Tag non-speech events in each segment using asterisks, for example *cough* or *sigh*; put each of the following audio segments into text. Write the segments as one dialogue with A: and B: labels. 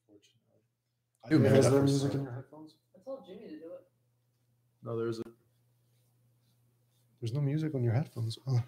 A: unfortunately.
B: Who made
A: has
B: up
A: there
B: for
A: music
B: Sonic?
A: in your headphones?
C: I told Jimmy to do it.
A: No, there isn't. There's no music on your headphones. Oh.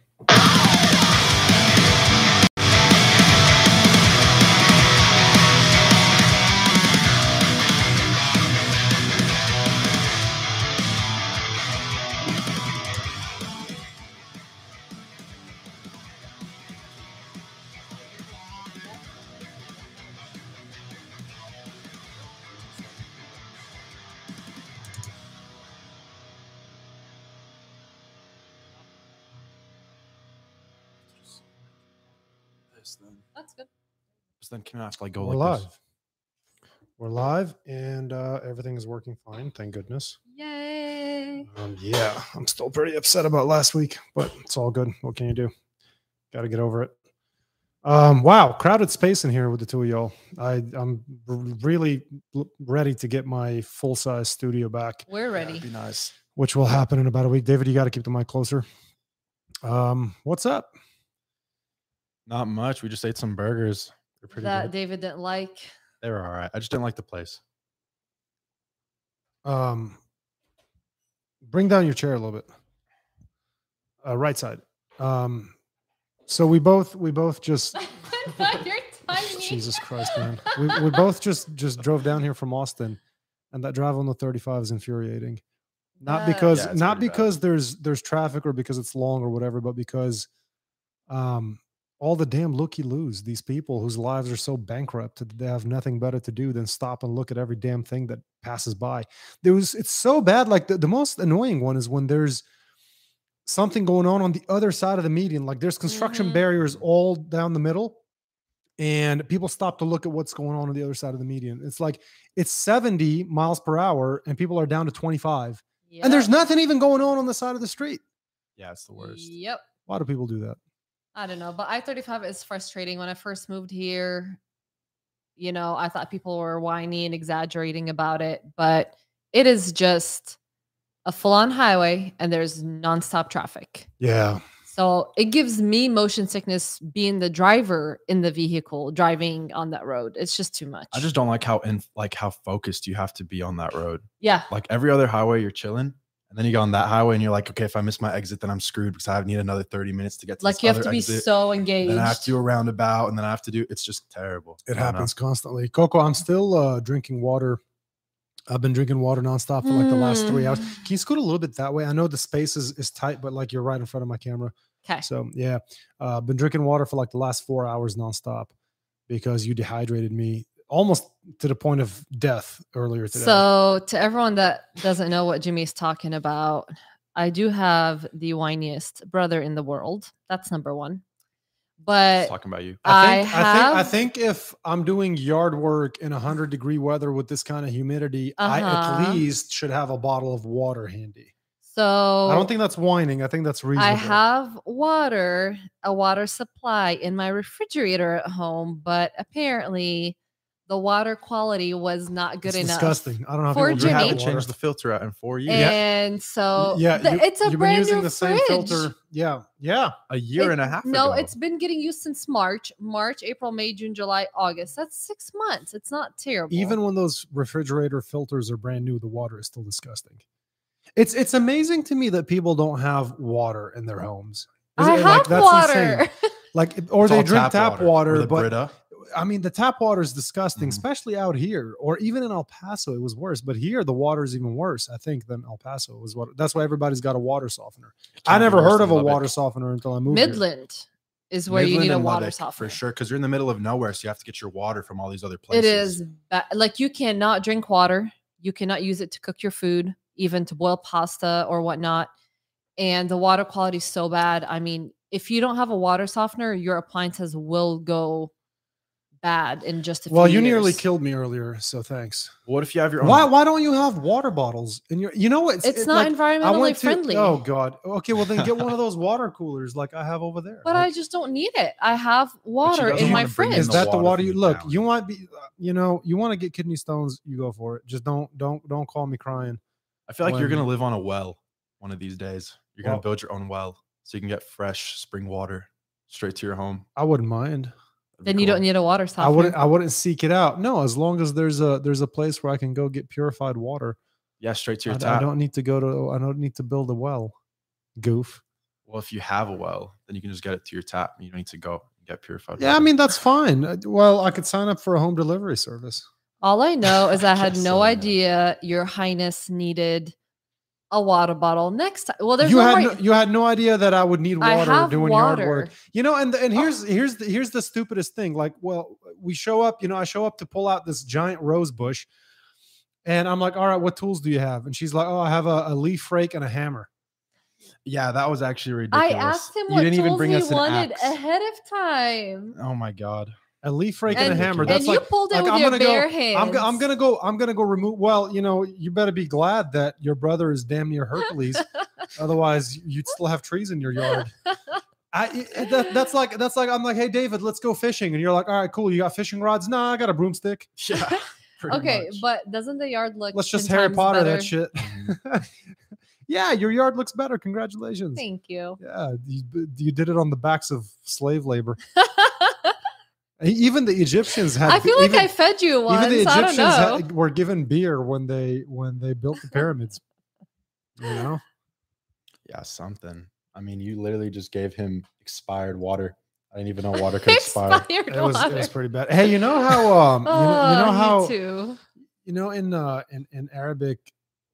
B: This then.
C: That's good.
B: This then can actually go
A: We're
B: like
A: live.
B: this.
A: We're live, and uh, everything is working fine. Thank goodness.
C: Yay.
A: Um, yeah, I'm still pretty upset about last week, but it's all good. What can you do? Got to get over it. Um, wow, crowded space in here with the two of y'all. I, I'm r- really l- ready to get my full size studio back.
C: We're
B: Yeah,
C: ready.
B: it'd be nice.
A: which will happen in about a week. David, you got to keep the mic closer. Um, what's up?
B: Not much. We just ate some burgers. They're pretty
C: that
B: good.
C: David didn't like. *laughs*
B: They were all right. I just didn't like the place.
A: Um, bring down your chair a little bit. Uh, right side. Um, so we both we both
C: *laughs*
A: just
C: You're tiny.
A: Jesus Christ,
C: *laughs*
A: man. We, we both just just drove down here from Austin, and that drive on the 35 is infuriating. Not
C: Yeah.
A: because
B: Yeah, it's
A: not
B: pretty bad.
A: because there's there's traffic or because it's long or whatever, but because um all the damn looky loos, these people whose lives are so bankrupt that they have nothing better to do than stop and look at every damn thing that passes by. There was it's so bad. Like the, the most annoying one is when there's something going on on the other side of the median. Like there's construction
C: Mhm.
A: barriers all down the middle, and people stop to look at what's going on on the other side of the median. It's like it's 70 miles per hour, and people are down to 25, and there's
C: Yep.
A: nothing even going on on the side of the street.
B: Yeah, it's the worst.
C: Yep.
A: Why do people do that?
C: I don't know, but I 35 is frustrating. When I first moved here, you know, I thought people were whiny and exaggerating about it, but it is just a full on highway and there's nonstop traffic.
A: Yeah,
C: So it gives me motion sickness being the driver in the vehicle driving on that road. It's just too much.
B: I just don't like how in like how focused you have to be on that road.
C: yeah.
B: Like every other highway, you're chilling, and then you go on that highway, and you're like, okay, if I miss my exit, then I'm screwed because I need another 30 minutes to get to.
C: Like
B: this
C: you have
B: other
C: to be
B: exit.
C: so engaged.
B: Then I have to do a roundabout, and then I have to do. It's just terrible. I
A: it
B: don't know.
A: happens constantly. Coco, I'm still uh, drinking water. I've been drinking water nonstop for like the last three hours.
C: Mm.
A: Can you scoot a little bit that way? I know the space is, is tight, but like you're right in front of my camera.
C: Okay.
A: So yeah, uh, been drinking water for like the last four hours nonstop because you dehydrated me almost to the point of death earlier today.
C: So, to everyone that doesn't know what Jimmy's talking about, I do have the whiniest brother in the world. That's number one.
B: Just
C: But
B: talking about you.
A: I think,
C: I
A: I
C: have-
A: think I think if I'm doing yard work in 100 degree weather with this kind of humidity, I
C: Uh-huh.
A: at least should have a bottle of water handy.
C: so
A: I don't think that's whining. I think that's reasonable.
C: Oh. I have water, a water supply in my refrigerator at home, but apparently the water quality was not good
A: It's
C: enough.
A: Disgusting. I don't know. how
C: For
A: people
B: You
A: drink
B: haven't
A: that
C: Jimmy.
A: water.
B: changed the filter out in
C: Eh,
B: four years.
A: Yeah.
C: And so
A: yeah,
C: the-
A: you-
C: it's a
A: you've been
C: brand
A: using
C: new
A: the same
C: fridge.
A: filter. Yeah, yeah.
B: A year
C: It-
B: and a half.
C: No,
B: ago.
C: it's been getting used since March, March, April, May, June, July, August. That's six months. It's not terrible.
A: Even when those refrigerator filters are brand new, the water is still disgusting. It's it's amazing to me that people don't have water in their homes. Is
C: I
A: it-
C: have
A: like, that's
C: water.
A: insane. Like, it- or
B: It's
A: they
B: all
A: drink tap, water,
B: or the
A: but
B: Brita.
A: I mean, the tap water is disgusting,
B: Mhm.
A: especially out here, or even in El Paso, it was worse. But here, the water is even worse, I think, than El Paso was. What that's why everybody's got a water softener.
B: It
A: I
B: can't be
A: never
B: worse
A: heard
B: than
A: of a
B: Lubbock.
A: water softener until I moved here.
C: Midland is where you
B: Midland
C: need a
B: and
C: water
B: Lubbock,
C: softener.
B: for sure because you're in the middle of nowhere, so you have to get your water from all these other places.
C: It is ba- like you cannot drink water. You cannot use it to cook your food, even to boil pasta or whatnot. And the water quality is so bad. I mean, if you don't have a water softener, your appliances will go bad in just a few
A: Well, you nearly
C: years.
A: killed me earlier, so thanks.
B: What if you have your own?
A: Why why don't you have water bottles in your you know what
C: It's not environmentally friendly.
A: Oh god. Okay, well then get one
B: *laughs*
A: of those water coolers like I have over there.
C: But I
A: Like,
C: just don't need it. I have water
B: doesn't
C: in my
B: wanna bring in
C: fridge.
A: is
B: the
A: that the
B: water
A: water
B: from
A: you
B: the
A: look,
B: town.
A: you want be you know, you want to get kidney stones, you go for it. Just don't don't don't call me crying.
B: I feel like you're
A: when-
B: gonna live on a well one of these days. You're gonna
A: Well-
B: build your own well so you can get fresh spring water straight to your home.
A: I wouldn't mind.
B: That'd be
C: Then you
B: cool.
C: don't need a water
A: I
C: softener.
A: wouldn't I wouldn't seek it out. No, as long as there's a there's a place where I can go get purified water.
B: Yeah, straight to
A: I,
B: your
A: d- I
B: tap.
A: don't need to go to I don't need to build a well. Goof.
B: Well, if you have a well, then you can just get it to your tap. You don't need to go and get purified.
A: Yeah, I
B: water.
A: mean that's fine. Uh, Well, I could sign up for a home delivery service.
C: All I know is
A: *laughs*
B: I
C: I had
B: guess
C: no
B: so, yeah.
C: idea your highness needed a water bottle next time. Well, there's
A: you
C: no
A: had
C: right-
A: no, you had no idea that I would need
C: I
A: water
C: have
A: doing
C: water. Oh.
A: yard work. You know, and and here's here's the, here's the stupidest thing. Like, well, we show up. You know, I show up to pull out this giant rose bush, and I'm like, "All right, what tools do you have?" And she's like, "Oh, I have a, a leaf rake and a hammer."
B: yeah, that was actually
C: I
B: ridiculous.
C: asked him
B: You
C: what
B: didn't even
C: tools
B: bring
C: he
B: us an
C: wanted eh.
B: axe.
C: ahead of time,
B: Oh my god.
C: *laughs*
A: A leaf rake and,
C: And-
A: a hammer.
B: and
A: That's
C: and
A: like
C: you pulled it
A: like,
C: with
A: I'm
C: your
A: gonna go-
C: bare hands.
A: I'm, go- I'm gonna go. I'm gonna go remove. Well, you know, you better be glad that your brother is damn near
C: *laughs*
A: Hercules. Otherwise, you'd still have trees in your yard. I i- that, that's like that's like I'm like, hey David, let's go fishing, and you're like, all right, cool. You got fishing rods? Nah, I got a broomstick.
B: Yeah. pretty
C: okay,
B: much.
C: but doesn't the yard look?
A: Let's just
C: 10
A: Harry
C: times
A: Potter
C: better?
A: that shit. *laughs* yeah, your yard looks better. Congratulations.
C: Thank you.
A: Yeah, you, you did it on the backs of slave
C: *laughs*
A: labor. E- Even the Egyptians had.
C: I feel like
A: even-
C: I fed you once.
A: Even the
C: I don't
A: Egyptians *laughs*
C: know. *laughs*
A: had, were given beer when they when they built the pyramids. you
C: *laughs*
A: know,
B: yeah, something. I mean, you literally just gave him expired water. I didn't even know water
C: *laughs*
B: could expire.
C: Expired
A: it was it
C: water.
A: was pretty bad. Hey, you know how um you know, you know
C: Oh,
A: how *laughs*
C: too.
A: you know in uh in, in Arabic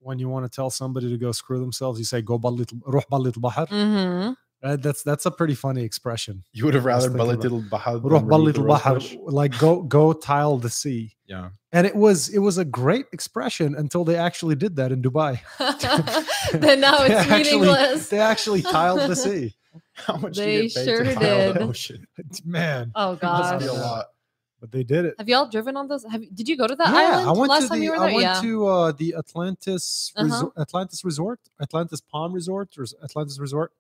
A: when you want to tell somebody to go screw themselves, you say go balit ruh balit bahar.
C: Mm-hmm. *laughs*
A: Right? That's that's a pretty funny expression.
B: You would have rather
A: thinking about-
B: Balatil Bahad. than
A: Ruh balit
B: remove the rose
A: bahar,
B: bush?
A: like go go tile the sea.
B: Yeah.
A: And it was it was a great expression until they actually did that in Dubai.
C: then now
A: *laughs* They
C: Oh, it's
A: actually-
C: meaningless.
A: They actually tiled the
C: *laughs*
A: sea.
B: *laughs* How much
C: They
B: do you get paid
C: sure
B: to tile the
C: did.
B: ocean?
A: Man,
C: oh
B: It must
C: gosh.
B: be a
A: Gosh.
B: lot.
A: but they did it.
C: Have y'all driven on those? Have did you go to that
A: yeah,
C: island
A: I went
C: last
A: to
C: time
A: the,
C: you were
A: I
C: there?
A: went
C: yeah.
A: to uh, the Atlantis
C: Uh-huh.
A: Resor- Atlantis Resort, Atlantis Palm Resort, or s- Atlantis Resort,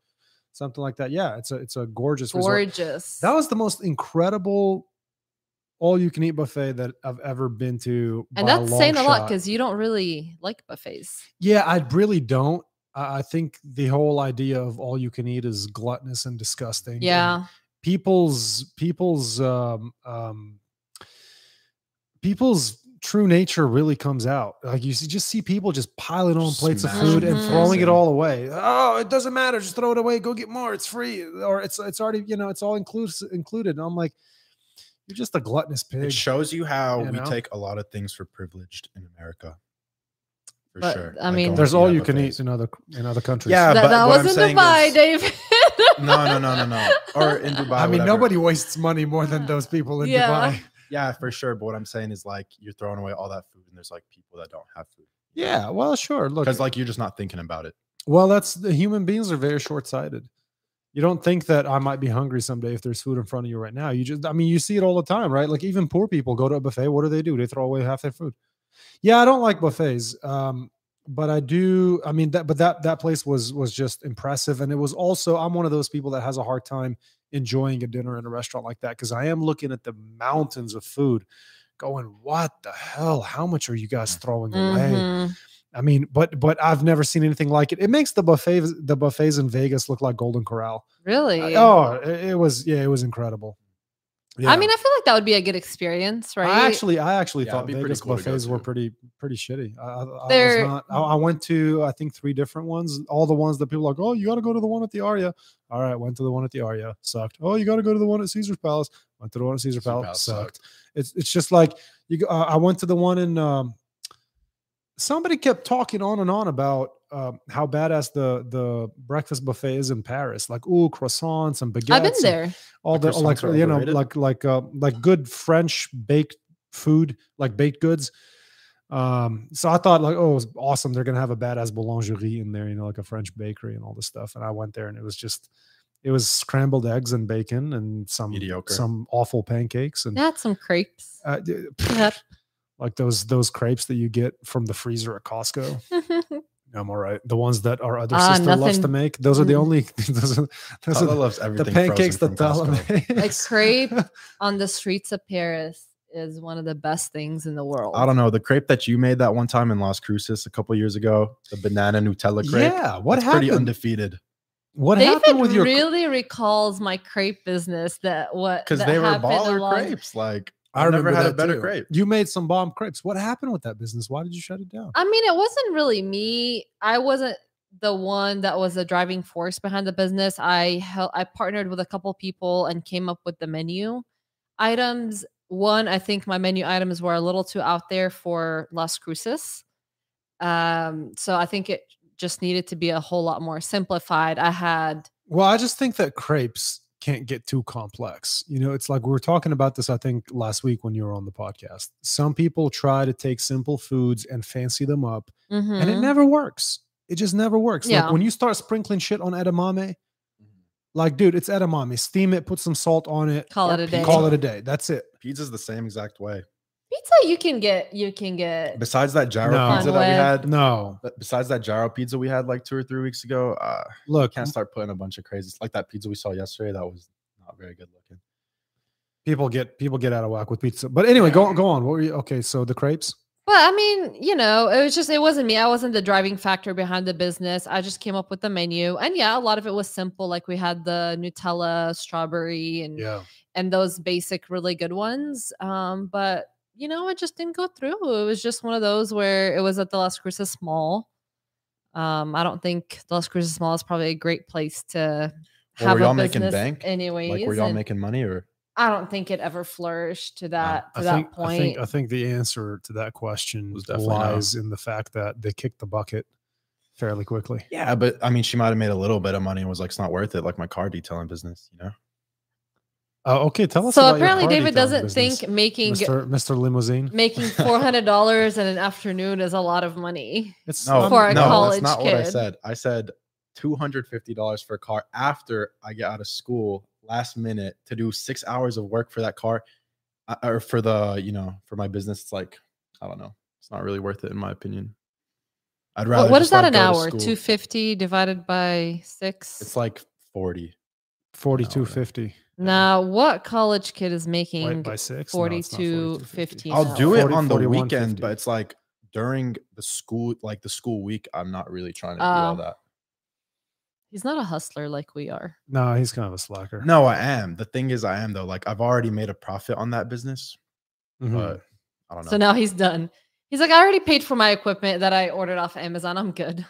A: something like that. Yeah, it's a it's a gorgeous resort.
C: Gorgeous.
A: That was the most incredible all you can eat buffet that I've ever been to.
C: and
A: by a
C: that's
A: long
C: saying a lot
A: shot.
C: because you don't really like buffets.
A: yeah, I really don't. I I think the whole idea of all you can eat is gluttonous and disgusting. and
C: Yeah.
A: people's people's um, um people's true nature really comes out like you see, just see people just piling on plates of
B: Smashing
A: food and
C: their
A: throwing
B: face
A: it
B: in.
A: all away oh it doesn't matter just throw it away go get more it's free or it's it's already you know it's all includes included and i'm like you're just a gluttonous pig
B: It shows you how
A: you
B: we
A: know?
B: take a lot of things for privileged in America. For
C: But,
B: sure.
C: I mean-
B: going
A: there's
B: to
A: all
B: that
A: you can
B: buffet.
A: eat in other in other countries
B: Yeah,
C: that
B: but
C: that
B: what I'm
C: was in
B: saying
C: Dubai,
B: is-
C: David.
B: *laughs* No, no, no, no, no. Or in Dubai.
A: i mean
B: whatever.
A: nobody wastes money more than those people in
C: Yeah.
A: dubai
B: Yeah, for sure. But what I'm saying is like you're throwing away all that food, and there's like people that don't have food
A: yeah well sure look
B: because like you're just not thinking about it.
A: Well, that's the human beings are very short sighted. You don't think that I might be hungry someday if there's food in front of you right now. You just, I mean, you see it all the time, right? Like even poor people go to a buffet. What do they do? They throw away half their food. Yeah, I don't like buffets, um, but I do. I mean, that, but that that place was was just impressive, and it was also. I'm one of those people that has a hard time enjoying a dinner in a restaurant like that because I am looking at the mountains of food, going, "What the hell? How much are you guys throwing away?"
C: Mhm.
A: I mean, but but I've never seen anything like it. It makes the buffets the buffets in Vegas look like Golden Corral.
C: Really?
B: Uh,
A: Oh, it, it was yeah, it was incredible.
C: I
A: Yeah.
C: mean, I feel like that would be a good experience, right?
A: I actually I actually
B: Yeah,
A: thought
B: it'd be pretty
A: Vegas
B: cool to go
A: buffets were
B: to.
A: pretty pretty shitty. I, I, I was
C: They're-
A: not- I, I went to I think three different ones. All the ones that people are like, oh, you got to go to the one at the Aria. All right, went to the one at the Aria, sucked. Oh, you got to go to the one at Caesar's Palace. Went to the one at Caesar's
B: Caesar
A: Palace,
B: Palace
A: sucked. It's it's just like you. go- Uh, I went to the one in. Um, somebody kept talking on and on about um, how badass the the breakfast buffet is in Paris. Like, ooh, croissants and baguettes.
C: I've been
A: and
B: *laughs*
C: there.
A: all
B: The
A: the like
B: croissants are
A: you know
B: overrated?
A: like like uh, like good French baked food, like baked goods. Um, so I thought like, oh, it's awesome. They're gonna have a badass boulangerie in there, you know, like a French bakery and all this stuff. And I went there, and it was just, it was scrambled eggs and bacon and some
B: Mediocre.
A: some awful pancakes and
C: I had some crepes.
A: uh, d-
C: *laughs* Yep.
A: like those those crepes that you get from the freezer at Costco. I'm all right. The ones that our other
C: Ah,
A: sister loves to
C: nothing-
A: make. Those are the
C: Mm.
A: only *laughs* those are, those
B: Tala
A: are
B: loves
A: the
B: everything.
A: pancakes
B: frozen
A: that Tala
B: from
A: *laughs*
B: Costco.
C: A
A: makes.
B: *laughs*
C: crepe on the streets of Paris is one of the best things in the world.
B: I don't know the crepe that you made that one time in Las Cruces a couple years ago. The banana Nutella crepe.
A: Yeah, what
B: That's
A: happened?
B: Pretty undefeated.
A: What
C: David
A: happened with your?
C: really recalls my crepe business that what
B: because
C: that
B: they were
C: happened
B: baller
C: along-
B: crepes. Like
D: I
B: I have never
D: remember
B: had a
D: that
B: better
D: too.
B: crepe.
A: you made some bomb crepes. What happened with that business? Why did you shut it down?
C: I mean, it wasn't really me. I wasn't the one that was the driving force behind the business. I hel- I partnered with a couple people and came up with the menu items. One, I think my menu items were a little too out there for Las Cruces. Um, so I think it just needed to be a whole lot more simplified. I had
A: Well, I just think that crepes can't get too complex. You know, it's like we were talking about this, I think, last week when you were on the podcast. Some people try to take simple foods and fancy them up, and it
C: mhm.
A: never works. It just never works.
C: Yeah.
A: Like when you start sprinkling shit on edamame,
B: Mm-hmm.
A: like, dude, it's edamame. Steam it, put some salt on it,
C: call
B: or
C: it a day.
A: call it a day. That's it.
B: Pizza's the same exact way.
C: Pizza, you can get you can get
B: Besides that gyro
A: No.
B: pizza that we had,
A: No,
B: but besides that gyro pizza we had like two or three weeks ago, uh,
A: look,
B: can't start putting a bunch of crazy. Like that pizza we saw yesterday, that was not very good looking.
A: people get people get out of whack with pizza. But anyway, go go on. What were you? Okay, so the crepes.
C: But I mean, you know, it was just it wasn't me. I wasn't the driving factor behind the business. I just came up with the menu, and yeah, a lot of it was simple. Like we had the Nutella, strawberry, and
A: Yeah.
C: and those basic, really good ones. Um, but you know, it just didn't go through. It was just one of those where it was at the Las Cruces Mall. Um, I don't think the Las Cruces Mall is probably a great place to
B: Well, were
C: have
B: y'all
C: a
B: making
C: business,
B: bank? Like,
C: anyways.
B: Like, were y'all
C: and
B: making money or?
C: I don't think it ever flourished to that to
A: I
C: that
A: think,
C: point.
A: I think uh, I think the answer to that question
B: Was definitely no.
A: lies in the fact that they kicked the bucket fairly quickly.
B: Yeah, but I mean, she might have made a little bit of money and was like, "It's not worth it." Like my car detailing business, you know.
A: Uh, okay, tell us. about
C: so
A: your
C: apparently,
A: party
C: David
A: time
C: doesn't
A: business,
C: think making
A: Mr. Mr. Limousine. *laughs*
C: making four hundred dollars in an afternoon is a lot of money.
A: It's
B: No,
C: For a
B: no, that's
C: college
B: not what I
C: kid.
B: said. I said two hundred fifty dollars for a car after I get out of school last minute to do six hours of work for that car, uh, or for the you know for my business. It's like I don't know. It's not really worth it in my opinion. I'd rather.
C: What, what
B: just,
C: is that
B: like, go
C: an
B: to
C: hour?
B: school.
C: Two fifty divided by six.
B: It's like forty.
A: forty-two fifty.
C: now, what college kid is
A: Wait,
C: making?
A: by six. No, it's not
C: 42,
A: 42.50.
C: 15
B: I'll do it
A: 40,
B: on the
A: 41,
B: weekend,
A: 50.
B: but it's like during the school, like the school week. I'm not really trying to do all
C: Oh.
B: that.
C: He's not a hustler like we are.
A: No, he's kind of a slacker.
B: No, I am. The thing is, I am though. Like I've already made a profit on that business,
A: Mhm.
B: but I don't know.
C: So now he's done. He's like, I already paid for my equipment that I ordered off Amazon. I'm good.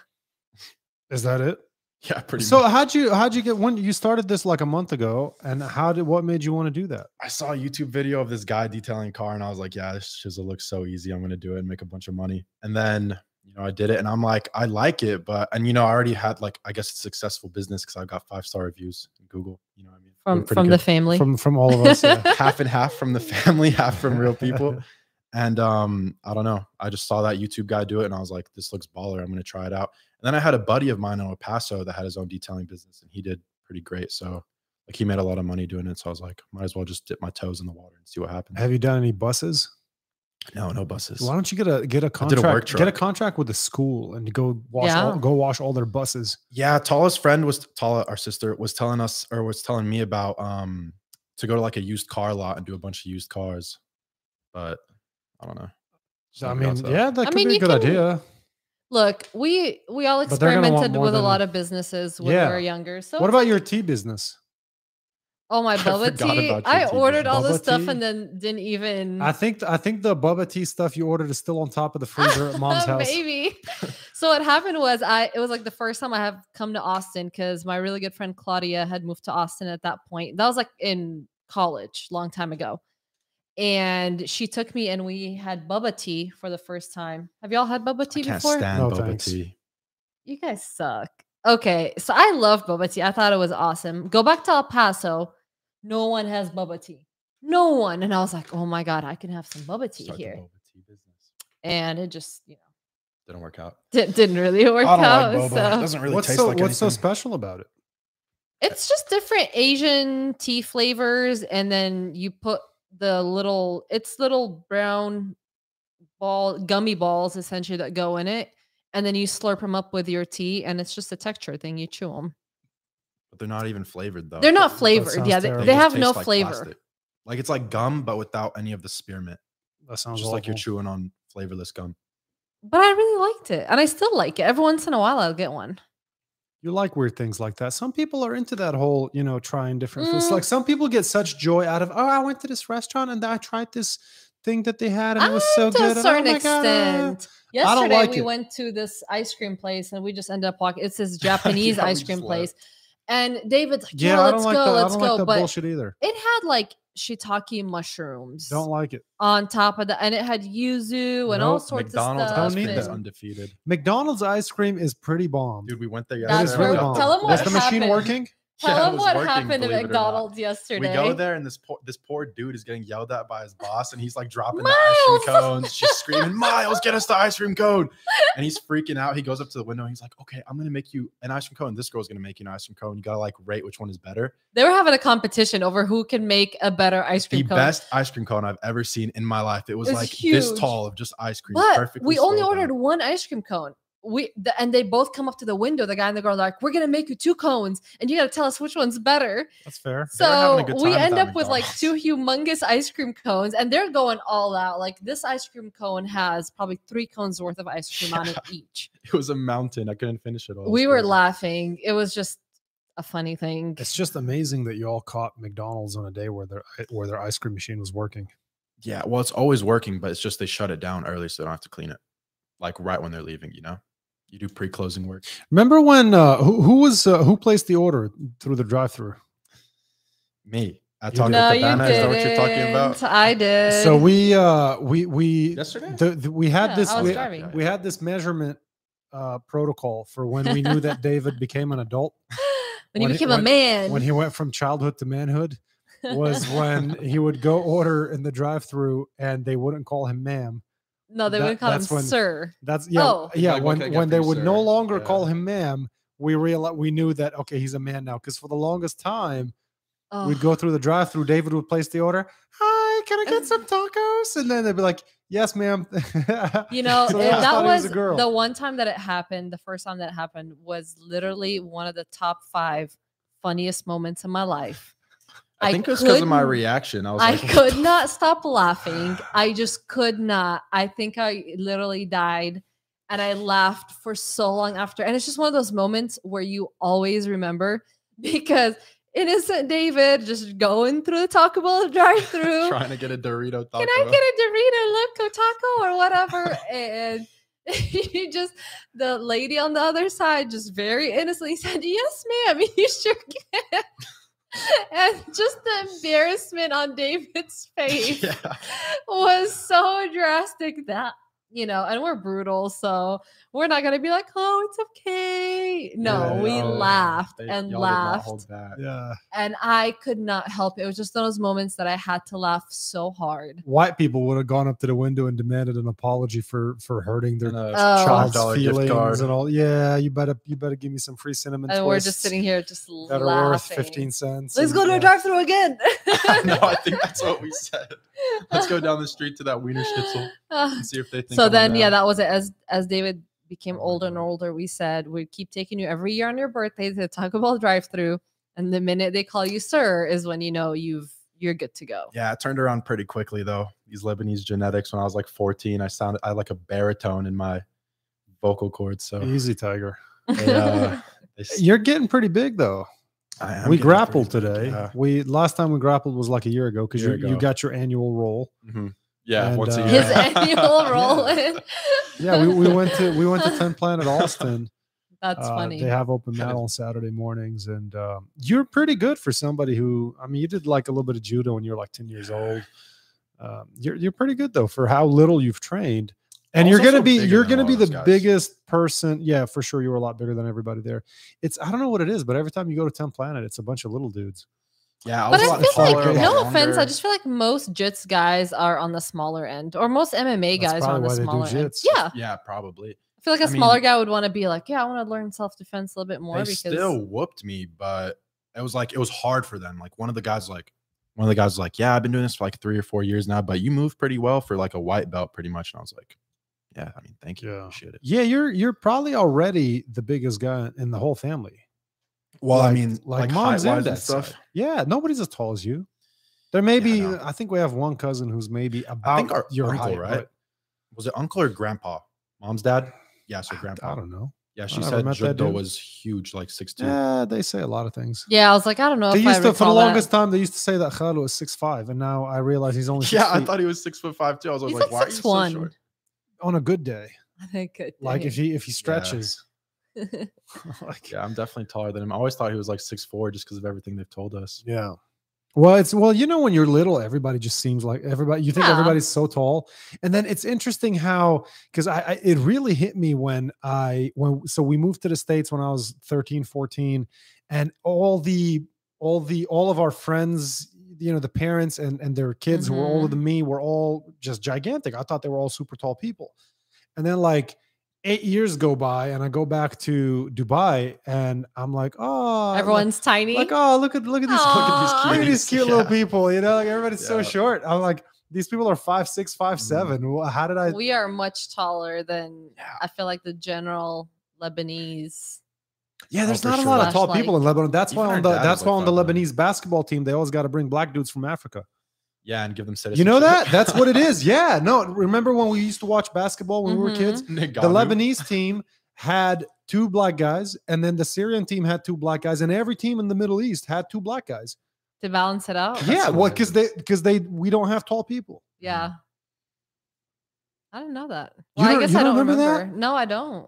A: is that it?
B: yeah, pretty.
A: So
B: much.
A: how'd you how'd you get when you started this like a month ago, and how did what made you want to do that?
B: I saw a YouTube video of this guy detailing a car, and I was like, "Yeah, this chisel looks so easy. I'm gonna do it and make a bunch of money." And then you know, I did it, and I'm like, I like it, but and you know, I already had like I guess a successful business because I got five star reviews in Google. You know what I mean?
C: From
B: Pretty
C: from the
B: good.
C: family.
A: From from all of us.
C: *laughs*
A: Yeah.
B: *laughs* half and half from the family, *laughs* half from real people.
A: *laughs*
B: And um, I don't know. I just saw that YouTube guy do it, and I was like, "This looks baller. I'm gonna try it out." And then I had a buddy of mine in El Paso that had his own detailing business, and he did pretty great. So, like, he made a lot of money doing it. So I was like, might as well just dip my toes in the water and see what happens.
A: Have you done any buses?
B: no, no buses.
A: Why don't you get a get a
B: I did a work
A: contract get a
B: truck.
A: contract with the school and go wash all,
C: Yeah.
A: go wash all their buses?
B: Yeah, Tala's friend was Tala, our sister, was telling us or was telling me about um to go to like a used car lot and do a bunch of used cars, but I don't know. Just
A: I
B: never got
A: mean,
B: to that.
A: yeah, that
C: I
A: could
C: mean,
A: be a
C: you
A: good
C: can-
A: idea.
C: Look, we we all
A: But they're gonna want
C: experimented
A: more
C: with a
A: than-
C: lot of businesses when
A: Yeah.
C: we were younger. So
A: What
C: it's
A: about your tea business? *laughs*
C: Oh my
B: I
C: bubble
B: forgot
C: tea!
B: about your
C: I
B: tea
C: ordered
B: business.
C: all this
A: Bubba
C: stuff
A: tea?
C: and then didn't even.
A: I think I think the bubba tea stuff you ordered is still on top of
C: *laughs*
A: the freezer at mom's house.
B: *laughs*
C: Um, Maybe. so what happened was I it was like the first time I have come to Austin because my really good friend Claudia had moved to Austin at that point. That was like in college, long time ago. And she took me and we had bubba tea for the first time. Have y'all had bubba tea
B: I can't
C: before?
B: stand
A: No,
B: boba
A: thanks.
B: tea.
C: You guys suck. Okay, so I love boba tea. I thought it was awesome. Go back to El Paso. No one has boba tea. No one. And I was like, oh my God, I can have some boba tea
B: Start the
C: here.
B: boba tea business.
C: And it just, you know, *laughs*
B: Didn't work out.
C: didn't, didn't really work out. so
B: doesn't really
A: what's
B: taste
A: so
B: like
A: what's so
B: anything.
A: special about it?
C: it's just different Asian tea flavors. And then you put the little, it's little brown ball, gummy balls essentially that go in it. And then you slurp them up with your tea. And it's just a texture thing. You chew them.
B: but they're not even flavored though.
C: They're not
A: Oh, sounds
C: flavored. Yeah, they,
A: terrible.
C: they
B: just
C: have
B: taste
C: no
B: like
C: flavor.
B: plastic. Like it's like gum, but without any of the spearmint.
A: That
B: It's
A: sounds
B: just like you're
A: awful.
B: chewing on flavorless gum.
C: But I really liked it. And I still like it. Every once in a while, I'll get one.
A: you like weird things like that. Some people are into that whole, you know, trying different foods.
C: Mm.
A: Like some people get such joy out of, oh, I went to this restaurant and I tried this thing that they had and it was so
C: Ah, to
A: good. and,
C: a
A: oh
C: certain
A: my God,
C: extent. Yesterday
A: I don't like
C: we
A: it.
C: went to this ice cream place and we just ended up walking. It's
A: *laughs*
C: this Japanese
B: Yeah, we
C: ice
B: just
C: cream
B: left.
C: place. And David's like,
A: Yeah,
C: yeah,
A: I
C: let's
A: don't
C: go,
A: like that. I
C: let's
A: don't
C: go.
A: like that
C: but
A: bullshit either.
C: it had like shiitake mushrooms
A: Don't like it.
C: on top of that. And it had yuzu and all
A: Nope,
C: sorts
B: McDonald's
C: of
A: don't
C: stuff.
A: need
B: is
A: *laughs*
C: and-
A: that.
B: undefeated.
A: McDonald's ice cream is pretty bomb.
B: Dude, we went there
C: That's
B: yesterday.
A: it's
B: we
A: really
C: where-
B: got
A: bomb.
B: the-
C: tell 'em what
A: Is the machine
C: happened.
A: working?
C: Tell
B: Yeah, it
C: them
B: was
C: what
B: working,
C: happened at
B: believe it or not.
C: McDonald's yesterday.
B: We go there and this poor this poor dude is getting yelled at by his boss, and he's like dropping
C: Miles!
B: the
C: *laughs*
B: ice cream cones. She's screaming, "Miles, get us the ice cream cone!" And he's freaking out. He goes up to the window. And he's like, "Okay, I'm gonna make you an ice cream cone. This girl's gonna make you an ice cream cone. You gotta like rate which one is better.
C: They were having a competition over who can make a better ice
B: The
C: cream cone.
B: best ice cream cone I've ever seen in my life. It was,
C: It was
B: like this
C: huge.
B: tall of just ice cream.
C: But
B: perfectly
C: we only
B: slowed down.
C: ordered one ice cream cone. We the, and they both come up to the window. The guy and the girl are like, "We're gonna make you two cones, and you gotta tell us which one's better."
A: That's fair.
B: They were having
C: So
B: a good
C: we
B: time at
C: end
B: that
C: up with like two humongous ice cream cones, and they're going all out. Like this ice cream cone has probably three cones worth of ice cream
B: *laughs*
C: on it each.
B: *laughs* It was a mountain. I couldn't finish it all. It was
C: We were
B: crazy.
C: laughing. It was just a funny thing.
A: It's just amazing that you all caught McDonald's on a day where their where their ice cream machine was working.
B: Yeah, well, it's always working, but it's just they shut it down early so they don't have to clean it, like right when they're leaving. You know, you do pre-closing work.
A: Remember when uh, who, who was uh, who placed the order through the drive-through?
B: Me, I
A: You
B: talk
A: did.
C: no,
B: about
C: you
B: Cabana. Is that what you're talking
C: didn't.
B: about? *laughs*
C: I did. *sighs*
A: So we uh we we
B: Yesterday.
A: the, the- we had
C: Yeah,
A: this
C: I was
A: we,
C: driving.
A: we had this measurement uh protocol for when we knew
C: *laughs*
A: that David became an adult
C: when you
A: when he-
C: became a
A: when-
C: man.
A: when he went from childhood to manhood was when he would go order in the drive-through and they wouldn't call him ma'am.
C: *laughs* no, they
A: that-
C: would call him
A: that's when-
C: sir.
A: That's yeah,
C: Oh.
B: He's
A: yeah.
B: like, "What
A: when
B: can I get
A: when
B: for
A: they
B: you,
A: would no
B: sir?"
A: longer
B: Yeah.
A: call him ma'am, we realized we knew that okay, he's a man now. Because for the longest time,
C: Oh.
A: we'd go through the drive-through. David would place the order. Hi, can I get some tacos? And then they'd be like, Yes, ma'am. *laughs*
C: You know,
A: So
C: it-
A: they always
C: that
A: thought he was
C: was,
A: a girl.
C: the one time that it happened. The first time that it happened was literally one of the top five funniest moments in my life.
B: I
C: I
B: think it was because of my
C: couldn't-
B: reaction. I was
C: I
B: like, *laughs*
C: could not stop laughing. I just could not. I think I literally died and I laughed for so long after. And it's just one of those moments where you always remember *laughs* because innocent David just going through the Taco Bell drive through.
B: trying to get a Dorito. Taco.
C: Can I
B: *laughs*
C: get a Dorito Loco Taco or whatever? and *laughs* he just the lady on the other side just very innocently said, Yes, ma'am, *laughs* you sure can. and just the embarrassment on David's
B: *laughs*
C: face
B: yeah.
C: was so drastic that you know, and we're brutal, so we're not gonna be like, oh, it's okay. No,
A: Yeah,
C: we
A: no,
C: laughed
B: They- y'all
C: and
B: did not
C: laughed
B: hold back.
A: yeah.
C: and I could not help it. It was just those moments that I had to laugh so hard.
A: White people would have gone up to the window and demanded an apology for for hurting their
B: And a
C: Oh.
A: child's
B: $5 gift
A: feelings
B: card.
A: and all. Yeah, you better you better give me some free cinnamon.
C: And we're just
A: twists
C: sitting here just
A: that
C: laughing.
A: are worth fifteen cents.
C: Let's
A: and,
C: go to
A: yeah.
C: a
A: *laughs*
C: drive-through again.
B: no, *laughs*
C: *laughs*
B: I think that's what we said. Let's go down the street to that Wiener Schnitzel and see if they think.
C: Ah, so
B: I'm a
C: then, yeah,
B: man.
C: that was it. As as David became
B: Oh my
C: older and
B: God.
C: older, we said we keep taking you every year on your birthday to Taco Bell drive-through, and the minute they call you sir is when you know you've you're good to go.
B: Yeah, it turned around pretty quickly though. These Lebanese genetics. When I was like 14, I sounded I had like a baritone in my vocal cords.
A: *laughs*
B: So
A: Easy, Tiger.
B: they, uh,
C: *laughs*
B: they s-
A: You're getting pretty big though.
B: I am
A: we
B: getting pretty
A: grappled
B: big,
A: today.
B: Yeah,
A: We last time we grappled was like a year ago because you,
B: Year
A: you
B: ago.
A: got your annual roll.
B: Mhm. yeah
A: And,
B: once
A: uh,
B: a year. *laughs*
C: *laughs* His
A: *laughs*
C: annual roll. in.
A: Yeah, we, we went to we
C: *laughs*
A: went to Ten Planet Austin.
C: That's
A: Uh,
C: funny.
A: They have open
B: That
A: mat
B: is-
A: on Saturday mornings, and um, you're pretty good for somebody who. I mean, you did like a little bit of judo when you were like ten years old. Um, you're you're pretty good though for how little you've trained, and
B: I
A: you're
B: also
A: gonna
B: feel
A: be
B: bigger
A: you're
B: than a
A: gonna
B: lot
A: be
B: of those
A: the
B: guys.
A: biggest person. Yeah, for sure, you were a lot bigger than everybody there. It's I don't know what it is, but every time you go to Ten Planet, it's a bunch of little dudes.
B: yeah, I
C: But
B: was a
C: I
B: lot
C: feel
B: taller, a
A: lot
C: like, no offense, I
B: longer.
C: just feel like most Jits guys are on the smaller end, or most MMA
A: That's
C: guys are
A: probably
C: on
A: why
C: the
A: they do
C: smaller end.
A: jits.
C: Yeah,
B: yeah, probably.
C: I feel like a
B: I mean-
C: smaller guy would want to be like, yeah, I want to learn self defense a little bit more
B: They
C: because
B: still whooped me, but it was like it was hard for them. Like one of the guys, like one of the guys, was like yeah, I've been doing this for like three or four years now, but you move pretty well for like a white belt, pretty much. And I was like, yeah, I mean, thank you,
A: Yeah.
B: appreciate it.
A: Yeah, you're you're probably already the biggest guy in the whole family.
B: Well, I
A: Like-
B: mean,
A: like,
B: like,
A: mom's
B: height-wise
A: and
B: and
A: stuff.
B: stuff.
A: Yeah, nobody's as tall as you. There may be,
B: no.
A: I think we have one cousin who's maybe about
B: I think our
A: your
B: uncle,
A: height,
B: right? Was it uncle or grandpa? Mom's dad? Yeah, so
A: but
B: grandpa.
A: I don't know.
B: Yeah, she
A: I never
B: said
A: met that
B: Jodho
A: dude.
B: was huge, like six two. *laughs*
A: Yeah, they say a lot of things.
C: Yeah, I was like, I don't know.
A: They
C: if I
A: used to, for the
C: recall that. *laughs*
A: longest time, they used to say that Khalu is six five, and now I realize he's only six
B: *laughs* Yeah, I
A: feet
B: thought he was six foot five too. I was
C: He's
B: like,
C: like
B: why are you
C: six
B: so
C: one.
B: short?
A: on a good day.
C: *laughs* I think. it-
A: Like *laughs*
C: *laughs*
A: if he if he stretches, *laughs*
C: dang.
A: like
B: Yeah, I'm definitely taller than him. I always thought he was like six four just because of everything they've told us.
A: Yeah. Well, it's well, you know, when you're little, everybody just seems like everybody. You think
C: Yeah.
A: everybody's so tall, and then it's interesting how because I, I it really hit me when I when so we moved to the states when I was 13, 14, and all the all the all of our friends, you know, the parents and and their kids who were older
C: Mhm.
A: than me were all just gigantic. I thought they were all super tall people, and then like. Eight years go by, and I go back to Dubai, and I'm like, "Oh, like-
C: Everyone's tiny.
A: like, oh, look at look at these look at these
C: Aw.
A: cute, look at these cute little *laughs*
B: Yeah.
A: people. You know, like everybody's so
B: Yeah.
A: short. I'm like, these people are five six, five seven. Well, How did I?
C: we are much taller than
B: Yeah.
C: I feel like the general Lebanese.
A: Yeah,
B: Oh,
A: there's
B: for
A: not a
B: sure.
A: lot of tall
C: Flashlight.
A: people in Lebanon. That's why
B: Even our
A: on the
B: dad is
A: that's
B: like
A: why on the
B: 5'9".
A: Lebanese basketball team they always got to bring black dudes from Africa.
B: Yeah, and give them citizenship.
A: You know that? That's *laughs*
B: *laughs*
A: what it is. Yeah. No, remember when we used to watch basketball when we were
C: Mhm.
A: kids?
B: Nagano.
A: The Lebanese team had two black guys, and then the Syrian team had two black guys, and every team in the Middle East had two black guys.
C: To balance it out.
A: yeah, well, because they because they we don't have tall people.
C: Yeah. I didn't know that.
A: Mm. You
C: Well, I
A: don't-
C: guess
A: you
C: I
A: don't
C: don't remember.
A: remember that? Uh,
C: No, I don't.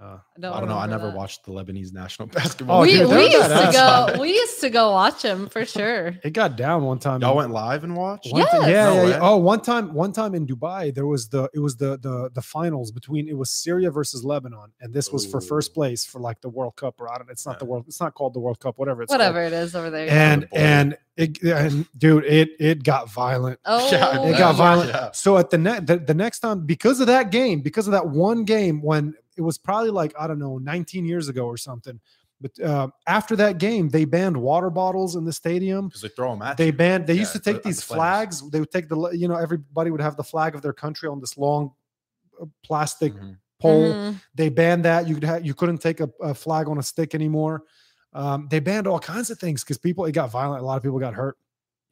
C: I don't,
B: I don't know. I
C: remember
B: never
C: that.
B: watched the Lebanese national *laughs* basketball.
A: Oh,
C: we
A: dude,
C: we
A: they're *laughs*
C: used to
A: badass.
C: go. We used to go watch him
A: *laughs*
C: for sure.
A: It got down one time.
B: Y'all
A: in-
B: went live and watched.
A: One time-
C: Yes.
A: yeah,
B: No
A: yeah, yeah.
B: way.
A: Oh, one time, one time in Dubai, there was the it was the the the finals between it was Syria versus Lebanon, and this was for first
B: Ooh.
A: place for like the World Cup or I don't. It's not
B: Yeah.
A: the world. It's not called the World Cup. Whatever. It's called.
C: Whatever it is over there. yeah.
A: And *laughs* and it and dude, it it got violent.
C: oh,
B: Yeah,
A: It got
B: yeah.
A: violent.
B: Yeah.
A: So at the net the, the next time because of that game, because of that one game when it was probably like I don't know 19 years ago or something. But uh, after that game, they banned water bottles in the stadium
B: Because they throw them at
A: they
B: you.
A: banned they
B: Yeah,
A: used to
B: it's the-
A: take
B: on the
A: these
B: flags.
A: flags they would take the li- you know everybody would have the flag of their country on this long uh, plastic
B: Mhm.
A: pole
C: Mhm.
A: they banned that you could ha- you couldn't take a, a flag on a stick anymore um, they banned all kinds of things because people it got violent a lot of people got hurt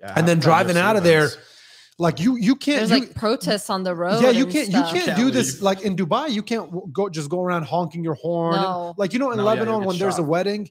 B: Yeah,
A: and then
B: halftime, you're
A: driving out of
B: seeing those.
A: there, like you you can't
C: There's
A: you,
C: like protests on the road.
A: yeah you
C: and
A: can't
C: stuff.
A: you can't
B: Can't
A: do this
B: leave.
A: like in dubai you can't w- go just go around honking your horn and-
C: No.
A: like you know in
B: No, yeah, you'll
A: lebanon
B: get
A: when there's a
B: shot.
A: wedding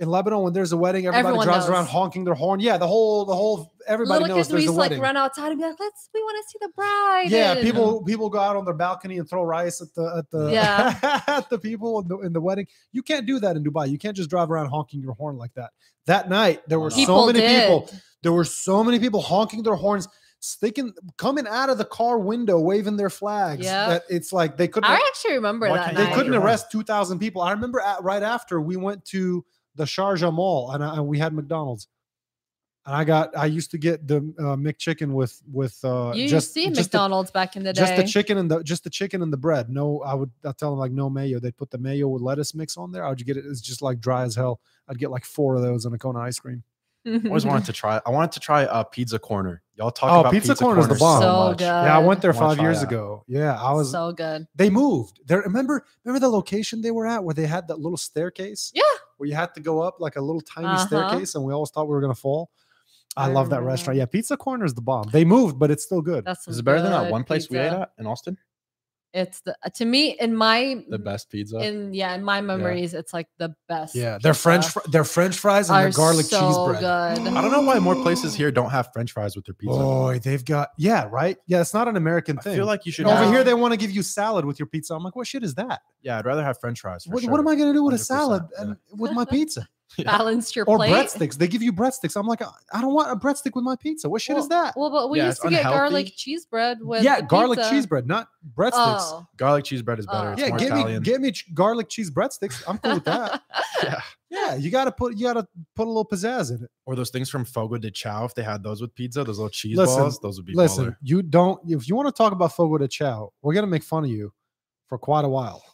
A: in lebanon when there's a wedding everybody
C: Everyone
A: drives around
C: knows.
A: honking their horn yeah the whole the whole everybody
C: Little
A: knows
C: kids, we
A: there's a
C: used to like
A: wedding
C: run outside and be like, "Let's, we want to see the bride."
A: yeah
C: and-
A: people people go out on their balcony and throw rice at the at the
C: Yeah.
A: *laughs* at the people in the, in the wedding you can't do that in dubai you can't just drive around honking your horn like that that night there were
C: People
A: so many
C: did.
A: people there were so many people honking their horns sticking coming out of the car window waving their flags
C: Yep.
A: that it's like they couldn't
C: I actually remember
B: Why
C: that.
B: can't
A: they
B: Nice.
A: couldn't
B: You're right.
A: arrest 2,000 people. I remember at, right after we went to the Sharjah Mall and, I, and we had McDonald's. And I got, I used to get the uh, McChicken with, with, uh,
C: You
A: just,
C: used to see
A: just the,
C: McDonald's back in the day.
A: just the chicken and the, just the chicken and the bread. No, I would, I'd tell them like no mayo. They'd put the mayo with lettuce mix on there. I would get it. It's just like dry as hell. I'd get like four of those and a cone of ice cream.
B: I
C: *laughs*
B: always wanted to try. I wanted to try uh, Pizza Corner. Y'all talk
A: Oh,
B: about
A: Pizza
B: Pizza,
A: Corner's the bomb.
C: So
B: much.
C: good.
A: Yeah. I went there
B: I wanna
A: five
B: try
A: years
B: that.
A: ago. Yeah. I was,
C: Uh, so good.
A: they moved there. Remember, remember the location they were at where they had that little staircase?
C: Yeah,
A: where you had to go up like a little tiny
C: Uh-huh.
A: staircase and we always thought we were going to fall. I,
C: I
A: love that
C: remember that.
A: restaurant. Yeah, Pizza Corner is the bomb. They moved, but it's still good.
C: that's
B: Is
C: some
B: it better than that
C: good
B: one place we ate
C: pizza.
B: at in Austin?
C: It's the to me in my
B: The best pizza.
C: Mm. in yeah in my memories it's like the best.
A: yeah, their French
C: pizza
A: fr- their French fries and their
C: are
A: garlic
C: so
A: cheese bread.
C: good.
B: I don't know why more
C: Mm.
B: places here don't have French fries with their pizza.
A: Boy, they've got yeah, right. Oh, Yeah, it's not an American
B: I
A: thing.
B: feel like you should.
A: And over
B: have-
C: No.
A: here they want to give you salad with your pizza. I'm like, what shit is that?
B: yeah, I'd rather have French fries. For
A: What,
B: sure.
A: what am I gonna do with a
B: 100%,
A: salad
B: yeah.
A: and with
B: *laughs*
A: my pizza
B: Yeah.
C: Balance your
A: or
C: plate.
A: breadsticks? They give you breadsticks. I'm like, I I don't want a breadstick with my pizza. What shit is that?
C: Well, but we
B: Yeah,
C: used
B: it's
C: to get garlic
B: unhealthy.
C: cheese bread with
A: yeah,
C: the
A: garlic
C: pizza.
A: cheese bread, not breadsticks.
C: Oh.
B: Garlic cheese bread is better.
C: Oh.
B: It's
A: yeah,
B: more
A: give
B: Italian.
A: me give me ch- garlic cheese breadsticks. I'm cool with
C: *laughs*
A: that.
B: yeah.
A: Yeah, you gotta put you gotta put a little pizzazz in it.
B: Or those things from Fogo de Chao. If they had those with pizza, those little cheese
A: Listen,
B: balls, those would be
A: Listen,
B: baller.
A: you don't if you want to talk about Fogo de Chao, we're gonna make fun of you for quite a while.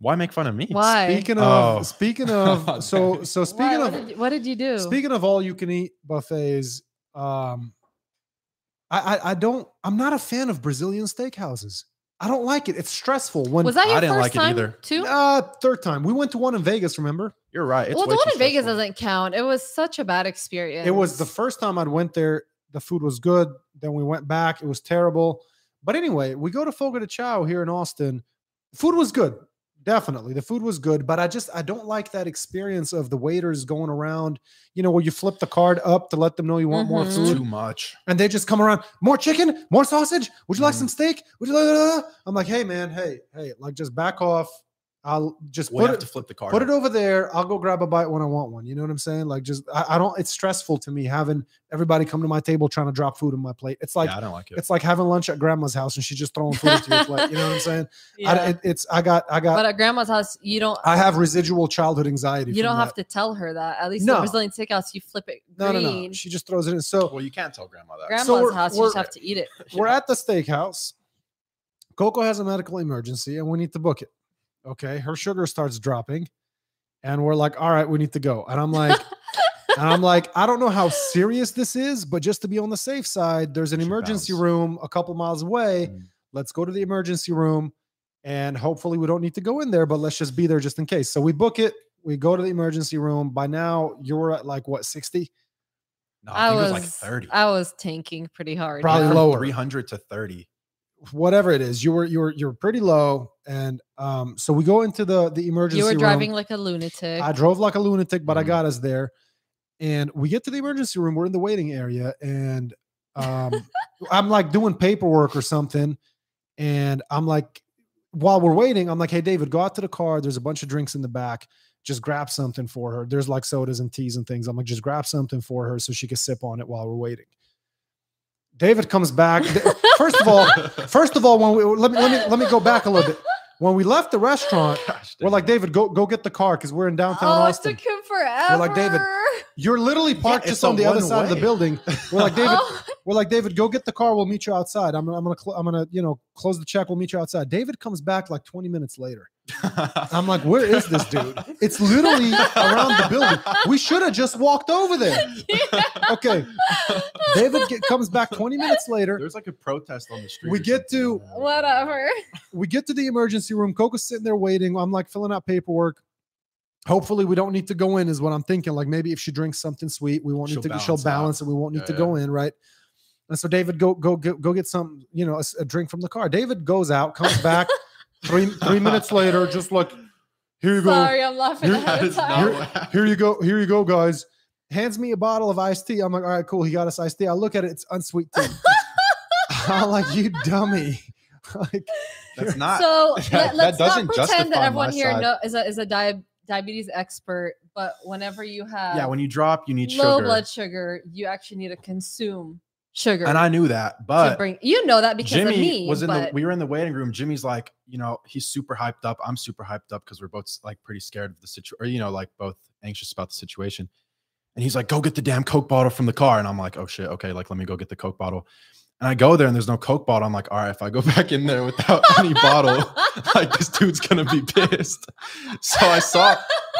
B: Why make fun of me?
C: Why?
A: Speaking of
B: Oh.
A: speaking of so so
C: Why?
A: speaking
C: what, did, you- what did you do?
A: of speaking of all you can eat buffets, um I, I I don't I'm not a fan of Brazilian steakhouses. I don't like it. It's stressful when
C: was that
B: I
C: your
B: didn't like
C: first
B: it
C: time
B: either.
C: too?
A: uh third time. We went to one in Vegas, remember?
B: You're right. It's
C: well,
B: way
C: the one
B: too
C: in Vegas
B: stressful.
C: doesn't count. It was such a bad experience.
A: It was the first time I'd went there. The food was good. Then we went back. It was terrible. But anyway, we go to Fogo de Chao here in Austin. Food was good. Definitely. The food was good, but I just I don't like that experience of the waiters going around, you know, where you flip the card up to let them know you want more
C: Mhm.
A: food
B: Too much.
A: and they just come around, more chicken, more sausage, would you like
B: Mhm.
A: some steak? Would you like I'm like, "Hey man, hey, hey, like just back off. I'll just
B: We
A: put
B: have
A: it,
B: to flip the card.
A: put it over there. I'll go grab a bite when I want one. You know what I'm saying? Like just I, I don't it's stressful to me having everybody come to my table trying to drop food on my plate. It's like
B: yeah, I don't like it.
A: it's like having lunch at grandma's house and she's just throwing food at your plate. You know what I'm saying? I, it, it's I got I got
C: but at grandma's house, you don't.
A: uh I have residual childhood anxiety.
C: You don't have to tell her that. At least
A: No.
C: the Brazilian steakhouse, you flip it
A: No,
C: green.
A: no, no. She just throws it in. So
B: Well, you can't tell grandma that.
C: Grandma's
A: we're-
C: house, you
A: we're-
C: just have
A: *laughs*
C: to eat it. *laughs*
A: we're at the steakhouse. Coco has a medical emergency and we need to book it. Okay. Her sugar starts dropping. And we're like, all right, we need to go. And I'm like, and I'm like, I don't know how serious this is, but just to be on the safe side, there's an
B: Should
A: emergency
B: bounce.
A: room a couple miles away.
B: Mm.
A: Let's go to the emergency room. And hopefully we don't need to go in there, but let's just be there just in case. So we book it. We go to the emergency room. By now, you're at like what, 60?
B: No, I
C: I,
B: think
C: was
B: it was like 30.
C: I was tanking pretty hard.
A: Probably
C: yeah.
B: From
A: lower.
B: 300 to 30.
A: whatever it is you were you were you're pretty low and um so we go into the the emergency
C: You were
A: room.
C: driving like a lunatic.
A: i drove like a lunatic but i
B: Mhm.
A: got us there and we get to the emergency room we're in the waiting area and um
C: *laughs*
A: i'm like doing paperwork or something and i'm like while we're waiting i'm like hey david go out to the car there's a bunch of drinks in the back just grab something for her there's like sodas and teas and things i'm like just grab something for her so she can sip on it while we're waiting david comes back first of all First of all, when we let me let me let me go back a little bit. When we left the restaurant,
B: *laughs* Gosh,
A: we're
B: dang.
A: like, David, go go get the car because we're in downtown
C: oh,
A: Austin.
C: it took him forever.
A: like, "David, You're literally parked
B: it's
A: just on
B: a
A: the other side of the
B: one-way.
A: building. We're like,
C: *laughs*
A: David,
C: Oh,
A: we're like, David, go get the car. We'll meet you outside. I'm, I'm gonna cl- I'm gonna you know close the check. We'll meet you outside. David comes back like 20 minutes later. I'm
B: *laughs*
A: like, where is this dude? It's literally around the building. We should have just walked over there. Okay, David get, comes back 20 minutes later.
B: There's like a protest on the street.
A: We
B: or
A: get to-
B: something. Oh,
C: whatever.
A: we get to the emergency room. Coco's sitting there waiting. I'm like filling out paperwork. Hopefully, we don't need to go in, is what I'm thinking. Like maybe if she drinks something sweet, we won't need
B: She'll
A: to. She'll
B: balance out.
A: balance, and we won't need
B: Yeah,
A: to
B: yeah.
A: go in, right? And so David, go go go, go get some, you know, a, s- a drink from the car. David goes out, comes
B: *laughs*
A: back three three minutes later, just like *laughs* here you go,
C: Sorry, I'm laughing
A: You're-
C: *laughs* ahead
B: That
C: of
B: is
C: time.
B: not what
A: here you go, here you go, guys. Hands me a bottle of iced tea. I'm like, all right, cool. He got us iced tea. I look at it; it's unsweet
B: *laughs*
A: tea. I'm like, you dummy. *laughs* like,
B: That's *laughs* not. *laughs*
C: so
B: that- that
C: let, let's
B: doesn't
C: not pretend
B: justify
C: that
B: my
C: everyone here
B: side.
C: know, is a, is a di- diabetes expert, but whenever you have
B: yeah, when you drop, you need
C: low
B: sugar.
C: blood sugar, you actually need to consume sugar.
B: and I knew that,
C: to
B: but
C: bring you know that because
B: Jimmy
C: of me.
B: was in the.
C: but
B: We were in the waiting room. Jimmy's like, you know, he's super hyped up. I'm super hyped up because we're both like pretty scared of the situation, or you know, like both anxious about the situation. And he's like, "Go get the damn Coke bottle from the car." And I'm like, "Oh shit, okay, like let me go get the Coke bottle." And I go there, and there's no Coke bottle. I'm like, "All right, if I go *laughs* back in there
C: *laughs*
B: without any bottle." like this dude's gonna be pissed. So I saw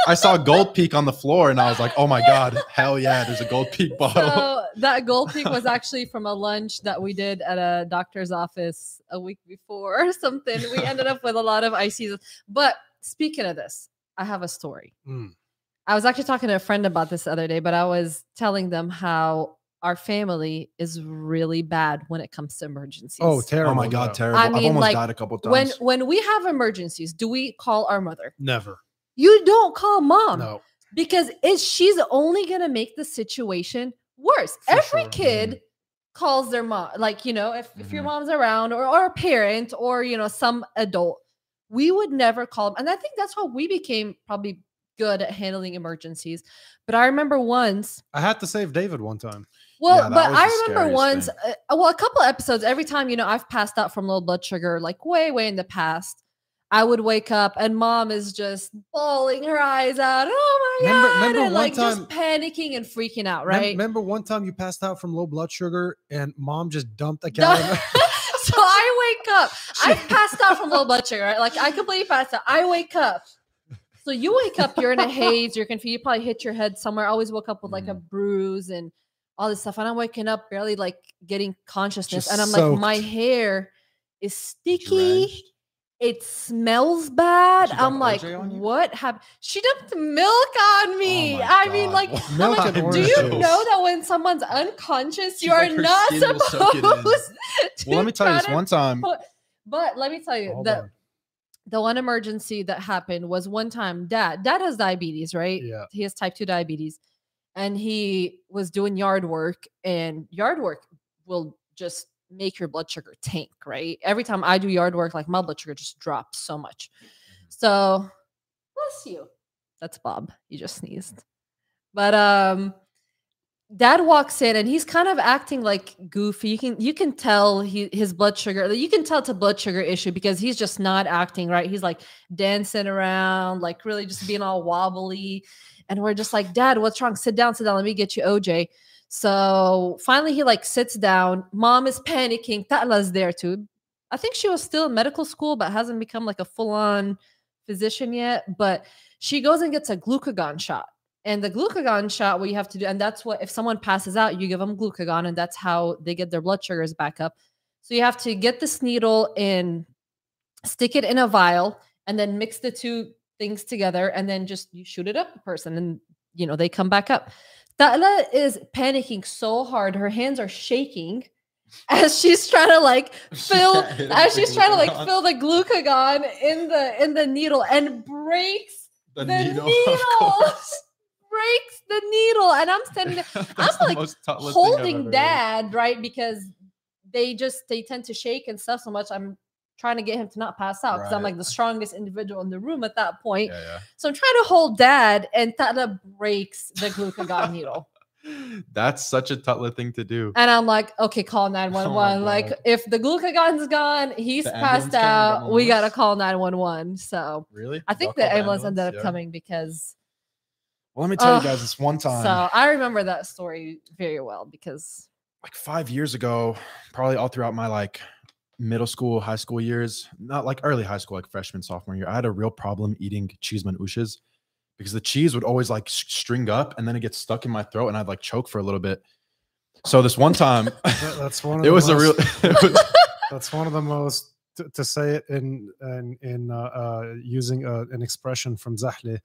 B: I saw Gold Peak on the floor and I was like, oh my god, hell yeah, there's a Gold Peak
A: *laughs*
B: bottle. Oh
C: So that gold peak was actually from a lunch that we did at a doctor's office a week before or something.
A: *laughs*
C: We ended up with a lot of ICs. But speaking of this, I have a story.
A: mm,
C: I was actually talking to a friend about this the other day, but I was telling them how our family is really bad when it comes to emergencies.
A: oh, terrible.
B: oh my
A: though.
B: god, terrible.
C: I
B: I have
C: mean,
B: almost
C: like,
B: died a couple times.
C: when when we have emergencies, do we call our mother?
A: Never.
C: You don't call mom.
A: no.
C: because it's she's only gonna make the situation worse.
A: For
C: Every
A: sure.
C: kid calls their mom, like you know, if, if your
A: Mm-hmm.
B: Mhm.
C: mom's around or, or a parent or you know some adult, we would never call. And I think that's how we became probably good at handling emergencies. But I remember once.
A: I had to save David one time.
C: Well,
B: that
C: but
B: was
C: I
B: the scariest
C: remember once,
B: thing.
C: uh, well, a couple episodes, every time, you know, I've passed out from low blood sugar, like way, way in the past, I would wake up and mom is just bawling her eyes out. Oh my
A: Remember-
C: God.
A: remember
C: and
A: one
C: like
A: time-
C: just panicking and freaking out,
A: Mem-
C: right?
A: Remember one time you passed out from low blood sugar and mom just dumped a
C: *laughs* Duh.
A: gallon?
C: so I wake up. I passed out from low blood sugar, right? Like I completely passed out. I wake up. So you wake up, you're in a haze, you're confused. You probably hit your head somewhere. I always woke up with like a
B: Mm.
C: bruise and all this stuff. And I'm waking up barely like getting consciousness.
A: Just
C: and I'm like, my
A: soaked.
C: hair is sticky.
B: Drenched.
C: It smells bad.
B: She dumped
C: I'm like,
B: OJ on you?
C: what happened? She dumped milk on me.
B: Oh my
C: I mean,
B: God.
C: like, *laughs*
B: What
A: *laughs*
C: I'm like,
A: Milk and
C: do
A: orange
C: you
A: juice.
C: know that when someone's unconscious,
B: She's
C: you are
B: like, her
C: not
B: skin will soak it in. *laughs*
C: supposed
B: well, let me tell you *laughs*
C: try
B: this
C: to
B: one time.
C: put- But let me tell you
A: Hold
C: that
A: on.
C: the one emergency that happened was one time dad dad has diabetes right
A: Yeah.
C: he has type 2 diabetes and he was doing yard work and yard work will just make your blood sugar tank right every time i do yard work like my blood sugar just drops so much so bless you that's bob you just sneezed but um dad walks in and he's kind of acting like goofy you can you can tell he, his blood sugar you can tell it's a blood sugar issue because he's just not acting right he's like dancing around like really just being all wobbly and we're just like dad what's wrong sit down sit down let me get you oj so finally he like sits down mom is panicking tatla's there too i think she was still in medical school but hasn't become like a full-on physician yet but she goes and gets a glucagon shot and the glucagon shot, what you have to do, and that's what if someone passes out, you give them glucagon, and that's how they get their blood sugars back up. So you have to get this needle and stick it in a vial, and then mix the two things together, and then just you shoot it up the person, and you know they come back up. Tala is panicking so hard, her hands are shaking *laughs* as she's trying to
B: *laughs*
C: like fill as she's trying to like fill the glucagon in the in the needle and breaks
B: the,
C: the
B: needle. *laughs*
C: needle.
B: of course.
C: *laughs* breaks the needle and i'm standing
B: *laughs*
C: there
B: That's the
C: like,
B: most thoughtless thing I've ever
C: holding
B: heard.
C: dad right because they just they tend to shake and stuff so much i'm trying to get him to not pass out because i'm
B: Right.
C: like the strongest individual in the room at that point
B: Yeah, yeah.
C: so i'm trying to hold dad and tala breaks
B: *laughs*
C: the glucagon needle *laughs*
B: That's such a tutler thing to do.
C: and i'm like okay call 911
B: Oh God.
C: like if the glucagon's gone he's
B: The ambulance
C: passed
B: came,
C: out we gotta
B: ambulance.
C: call 911 so
B: Really?
C: i think
B: Y'all
C: the
B: called
C: ambulance ended up
B: yeah.
C: coming because
B: Well, let me tell
C: Ugh,
B: you guys this one time,
C: So I remember that story very well because
B: like five years ago, probably all throughout my like middle school, high school years, not like early high school, like freshman, sophomore year, I had a real problem eating cheese manouches because the cheese would always like s- string up and then it gets stuck in my throat and I'd like choke for a little bit. So this one time, *laughs*
A: That- that's one. Of
B: it
A: the
B: was a
A: most-
B: real. *laughs* it was-
A: That's one of the most to, to say it in in, in uh, uh, using uh, an expression from Zahli,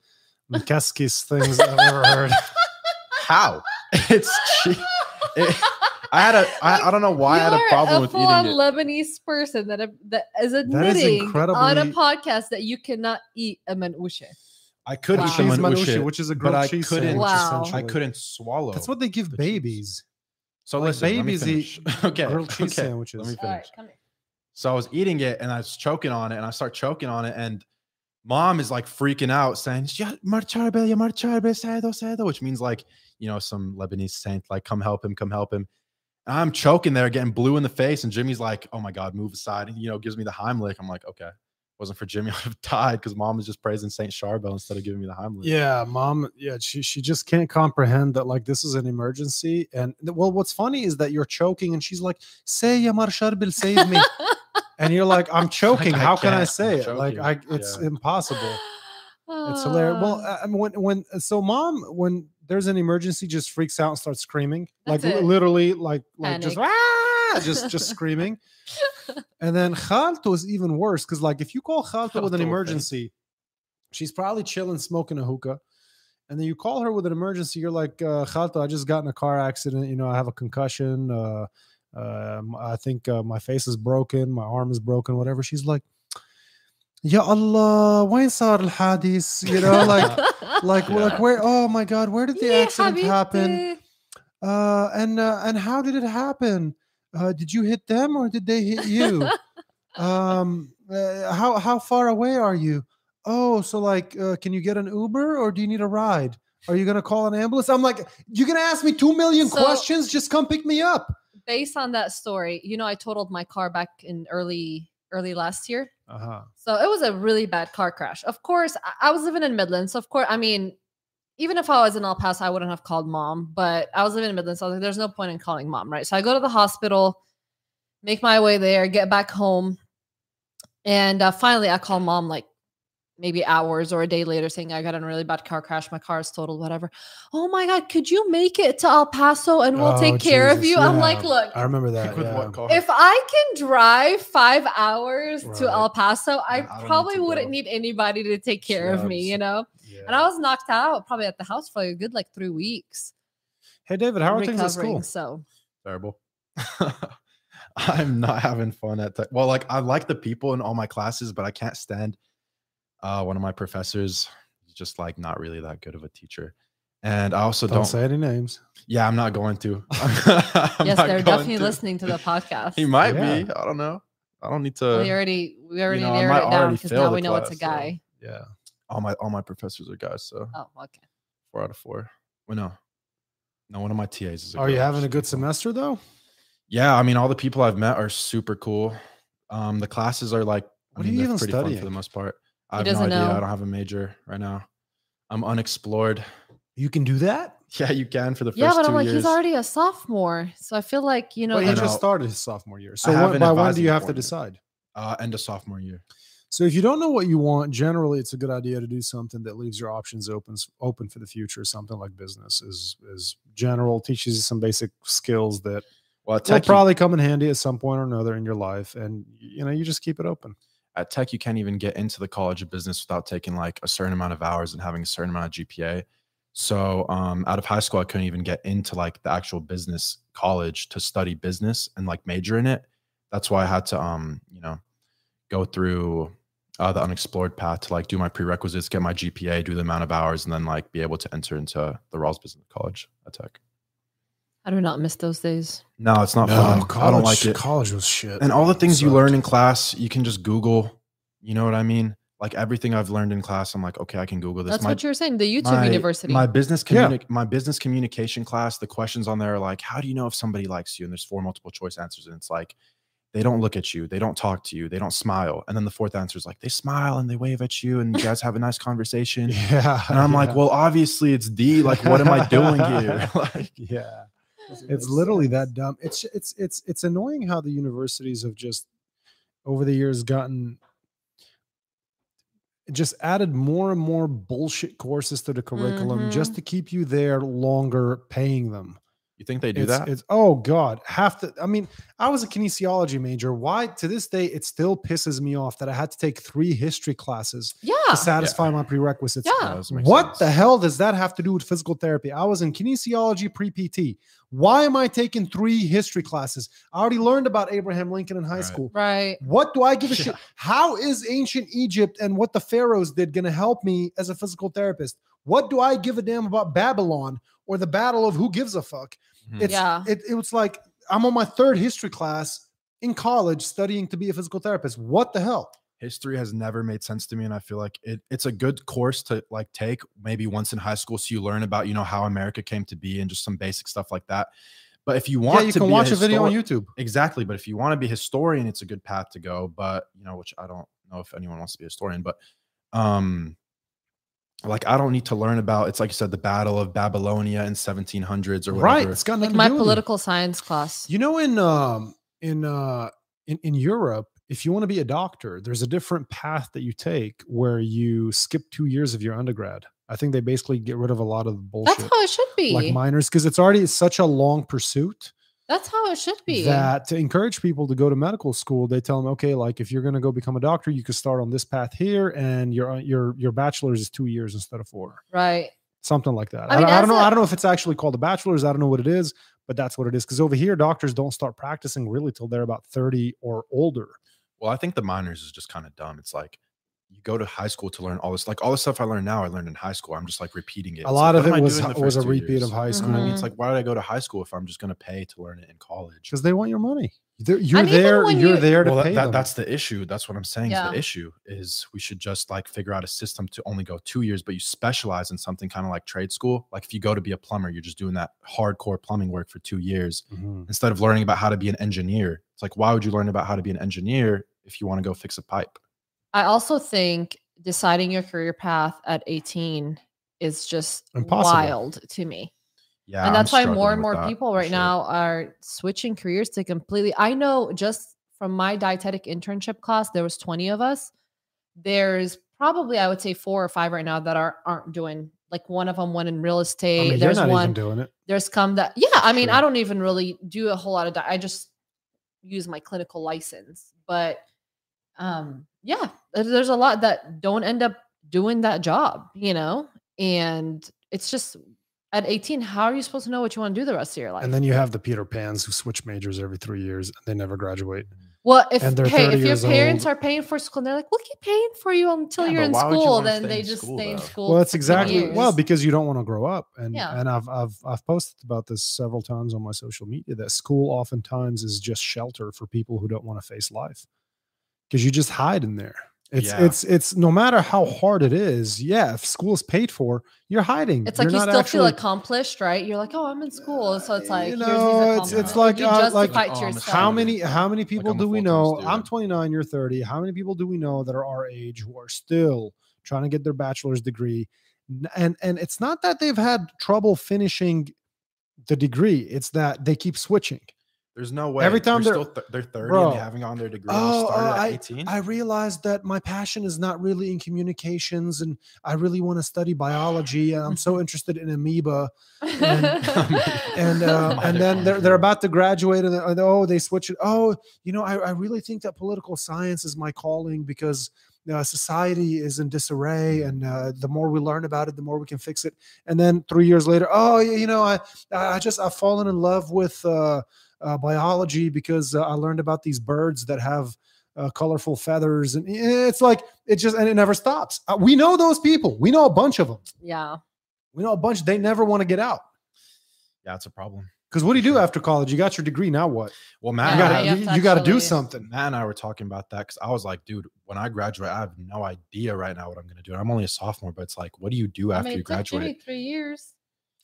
A: Mikaski's things I've ever
B: *laughs*
A: heard.
B: how? It's cheese. It-
C: *laughs*
B: I had a. I, I don't know why I
C: you
B: had a
C: are
B: problem with
C: full-on
B: eating it.
C: Lebanese person that that is
A: That is
C: admitting on a
A: incredibly-
C: podcast that you cannot eat a manouche.
B: I could
C: Wow.
B: eat the
A: Cheese
B: manouche,
A: manouche, which is a
B: but
A: grilled
B: I
A: cheese
B: couldn't-
A: sandwich.
C: Wow.
B: I
A: essentially.
B: couldn't swallow.
A: That's what they give
B: the cheese.
A: babies.
B: So
A: Like
B: listen, let me
A: babies eat
B: finish. *laughs* okay,
A: grilled cheese
B: okay,
A: sandwiches.
B: Let me
C: All right,
B: finish.
C: come here.
B: So I was eating it and I was choking on it and I start choking on it and mom is like freaking out saying "Ya marcharbe, ya marcharbe, sedo, sedo," which means like, you know, some Lebanese saint like come help him, come help him. And I'm choking there getting blue in the face and Jimmy's like, "Oh my god, move aside." And, you know, gives me the Heimlich. I'm like, "Okay." Wasn't for Jimmy, *laughs* I'd have died because mom is just praising Saint Charbel instead of giving me the Heimlich.
A: Yeah, mom. Yeah, she she just can't comprehend that like this is an emergency. And th- well, what's funny is that you're choking, and she's like, "Say Yamar Sharbil, save
B: *laughs*
A: me," and you're like, "I'm choking.
B: I
A: How can I
B: can't,
A: say
B: I'm
A: it? Like, I
B: choking."
A: it's
B: Yeah.
A: impossible."
C: *gasps*
A: It's hilarious. Well,
C: Ah,
A: I I mean, when when uh, so mom when there's an emergency just freaks out and starts screaming
C: That's
A: like li-
C: it.
A: literally like like just ah,
C: *laughs*
A: just just screaming. And then Khalto is even worse because like if you call Khalto with an
B: Khalto, okay.
A: emergency, she's probably chilling smoking a hookah. And then you call her with an emergency, you're like, uh, Khalto, I just got in a car accident. You know, I have a concussion. Uh, um, I think uh, my face is broken, my arm is broken, whatever. She's like, Ya Allah, wain sar al hadis? You
C: *laughs*
A: know, like, like,
B: Yeah.
A: like, where? Oh my God, where did the
C: yeah,
A: accident happen?
C: Habibti.
A: Uh, and uh, and how did it happen? Uh, did you hit them or did they hit
C: *laughs*
A: you? um, uh, how how far away are you? Oh, so like, uh, can you get an Uber or do you need a ride? Are you gonna call an ambulance? I'm like, you're gonna ask me two million
C: So-
A: questions. Just come pick me up.
C: Based on that story, you know, I totaled my car back in early early last year.
A: Uh huh.
B: Uh-huh.
C: So it was a really bad car crash. Of course, I- I was living in Midland. So of course, I mean, even if I was in El Paso, I wouldn't have called mom, but I was living in Midland. So I was like, there's no point in calling mom, right? So I go to the hospital, make my way there, get back home. And uh, finally, I call mom like maybe hours or a day later saying, I got in a really bad car crash. My car is totaled, whatever. Oh my God, could you make it to El Paso and we'll
A: Oh,
C: take care of
A: Jesus,
C: you? I'm
A: yeah.
C: like, look,
A: I remember that.
B: With
A: yeah.
B: what car?
C: if I can drive five hours to
A: Right.
C: El Paso, I
B: Yeah, I don't need
C: probably
B: to
C: wouldn't
B: go.
C: need anybody to take care of me,
B: Jobs.
C: you know?
B: Yeah.
C: And I was knocked out probably at the house for a good like three weeks.
A: Hey, David, how are things at school?
C: recovering, So
B: *laughs* terrible. I'm not having fun at that. Well, like I like the people in all my classes, but I can't stand Uh, one of my professors is just like not really that good of a teacher. And I also
A: Don't,
B: don't,
A: say any names.
B: yeah, I'm not going to. *laughs* I'm
C: yes,
B: not
C: they're
B: going
C: definitely
B: to.
C: listening to the podcast.
B: *laughs* He might be.
A: Yeah.
B: I don't know. I don't need
C: we
B: to.
C: already we already
B: know, I might
C: narrowed it down
B: already
C: because
B: fail
C: now
B: the
C: we know it's a
B: class, so-
C: guy.
A: Yeah.
B: All my all my professors are guys, so
C: Oh, okay.
B: four out of four. Well, no, no, one of my TAs is. A
A: Are you
B: girl,
A: having a
B: so-
A: good semester though?
B: Yeah, I mean, all the people I've met are super cool. Um, the classes are like, I
A: What are
B: mean,
A: you
B: they're
A: even
B: pretty fun for the
A: studying?
B: most part. I have no
C: doesn't
B: idea.
C: know.
B: I don't have a major right now. I'm unexplored. *laughs*
A: You can do that?
B: Yeah, you can for the first
C: Yeah, but
B: two
C: I'm like,
B: years.
C: he's already a sophomore, so I feel like you know.
A: Well, he
B: I
C: like-
A: just
B: know.
A: started his sophomore year. So
B: have
A: when,
B: an
A: by when do
B: advising
A: you have to
B: appointment.
A: decide?
B: uh, end of sophomore year.
A: So if you don't know what you want, generally it's a good idea to do something that leaves your options open open for the future. Something like business is is general, teaches you some basic skills that
B: Well,
A: will
B: at Tech, you-
A: probably come in handy at some point or another in your life. And you know, you just keep it open.
B: at Tech, you can't even get into the College of Business without taking like a certain amount of hours and having a certain amount of GPA. So, um, out of high school, I couldn't even get into like the actual business college to study business and like major in it. That's why I had to, um, you know, go through uh, the unexplored path to like do my prerequisites, get my GPA, do the amount of hours, and then like be able to enter into the Rawls Business College at Tech.
C: I do not miss those days.
B: No, it's not fun. I don't like it.
A: College was shit.
B: And all the things you learn in class, you can just Google. You know what I mean? Like everything I've learned in class, I'm like, okay, I can Google this.
C: That's
B: my,
C: what you were saying. The YouTube
B: my-
C: University.
B: My business
A: Yeah.
B: communi- my business communication class, the questions on there are like, how do you know if somebody likes you? And there's four multiple choice answers. And it's like, they don't look at you, they don't talk to you, they don't smile. And then the fourth answer is like, they smile and they wave at you, and you guys have a
A: *laughs*
B: nice *laughs* conversation.
A: Yeah.
B: And I'm like,
A: yeah,
B: well, obviously it's D. Like, what am I doing
A: *laughs*
B: here? *laughs* like,
A: yeah. it's literally that dumb. It's it's it's it's annoying how the universities have just over the years gotten just added more and more bullshit courses to the curriculum just
C: Mhm.
A: to keep you there longer, paying them.
B: you think they do
A: it's,
B: that?
A: It's oh god, half the. I mean, I was a kinesiology major. Why to this day it still pisses me off that I had to take three history classes
C: yeah.
A: to satisfy my prerequisites.
C: Yeah.
B: Yeah, this makes
A: What the
B: sense.
A: hell does that have to do with physical therapy? I was in kinesiology pre PT. Why am I taking three history classes? I already learned about Abraham Lincoln in high
B: Right.
A: school.
C: Right.
A: What do I
B: *laughs*
A: give a
B: Yeah.
A: shit? How is ancient Egypt and what the pharaohs did going to help me as a physical therapist? What do I give a damn about Babylon or the battle of who gives a fuck?
B: Mhm.
A: It's
C: Yeah.
A: it, it was like I'm on my third history class in college studying to be a physical therapist. What the hell?
B: history has never made sense to me and i feel like it, it's a good course to like take maybe once in high school so you learn about you know how america came to be and just some basic stuff like that but if you want
A: yeah, you
B: to
A: can
B: be
A: watch a video on
B: histori-
A: YouTube.
B: exactly but if you want to be a historian it's a good path to go but you know which i don't know if anyone wants to be a historian but um like i don't need to learn about it's like you said the battle of babylonia in 1700s or
A: Right.
B: whatever
A: It's got
C: Like
A: nothing
C: my
A: to do with it.
C: political science class.
A: You know, in um, in uh, in in Europe, if you want to be a doctor, there's a different path that you take where you skip two years of your undergrad. I think they basically get rid of a lot of the bullshit,
C: That's how it should be.
A: like minors, because it's already such a long pursuit
C: That's how it should be.
A: that to encourage people to go to medical school, they tell them, okay, like if you're going to go become a doctor, you can start on this path here, and your uh, your your bachelor's is two years instead of four,
C: right.
A: something like that.
C: I
A: I,
C: mean,
A: I don't
C: as
A: know.
C: a-
A: I I don't know if it's actually called a bachelor's. I don't know what it is, but that's what it is. Because over here, doctors don't start practicing really till they're about thirty or older.
B: Well, I think the minors is just kind of dumb. It's like you go to high school to learn all this, like all the stuff I learned now, I learned in high school. I'm just like repeating it. It's
A: a
B: like,
A: lot
B: what
A: of
B: am I
A: it was
B: doing the
A: was a
B: first two
A: repeat
B: years?
A: of high
B: You
A: school
B: know what I mean?
C: Mhm.
B: It's like, why did I go to high school if I'm just going to pay to learn it in college?
A: because they want your money. They're, you're
C: even
A: there.
C: when
A: You're
C: you-
A: there to
B: Well, that-
A: pay
B: that-
A: them.
B: that's the issue. That's what I'm saying. Is
C: Yeah.
B: the issue is we should just like figure out a system to only go two years, but you specialize in something kind of like trade school. Like if you go to be a plumber, you're just doing that hardcore plumbing work for two years
A: Mhm.
B: instead of learning about how to be an engineer. It's like, why would you learn about how to be an engineer if you want to go fix a pipe?
C: I also think deciding your career path at 18 is just
A: Impossible.
C: wild to me.
B: Yeah,
C: and
B: I'm
C: that's why more
B: struggling
C: and
B: with
C: more
B: that,
C: people
B: for
C: right
B: sure.
C: now are switching careers to completely I know just from my dietetic internship class there was 20 of us. There's probably I would say 4 or 5 right now that are aren't doing like one of them went in real
A: I
C: estate.
A: mean, you're
C: There's
A: not
C: one
A: even doing it.
C: there's come that yeah i mean i
A: Sure.
C: don't even really do a whole lot of di- i just use my clinical license but um yeah there- there's a lot that don't end up doing that job you know and it's just at 18 how are you supposed to know what you want to do the rest of your life
A: And then you have the Peter Pans who switch majors every three years and they never graduate.
C: Well, if
A: And they're
C: hey,
A: 30
C: if your
A: years
C: parents
A: old.
C: are paying for school, and they're like, "We'll keep paying for you until
D: Yeah,
C: you're
D: but
C: in
D: why would you
C: school,"
D: wanna
C: then
D: stay
C: they
D: in
C: just
D: school,
C: stay in
D: though?
C: school.
A: Well,
C: for
A: that's
C: 20
A: exactly
C: years.
A: well because you don't want to grow up, and
C: Yeah.
A: and I've I've I've posted about this several times on my social media that school oftentimes is just shelter for people who don't want to face life because you just hide in there. It's
B: Yeah.
A: it's it's no matter how hard it is. Yeah, if school is paid for, you're hiding.
C: It's like
A: You're
C: you
A: not
C: still feel
A: actually-
C: accomplished, right? You're like, "Oh, I'm in school," so it's
B: Uh,
C: like
B: you
C: here's
A: know,
C: these
A: it's- it's
C: accomplishments.
A: like,
C: you
A: uh, like,
C: justify it
B: oh,
C: to
B: I'm a
C: yourself.
A: how
B: Sorry.
C: *laughs*
A: many how many people
B: I'm a
A: do we
B: full-time
A: know i'm
B: student.
A: 29 you're 30 how many people do we know that are our age who are still trying to get their bachelor's degree N- and and it's not that they've had trouble finishing the degree it's that they keep switching
B: There's no way.
A: Every time
B: they're
A: they're-
B: th- they're 30 and
A: Bro.
B: they haven't gotten their degree.
A: Oh,
B: they started
A: uh,
B: at 18.
A: i realized that my passion is not really in communications and i really want to study biology and i'm
B: *laughs*
A: so interested in amoeba and
C: *laughs* Oh
A: uh, and then they're, they're
B: Mitochondria.
A: about to graduate and, and oh they switch it oh you know I, I really think that political science is my calling because uh, society is in disarray and uh, the more we learn about it the more we can fix it and then three years later oh y- you know i i just i've fallen in love with uh, uh, biology because uh, i learned about these birds that have uh, colorful feathers and eh, it's like it just and it never stops uh, we know those people we know a bunch of them
C: yeah,
A: we know a bunch they never want to get out
B: yeah, it's a problem.
A: because what do you do
B: Sure.
A: after college? You got your degree. Now what?
B: Well,
A: You
B: Matt, and
C: Yeah,
B: I-
A: gotta
C: you have
A: you,
C: to
A: got to do
C: actually-
A: something.
B: Matt and I were talking about that because I was like, dude, when I graduate, I have no idea right now what I'm going to do. And I'm only a sophomore, but it's like, what do you do
C: I
B: after
C: mean,
B: you
C: it took Jimmy
B: graduate?
C: three years.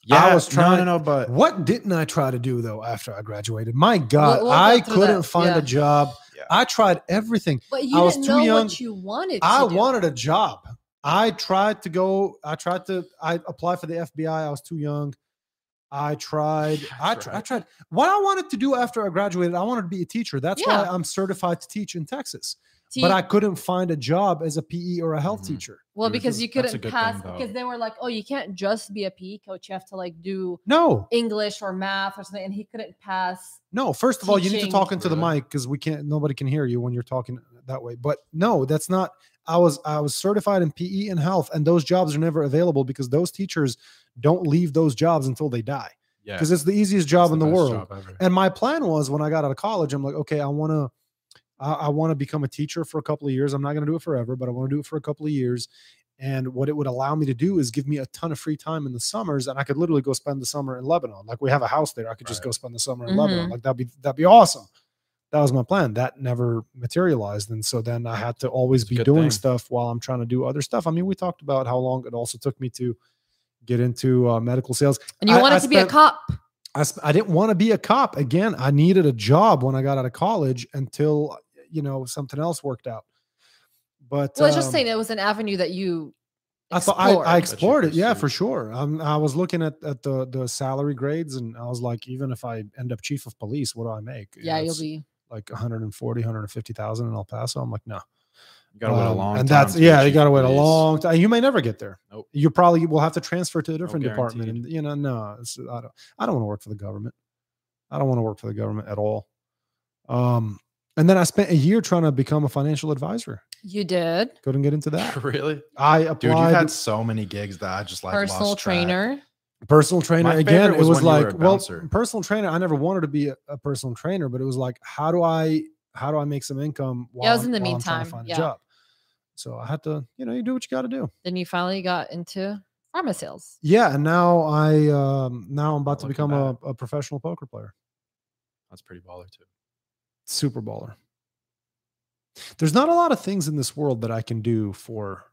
A: I
B: Yeah,
A: was trying-
B: No, no, no, but
A: What didn't I try to do though after I graduated? My God,
C: Uh, We'll- we'll go
A: I
C: through
A: couldn't
C: that,
A: find
C: yeah.
A: a job.
B: Yeah.
A: I tried everything.
C: But you
A: I was
C: didn't
A: too
C: know
A: young.
C: what you wanted. To
A: I
C: do.
A: wanted a job. I tried to go. I tried to. I applied for the FBI. I was too young. I tried. I,
B: *laughs* That's
A: tr- I
B: right.
A: tried. What I wanted to do after I graduated, I wanted to be a teacher. That's why
C: Yeah.
A: I'm certified to teach in Texas.
C: Do
A: but
C: you-
A: I couldn't find a job as a PE or a health
B: Mhm.
A: teacher.
C: well
B: It was
C: because
B: just-
C: you
B: that's a good thing,
C: couldn't pass
B: though.
C: because they were like, "Oh, you can't just be a PE coach. You have to like do
A: No,
C: English or math or something." And he couldn't pass.
A: No, first of all, you need to
C: teaching.
A: talk into the
B: Really?
A: mic because we can't. Nobody can hear you when you're talking that way. But no, that's not. I was I was certified in PE and health, and those jobs are never available because those teachers don't leave those jobs until they die
B: yeah,
A: because it's the easiest job
B: it's
A: in the,
B: best
A: world.
B: job ever.
A: And my plan was when I got out of college, I'm like, okay, I want to, I, I want to become a teacher for a couple of years. I'm not going to do it forever, but I want to do it for a couple of years. And what it would allow me to do is give me a ton of free time in the summers, and I could literally go spend the summer in Lebanon. Like we have a house there, I could just
B: Right.
A: go spend the summer in Lebanon. Like that'd be that'd be awesome. That was my plan. That never materialized, and so then I had to always
B: It's a
A: be
B: good
A: doing
B: thing.
A: stuff while I'm trying to do other stuff. I mean, we talked about how long it also took me to get into uh, medical sales.
C: And you
A: I-
C: wanted
A: I
C: to be a
A: spent-
C: cop.
A: I, sp- I didn't want to be a cop again. I needed a job when I got out of college until you know something else worked out. But
C: Well, I was just
A: um,
C: saying it was an avenue that you.
A: I thought I, I explored
C: explored.
A: it, yeah,
B: pursued.
A: for sure. Um, I was looking at, at the the salary grades, and I was like, even if I end up chief of police, what do I make? You
C: Yeah,
A: know,
C: you'll
A: it's
C: be.
A: like 140, 150,000 in El Paso. I'm like, no,
B: You got to wait a
A: Um,
B: long
A: and
B: time.
A: that's
B: to be
A: yeah, you
B: chief
A: got to
B: of
A: wait a
B: police. *laughs*
A: long time. You may never get there.
B: Nope.
A: You probably will have to transfer to a different department,
B: guaranteed.
A: and you know, no, it's, I don't. I don't want to work for the government. I don't want to work for the government at all. Um, and then I spent a year trying to become a financial advisor.
C: You did
A: Couldn't get into that.
B: Really?
A: I
B: Dude, you've
A: applied
B: had so many gigs that I just like
C: personal
B: lost track.
C: trainer.
A: personal trainer
B: My
A: again.
B: favorite
A: It
B: was
A: was,
B: when you were
A: like,
B: a
A: well,
B: bouncer.
A: personal trainer. I never wanted to be a, a personal trainer, but it was like, how do I, how do I make some income? While
C: was
A: I'm-
C: in the
A: while I'm trying to
C: meantime,
A: find
C: yeah.
A: a job. So I had to, you know, you do what you got to do.
C: Then you finally got into pharma sales.
A: Yeah, and now I um now I'm about to
B: looking
A: become a, a professional poker player,
B: That's pretty baller too.
A: super baller. There's not a lot of things in this world that I can do for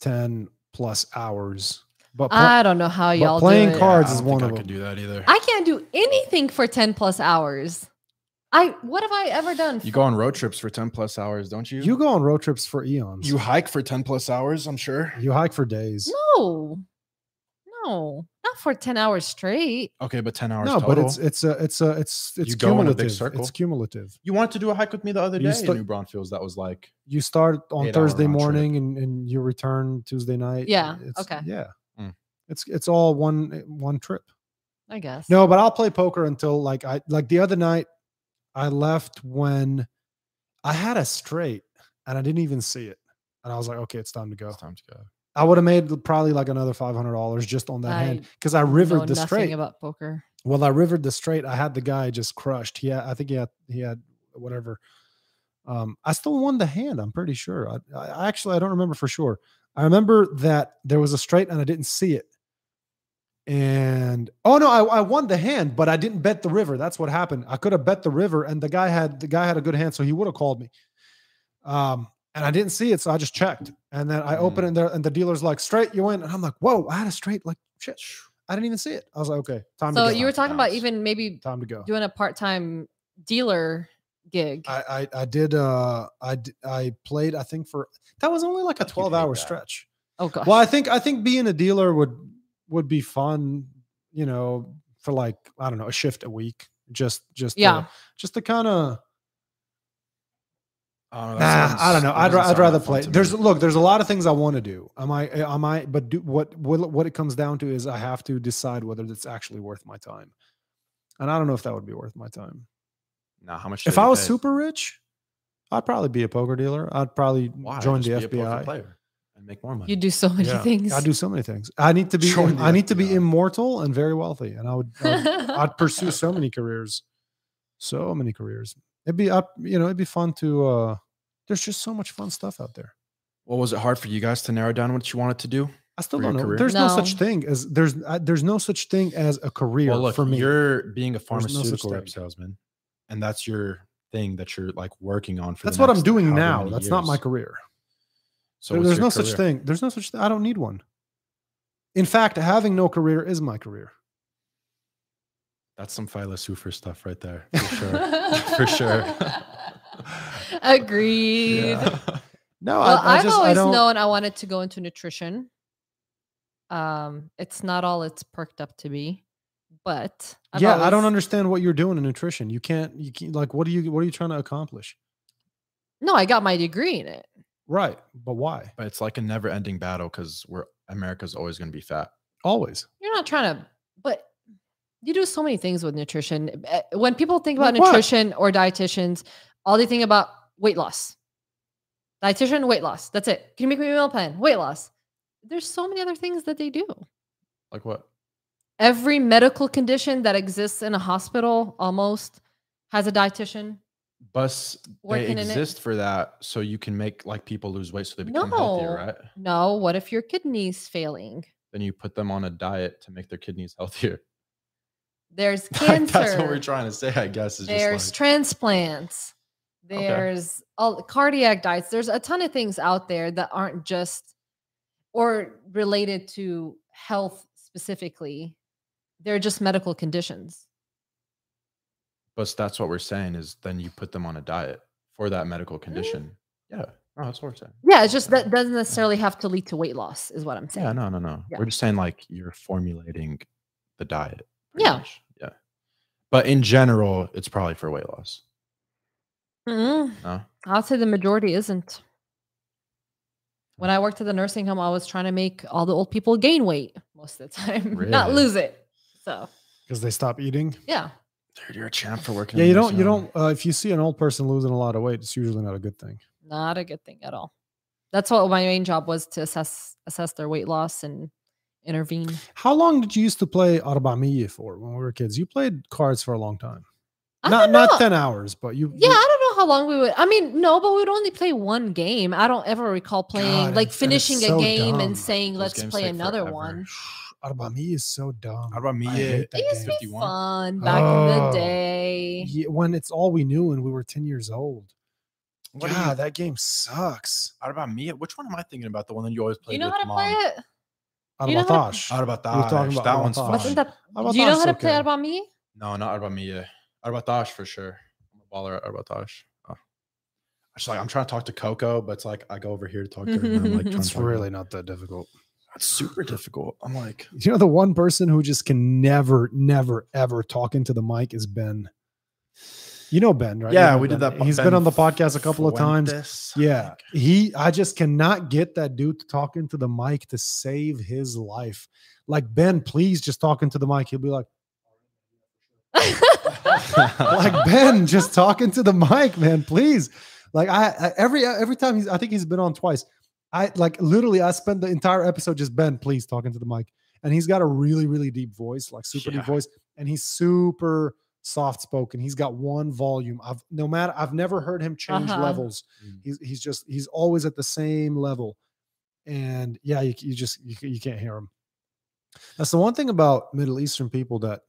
A: 10 plus hours. But pl-
C: I don't know how
A: but
C: y'all do
A: playing
C: it.
A: cards-
B: I
A: is
B: don't
A: one
B: think
A: of
B: I
A: them.
B: could do that either.
C: I can't do anything for ten plus hours. I what have I ever done?
B: you go on road trips for 10 plus hours, don't you?
A: you go on road trips for eons.
B: you hike for 10 plus hours, I'm sure.
A: you hike for days.
C: No, no, not for ten hours straight.
B: Okay, but 10 hours
A: No,
B: total.
A: but it's it's a it's a it's it's
B: You go in a
A: cumulative.
B: big circle.
A: It's cumulative.
B: you wanted to do a hike with me the other
A: You
B: day
A: stu-
B: in New Braunfels. That was like,
A: You start on
B: Eight hour
A: Thursday
B: round trip.
A: morning and, and you return Tuesday night.
C: Yeah,
A: It's,
C: okay.
A: Yeah.
B: Mm.
A: It's it's all one one trip.
C: I guess.
A: No, but I'll play poker until like I like the other night I left when I had a straight and I didn't even see it. And I was like, okay, it's time to go.
B: it's time to go.
A: I would have made probably like another five hundred dollars just on that
C: I
A: hand because I
C: know
A: rivered the
C: nothing
A: straight.
C: about poker.
A: well, I rivered the straight. I had the guy just crushed. Yeah, I think he had he had whatever. Um, I still won the hand. I'm pretty sure. I, I actually I don't remember for sure. I remember that there was a straight and I didn't see it. And oh no, I, I won the hand, but I didn't bet the river. That's what happened. I could have bet the river, and the guy had the guy had a good hand, so he would have called me. Um, and I didn't see it, so I just checked. And then I open
C: Mm.
A: it, and, there, and the dealer's like, "Straight, you win." And I'm like, "Whoa, I had a straight, like shit, I didn't even see it." I was like, "Okay, time
C: so
A: to go."
C: you were talking about
B: Nice.
C: even maybe
A: time to go.
C: doing a part-time dealer gig.
A: I, I I did. Uh, I d- I played. I think for that was only like a
B: I think you'd
A: 12 hour
B: hate that.
A: stretch.
B: *laughs*
C: oh gosh.
A: Well, I think I think being a dealer would would be fun, you know, for like I don't know, a shift a week, just just to-
C: Yeah.
A: just to kind of.
B: I don't know, Oh, that
A: Nah, I don't know.
B: sounds- that
A: I'd,
B: doesn't
A: ra- I'd
B: sound
A: rather
B: that fun
A: play.
B: to me.
A: There's look. There's a lot of things I want to do. Am I? eh, Am I? But do what? What? What it comes down to is I have to decide whether that's actually worth my time, and I don't know if that would be worth my time.
B: nah, how much?
A: If
B: did
A: I
B: it
A: was
B: pay?
A: super rich, I'd probably be a poker dealer. I'd probably
B: Why?
A: join
B: Just
A: the
B: be a poker
A: FBI.
B: player and make more money.
C: you do so many
A: Yeah,
C: things. *laughs*
A: I do so many things. I need to be.
B: Join
A: im-
B: the
A: I need to be
B: FBI.
A: immortal and very wealthy, and I would. I
B: *laughs*
A: would I'd pursue so many careers, so many careers. It'd be up. You know, it'd be fun to. uh There's just so much fun stuff out there.
B: Well, was it hard for you guys to narrow down what you wanted to do?
A: I still
B: For your
A: don't know.
B: career?
A: There's no. such
C: No.
A: thing as there's uh, there's no such thing as a career
B: well, look,
A: for me.
B: you're being a
A: no such
B: pharmaceutical rep
A: thing.
B: salesman, and that's your thing that you're like working on for. the
A: That's what I'm
B: next
A: doing
B: however
A: now.
B: many
A: That's not my
B: years.
A: career.
B: So
A: There-
B: what's
A: there's
B: your
A: no such
B: career?
A: thing. There's no such thing. I don't need one. In fact, having no career is my career.
B: That's some philosopher stuff right there,
A: *laughs*
B: for sure. For sure.
C: *laughs* Agreed. *laughs*
B: Yeah.
A: No,
C: Well,
A: I, I
C: I've
A: just I
C: always
A: don't.
C: known I wanted to go into nutrition. Um, it's not all it's perked up to be, but I've
A: yeah, I don't
C: always-
A: understand what you're doing in nutrition. You can't. You can't, like what are you what are you trying to accomplish?
C: No, I got my degree in it.
A: Right, but why?
B: but it's like a never-ending battle because we're America's always going to be fat.
A: Always.
C: You're not trying to, but you do so many things with nutrition. Uh, When people think about
A: Like what?
C: nutrition or dietitians, all they think about weight loss. Dietitian, weight loss. That's it. Can you make me a meal plan? Weight loss. There's so many other things that they do.
B: Like what?
C: Every medical condition that exists in a hospital almost has a dietitian.
B: Bus they
C: Working in it.
B: exist for that, so you can make like people lose weight so they become healthier,
C: No.
B: right?
C: No, what if your kidney's failing?
B: Then you put them on a diet to make their kidneys healthier. *laughs*
C: There's
B: Like, *laughs*
C: cancer.
B: That's what we're trying to say, I guess. Is
C: there's
B: just like,
C: transplants
B: Okay.
C: there's all cardiac diets there's a ton of things out there that aren't just or related to health specifically they're just medical conditions
B: but that's what we're saying is then you put them on a diet for that medical condition. Yeah. No, that's what we're saying.
C: yeah it's just that doesn't necessarily have to lead to weight loss is what i'm saying
B: Yeah, no, no, no.
C: Yeah.
B: We're just saying like you're formulating the diet. pretty
C: Yeah.
B: much. Yeah. But in general, it's probably for weight loss.
C: Mm-mm.
B: No?
C: i'll say the majority isn't when i worked at the nursing home i was trying to make all the old people gain weight most of the *laughs* time not
B: Really?
C: lose it so
A: Because they stop eating.
C: yeah
B: Dude, you're a champ for working.
A: Yeah,
B: in
A: you
B: the
A: don't. You
B: nursing
A: don't.
B: home.
A: Uh, if you see an old person losing a lot of weight, it's usually not a good thing.
C: not a good thing at all. That's what my main job was to assess assess their weight loss and intervene.
A: How long did you used to play Arabamiye for when we were kids? You played cards for a long time.
C: I
A: not
C: don't know.
A: not ten hours, but you.
C: yeah,
A: you-
C: I don't know how long we would. I mean, no, but we would only play one game. I don't ever recall playing
A: God,
C: like
A: and- and it's
C: finishing
A: so
C: a game
A: dumb.
C: and saying
B: Those
C: let's
B: games
C: play
B: take
C: another
B: forever.
C: one.
A: Arabamiye is so dumb.
B: Arabamiye
A: I hate that
C: It used
A: game.
C: to be
B: 51?
C: fun back in
A: Oh.
C: the day.
A: Yeah, when it's all we knew when we were ten years old.
B: *sighs* What do you-
A: God, that game sucks.
B: What about me? Which one am I thinking about? The one that you always play.
C: you know
B: with
C: how to play
B: mom?
C: it? You know how to-
A: Arabatash.
B: How about
A: We're talking about
B: that? That one's
A: Arabatash.
B: fun.
C: Wasn't that?
A: Arabatash
C: Do you know how
A: is
C: to play
A: okay.
C: it
A: *laughs*
C: about me?
B: No, not Arbamia. Arbatash for sure. I'm a baller at Arbatash. Oh. It's like I'm trying to talk to Coco, but it's like I go over here to talk to her. And I'm
C: *laughs*
B: like, trying to
A: It's
B: talk to her.
A: really not that difficult.
B: That's super difficult. I'm like,
A: You know, the one person who just can never, never, ever talk into the mic is Ben. You know Ben, right? You
B: yeah,
A: know
B: we
A: Ben.
B: did that.
A: He's been on the podcast a couple of times. Yeah, he. I just cannot get that dude to talk into the mic to save his life. Like Ben, please just talk into the mic. He'll be like, *laughs* like Ben, just talking to the mic, man, please. Like I, I every every time he's, I think he's been on twice. I like literally, I spent the entire episode just Ben, please talking to the mic, and he's got a really really deep voice, like super
B: Yeah.
A: deep voice, and he's super soft spoken. He's got one volume. I've no matter I've never heard him change
C: Uh-huh.
A: levels.
B: Mm.
A: He's he's just he's always at the same level. And yeah, you, you just you, you can't hear him. That's the one thing about Middle Eastern people that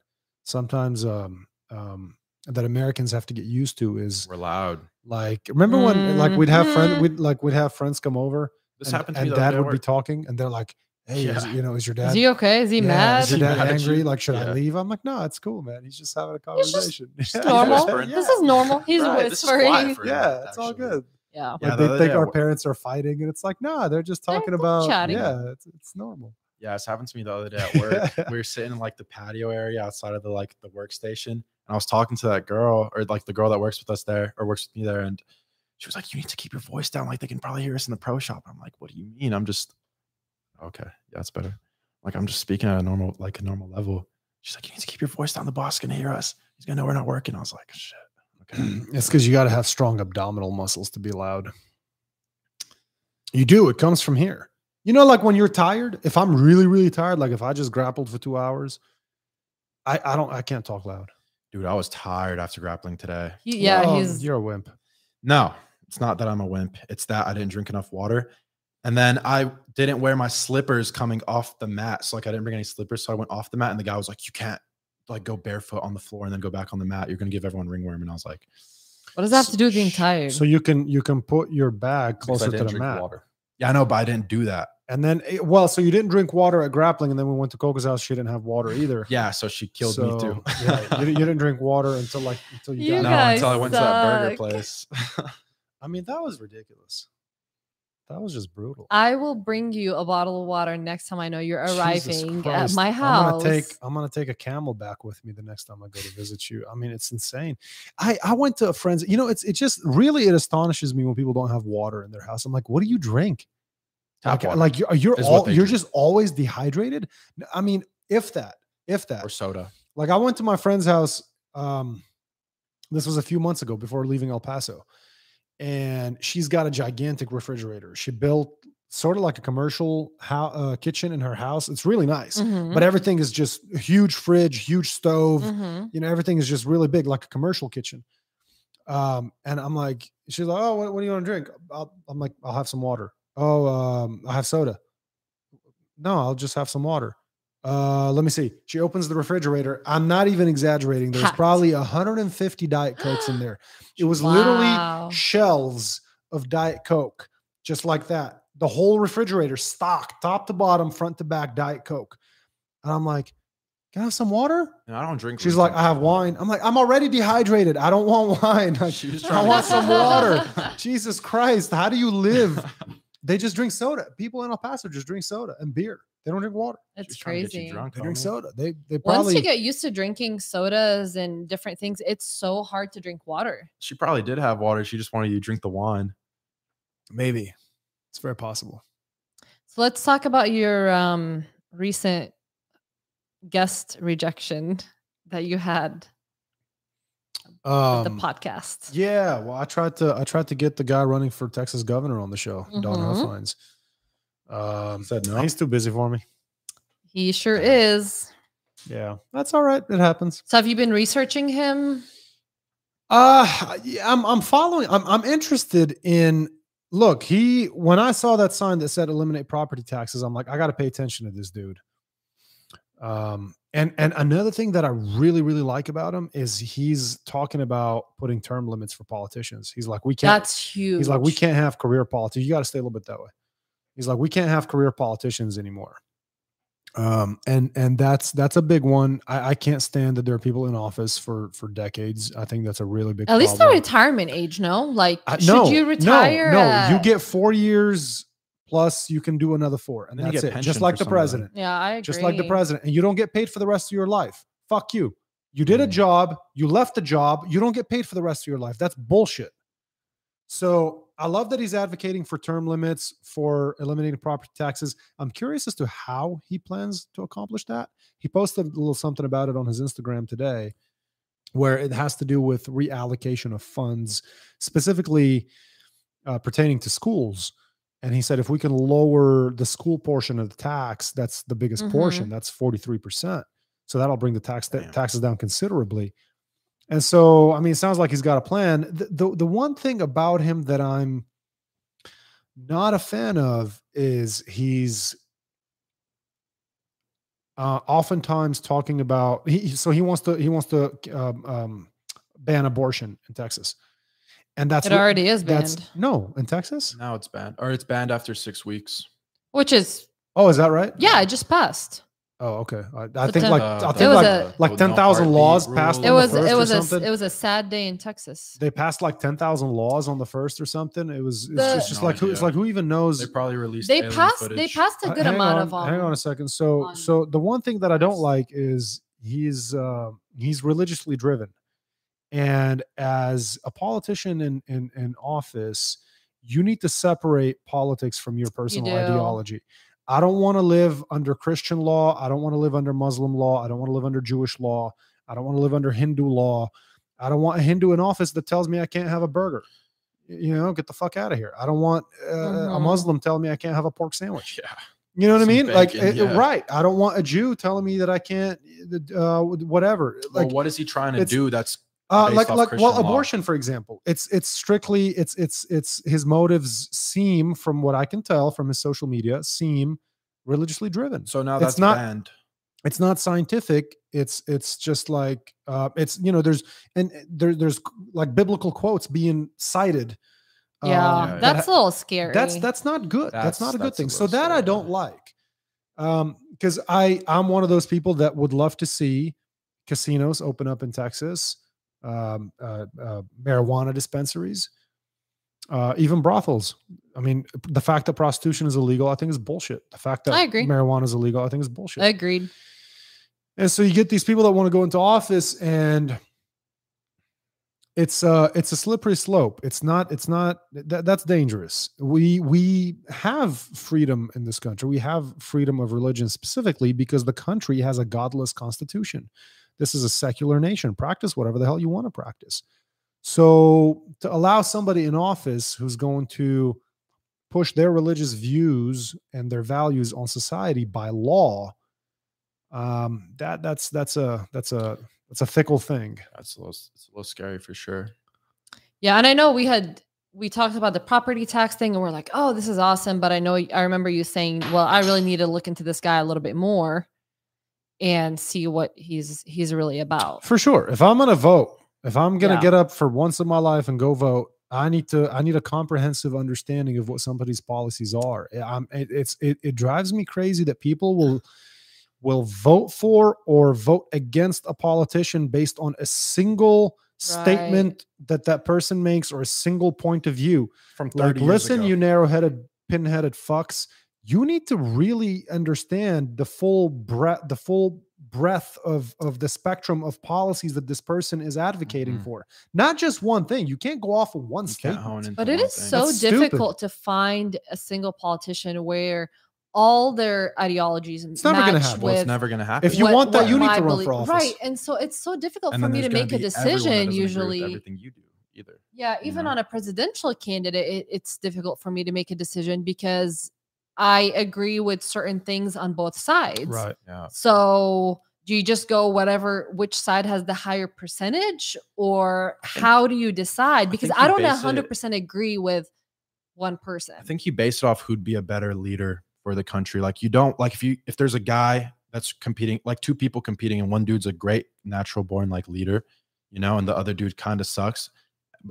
A: sometimes um um that Americans have to get used to is
B: We're loud.
A: like remember when like we'd have friends
C: Mhm.
A: we'd like we'd have friends come over
B: This
A: and,
B: happened to
A: and
B: me. the other
A: dad
B: day
A: would
B: at
A: be
B: work.
A: talking and they're like hey is-
B: Yeah.
A: you know is your dad
C: Is he okay? Is he
A: yeah,
C: mad?
A: Is your
B: He
A: dad
B: mad at
A: angry?
B: you?
A: Like, should I
B: Yeah.
A: leave? I'm like, no, it's cool, man. He's just having a
C: He's just-
A: conversation. *laughs*
C: It's normal.
B: whispering.
C: This is normal. He's
B: Right, this is
C: whispering.
B: quiet for him,
A: yeah, it's all
B: actually.
A: good.
C: Yeah.
B: Yeah,
A: like
B: the
A: they
B: other
A: think
B: day I
A: our
B: wo-
A: parents are fighting, and it's like, nah, they're just
C: They're
A: talking
C: just
A: about.
C: chatting.
A: Yeah, it's, it's normal.
B: Yeah, this happened to me the other day at work. we were sitting in like the patio area outside of the like the workstation, and I was talking to that girl or like the girl that works with us there or works with me there, and she was like, "You need to keep your voice down. Like they can probably hear us in the pro shop." I'm like, "What do you mean? I'm just okay. Yeah, that's better. Like I'm just speaking at a normal like a normal level." She's like, "You need to keep your voice down. The boss can hear us. He's gonna know we're not working." I was like, "Shit." Okay.
A: *clears throat* it's because you got to have strong abdominal muscles to be loud. You do. It comes from here. You know, like when you're tired. If I'm really, really tired, like if I just grappled for two hours, I I don't I can't talk loud.
B: Dude, I was tired after grappling today.
C: He- yeah.
A: Oh,
C: he's
A: you're a wimp.
B: No, it's not that I'm a wimp. It's that I didn't drink enough water. And then I didn't wear my slippers coming off the mat. So like I didn't bring any slippers. So I went off the mat and the guy was like, You can't like go barefoot on the floor and then go back on the mat. You're gonna give everyone ringworm. And I was like,
C: What does that have to do with being
B: Sh-
C: tired?
A: So you can you can put your bag
B: "Because
A: closer
B: I
A: to
B: didn't
A: the
B: drink
A: mat.
B: Water. Yeah, I know, but I didn't do that.
A: And then, it- well, so you didn't drink water at grappling, and then we went to Coco's house. She didn't have
B: *laughs*
A: water either.
B: Yeah, so she killed
A: so,
B: me too.
A: *laughs* yeah, you, di- you
B: *laughs*
A: didn't drink water until like until you, got.
C: You
B: no,
C: guys
B: until I went to that burger
C: suck.
B: place.
A: I mean, that was ridiculous. That was just brutal.
C: I will bring you a bottle of water next time I know you're
A: Jesus
C: arriving at
A: Christ,
C: my house.
A: I'm gonna take I'm gonna take a camel back with me the next time I go to visit you. I mean, it's insane. I I went to a friend's. You know, it's it just really it astonishes me when people don't have water in their house. I'm like, what do you drink?
B: Tap
A: like,
B: water
A: like you're you're
B: is what
A: all
B: they
A: you're
B: drink.
A: just always dehydrated. N- I mean, if that, if that,
B: or soda.
A: like I went to my friend's house. Um, this was a few months ago before leaving El Paso, and she's got a gigantic refrigerator. She built sort of like a commercial how, uh, kitchen in her house. It's really nice,
C: Mhm,
A: but everything is just a huge fridge, huge stove.
C: mhm.
A: You know, everything is just really big, like a commercial kitchen. Um, and I'm like, she's like, oh, what, what do you want to drink? I'll, I'm like, I'll have some water. Oh, um, I have soda. No, I'll just have some water. Uh, let me see. She opens the refrigerator. I'm not even exaggerating. There's
C: Packed.
A: probably 150 Diet Cokes in there. It was literally
C: Wow. *laughs*
A: shelves of Diet Coke, just like that. The whole refrigerator stocked, top to bottom, front to back, Diet Coke. And I'm like, can I have some water?
B: And I don't drink.
A: She's
B: root
A: like,
B: beer.
A: I have wine. I'm like, I'm already dehydrated. I don't want *laughs* wine. Like,
B: *laughs* She was
A: I
B: trying to
A: want
B: get
A: some
B: me to drink.
A: water. *laughs* Jesus Christ, how do you
C: *laughs*
A: live? They just drink soda. People in El Paso just drink soda and beer. They don't drink water.
B: She was
A: *laughs*
C: It's
B: trying to get you
C: crazy.
B: drunk,
A: They drink
B: homie.
A: soda. They they
C: Once you
A: probably
C: get used to drinking sodas and different things, it's so hard to drink water.
B: She probably did have water. She just wanted you to drink the wine.
A: maybe. It's very possible.
C: So let's talk about your um, recent guest rejection that you had
A: Um,
C: with the podcast.
A: Yeah, well, I tried to I tried to get the guy running for Texas governor on the show, Don
C: Mhm.
A: Huffines. Um,
B: Said no.
A: he's too busy for me.
C: He sure is.
A: Yeah, that's all right. It happens.
C: So have you been researching him?
A: Uh yeah, I'm I'm following. I'm I'm interested in look, he when I saw that sign that said eliminate property taxes, I'm like, I gotta pay attention to this dude. Um and and another thing that I really, really like about him is he's talking about putting term limits for politicians. He's like, we can't
C: That's huge.
A: he's like, we can't have career politics. You gotta stay a little bit that way. He's like, we can't have career politicians anymore. Um and and that's that's a big one. I, I can't stand that there are people in office for for decades. I think that's a really big
C: At least the
A: problem.
C: retirement age, no? Like,
A: I-
C: should you retire?
A: Uh, No, no. you
C: at-
A: get four years plus. You can do another four, and
B: Then you
A: that's
B: get
A: it.
B: pension
A: Just like the
B: for some of them.
A: president.
C: Yeah, I agree.
A: Just like the president, and you don't get paid for the rest of your life. Fuck you. You did a
B: Mm.
A: job. You left the job. You don't get paid for the rest of your life. That's bullshit. So I love that he's advocating for term limits for eliminating property taxes. I'm curious as to how he plans to accomplish that. He posted a little something about it on his Instagram today, where it has to do with reallocation of funds, specifically uh, pertaining to schools. And he said, if we can lower the school portion of the tax, that's the biggest portion. That's forty three percent. So that'll bring the tax
B: Damn.
A: taxes down considerably. And so, I mean, it sounds like he's got a plan. The, the, the one thing about him that I'm not a fan of is he's uh, oftentimes talking about he he- so he wants to he wants to um, um, ban abortion in Texas, and that's
C: it
A: what-
C: already is
A: that's
C: banned,
A: no in Texas.
B: Now it's banned, or it's banned after six weeks.
C: which is
A: Oh, is that right?
C: yeah, it just passed.
A: Oh, okay. I, I
C: But
A: think
C: then-
A: like
B: Uh,
A: I
B: the-
A: think
C: was
A: like
C: a-
B: the-
A: like
B: the
A: 10,000
B: no
A: laws
B: heartbeat
A: passed
C: It
A: on the
C: was
A: first
C: it
A: or
C: was a s-
A: something?
C: it was a sad day in Texas.
A: they passed like ten thousand laws on the first or something. It was it's,
C: The-
A: it's just
B: No
A: like who it's
B: idea.
A: like who even knows
B: They probably released.
C: They
B: alien
C: passed they
B: footage.
C: passed a
A: Uh,
C: good
A: hang
C: amount
A: on,
C: of um,
A: hang on a second so
C: on-
A: so the one thing that i don't like is he's uh, he's religiously driven and as a politician in in, in office you need to separate politics from your personal
C: do.
A: ideology i don't want to live under christian law i don't want to live under muslim law i don't want to live under jewish law i don't want to live under hindu law i don't want a hindu in office that tells me i can't have a burger Y- you know get the fuck out of here i don't want uh, a
C: Mhm.
A: muslim telling me i can't have a pork sandwich
B: Oh, Yeah.
A: you know what I mean?
B: Some
A: Like,
B: bacon,
A: it- it-
B: yeah.
A: right? I don't want a Jew telling me that I can't, uh, whatever.
B: Well,
A: Like,
B: what is he trying to
A: it's-
B: do? That's
A: uh,
B: based
A: like,
B: off
A: like,
B: Christian
A: well,
B: law.
A: abortion, for example. It's it's strictly it's it's it's his motives seem, from what I can tell from his social media, seem religiously driven.
B: so now
A: It's
B: that's
A: not-
B: banned.
A: It's not scientific. It's it's just like uh, it's you know there's and eh, there there's like biblical quotes being cited.
C: yeah,
B: yeah.
A: uh, that
C: that's a little scary.
A: that's that's not good that's,
B: That's-
A: not a good
B: that's a
A: thing so
B: little
A: that i
B: scary,
A: don't
B: yeah.
A: like um because i i'm one of those people that would love to see casinos open up in texas um uh, uh marijuana dispensaries uh even brothels i mean the fact that prostitution is illegal i think is bullshit the fact that
C: I agree.
A: marijuana is illegal i think is bullshit
C: agreed.
A: and so you get these people that want to go into office and it's uh it's a slippery slope. It's not it's not that, that's dangerous. We we have freedom in this country. We have freedom of religion specifically because the country has a godless constitution. This is a secular nation. Practice whatever the hell you want to practice. So to allow somebody in office who's going to push their religious views and their values on society by law um that that's that's a that's a that's a fickle thing
B: That's a little. It's a little scary for sure.
C: Yeah, and I know we had we talked about the property tax thing, and we're like, oh, this is awesome. But I know I remember you saying, well, I really need to look into this guy a little bit more and see what he's he's really about.
A: for sure if i'm gonna vote if i'm gonna
C: Yeah.
A: get up for once in my life and go vote i need to i need a comprehensive understanding of what somebody's policies are Yeah, I'm, it, it's it, it drives me crazy that people will will vote for or vote against a politician based on a single statement that that person makes or a single point of view
B: From
A: like
B: thirty years
A: listen
B: ago.
A: you narrow-headed pin-headed fucks you need to really understand the full breadth the full breadth of of the spectrum of policies that this person is advocating
B: Mhm.
A: for not just one thing you can't go off of one
B: You can't hone
A: statement
B: into
C: But it
B: one
C: is
B: thing.
C: so
A: That's stupid.
C: difficult to find a single politician where all their ideologies
A: It's never gonna
C: match
A: happen.
B: Well,
C: with
B: it's never going to happen.
A: If you want that, you need
C: my
A: to run
C: belie-
A: for office.
C: right? And so it's so difficult
B: And
C: for
B: then
C: me to
B: there's gonna
C: make a
B: be everyone that doesn't agree
C: decision.
B: with
C: Usually,
B: everything you do either.
C: Yeah,
B: you
C: even
B: know?
C: on a presidential candidate, it, it's difficult for me to make a decision because I agree with certain things on both sides.
B: Yeah.
C: So do you just go whatever which side has the higher percentage, or how do you decide? Because
B: think
C: I,
B: you
C: don't
B: base it-
C: hundred percent agree with one person.
B: I think he based it off who'd be a better leader for the country. Like you don't like if you if there's a guy that's competing, like two people competing, and one dude's a great natural born like leader, you know, and the other dude kind of sucks,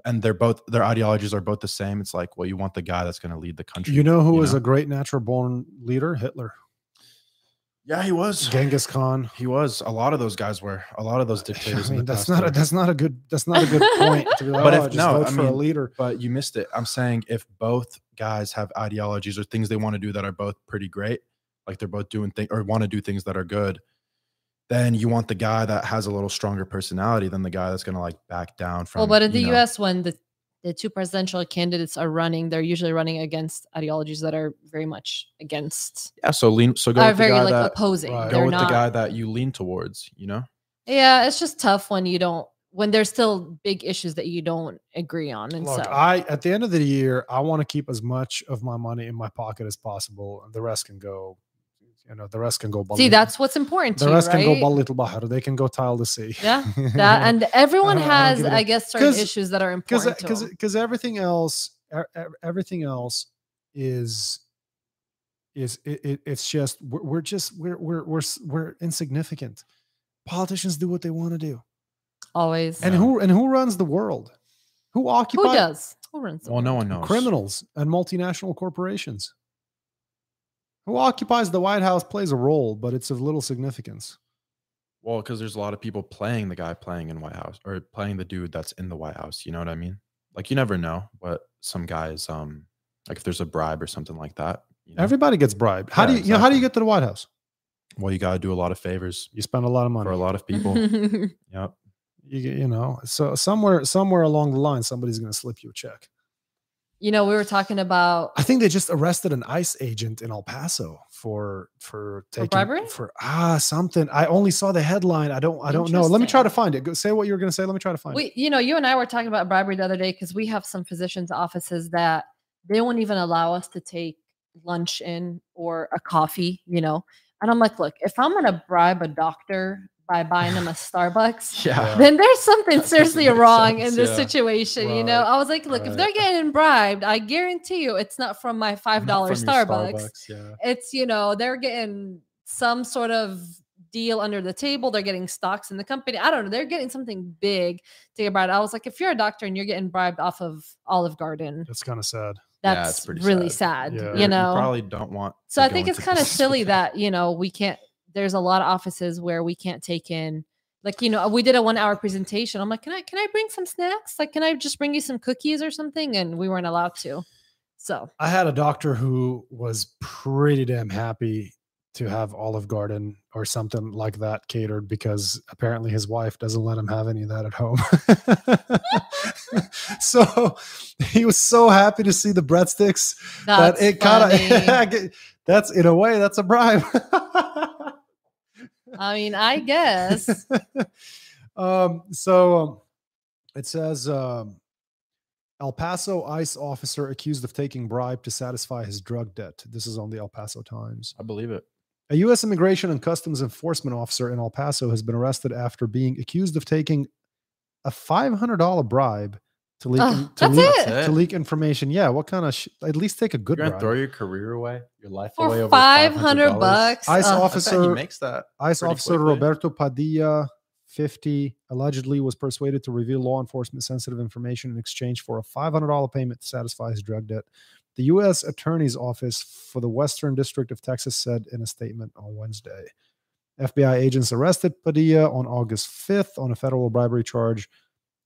B: and they're both their ideologies are both the same. It's like, well, you want the guy that's going to lead the country.
A: you know who
B: You
A: was
B: know?
A: a great natural born leader
B: *laughs*
A: hitler
B: yeah, he was.
A: genghis khan
B: He was. A lot of those guys were. A lot of those
A: *laughs*
B: dictators.
A: I
B: in
A: mean,
B: the
A: that's
B: past
A: not a,
B: were.
A: that's not a good that's not a
B: *laughs*
A: good point to be like
B: But
A: oh,
B: if-
A: I just
B: no,
A: vote
B: I
A: for a
B: mean-
A: leader
B: but you missed it. I'm saying if both guys have ideologies or things they want to do that are both pretty great, like they're both doing things or want to do things that are good, then you want the guy that has a little stronger personality than the guy that's going to like back down from.
C: well, but in the
B: you know,
C: U.S., when the the two presidential candidates are running, they're usually running against ideologies that are very much against,
B: yeah. So lean. So go
C: are
B: with the
C: very
B: guy
C: like
B: that
C: opposing.
A: Right.
B: go
C: They're
B: with
C: not
B: the guy that you lean towards. You know.
C: Yeah, it's just tough when you don't when there's still big issues that you don't agree on. And
A: Look,
C: so
A: I at the end of the year, I want to keep as much of my money in my pocket as possible. and The rest can go You know, the rest can go.
C: See,
A: balik-
C: that's what's important to
A: the
C: you,
A: rest can
C: right?
A: go balit bahar. They can go tile the sea. *laughs*
C: Yeah, that and everyone
A: I don't
C: has,
A: give it
C: I
A: a-
C: guess, certain
A: 'Cause- uh,
C: issues that are
A: because
C: important to
A: because
C: them.
A: because everything else e- e- everything else is is it, it, it's just we're, we're just we're we're we're s- we're insignificant politicians do what they want to do
C: always.
A: and
B: Yeah.
A: who and who runs the world who
C: Who
A: occupies
C: does? Who runs? the
B: Well, no
C: world?
B: one knows.
A: criminals and multinational corporations who occupies the white house plays a role but it's of little significance
B: Well, because there's a lot of people playing the guy playing in White House or playing the dude that's in the White House. You know what I mean? Like you never know what some guys um like if there's a bribe or something like that. You know?
A: everybody gets bribed how
B: Yeah,
A: do you, you know how do you
B: exactly.
A: get to the white house
B: well, you gotta do a lot of favors
A: you spend a lot of money
B: for a lot
C: *laughs*
B: of people. yep.
A: you, get- you know so somewhere somewhere along the line somebody's going to slip you a check
C: you know, we were talking about
A: i think they just arrested an ice agent in el paso for for taking
C: bribery?
A: for ah something i only saw the headline i don't i don't know let me try to
C: Interesting.
A: find it Go, say what you were going to say let me try to find it
C: we, you know, you and I were talking about bribery the other day because we have some physicians' offices that they won't even allow us to take lunch in or a coffee. You know, and I'm like, look, if I'm gonna bribe a doctor by buying him a Starbucks,
B: Yeah.
C: then there's something
B: That
C: seriously
B: doesn't make
C: wrong
B: sense,
C: in this
B: yeah.
C: situation. You know,
A: Right,
C: I was like, look, if
A: right.
C: they're getting bribed, I guarantee you it's not from my $5 Starbucks.
B: Yeah.
C: It's, you know, they're getting some sort of deal under the table. They're getting stocks in the company. I don't know. They're getting something big to get bribed. I was like, if you're a doctor and you're getting bribed off of Olive Garden,
A: that's kind of sad
B: Yeah,
C: that's
B: it's pretty
C: really
A: sad.
C: sad,
A: Yeah.
C: you know?
B: probably don't want.
C: So
B: to
C: I
B: go
C: think it's
B: into
C: kind
B: *laughs*
C: of
B: this.
C: silly that, you know, we can't, there's a lot of offices where we can't take in, like, you know, we did a one hour presentation. I'm like, can I, can I bring some snacks? Like, can I just bring you some cookies or something? And we weren't allowed to. So
A: i had a doctor who was pretty damn happy to have olive garden or something like that catered because apparently his wife doesn't let him have any of that at home *laughs* so he was so happy to see the breadsticks
C: that's
A: that it *laughs*
B: *laughs*
C: funny.
A: kind of that's in a way that's a bribe. *laughs*
C: I mean, I guess.
A: *laughs* um, so um, it says um, El Paso ICE officer accused of taking bribe to satisfy his drug debt. This is on the El Paso Times.
B: I believe it.
A: A U.S. Immigration and Customs Enforcement officer in El Paso has been arrested after being accused of taking a $500 bribe to leak,
C: Ugh,
A: in- to,
C: that's
A: leak
C: it.
B: That's
A: to leak information. Yeah, what kind of sh- at least take a good
B: You're gonna
A: bribe.
B: throw your career away, your life away
C: For
B: over
C: 500
B: $500?
C: bucks. uh,
A: ICE
C: Ugh.
A: officer-
B: I bet he makes that.
A: ICE
B: pretty
A: officer
B: quickly.
A: Roberto Padilla, 50, allegedly was persuaded to reveal law enforcement sensitive information in exchange for a $500 payment to satisfy his drug debt. The U.S. Attorney's Office for the Western District of Texas said in a statement on Wednesday. FBI agents arrested Padilla on August 5th on a federal bribery charge,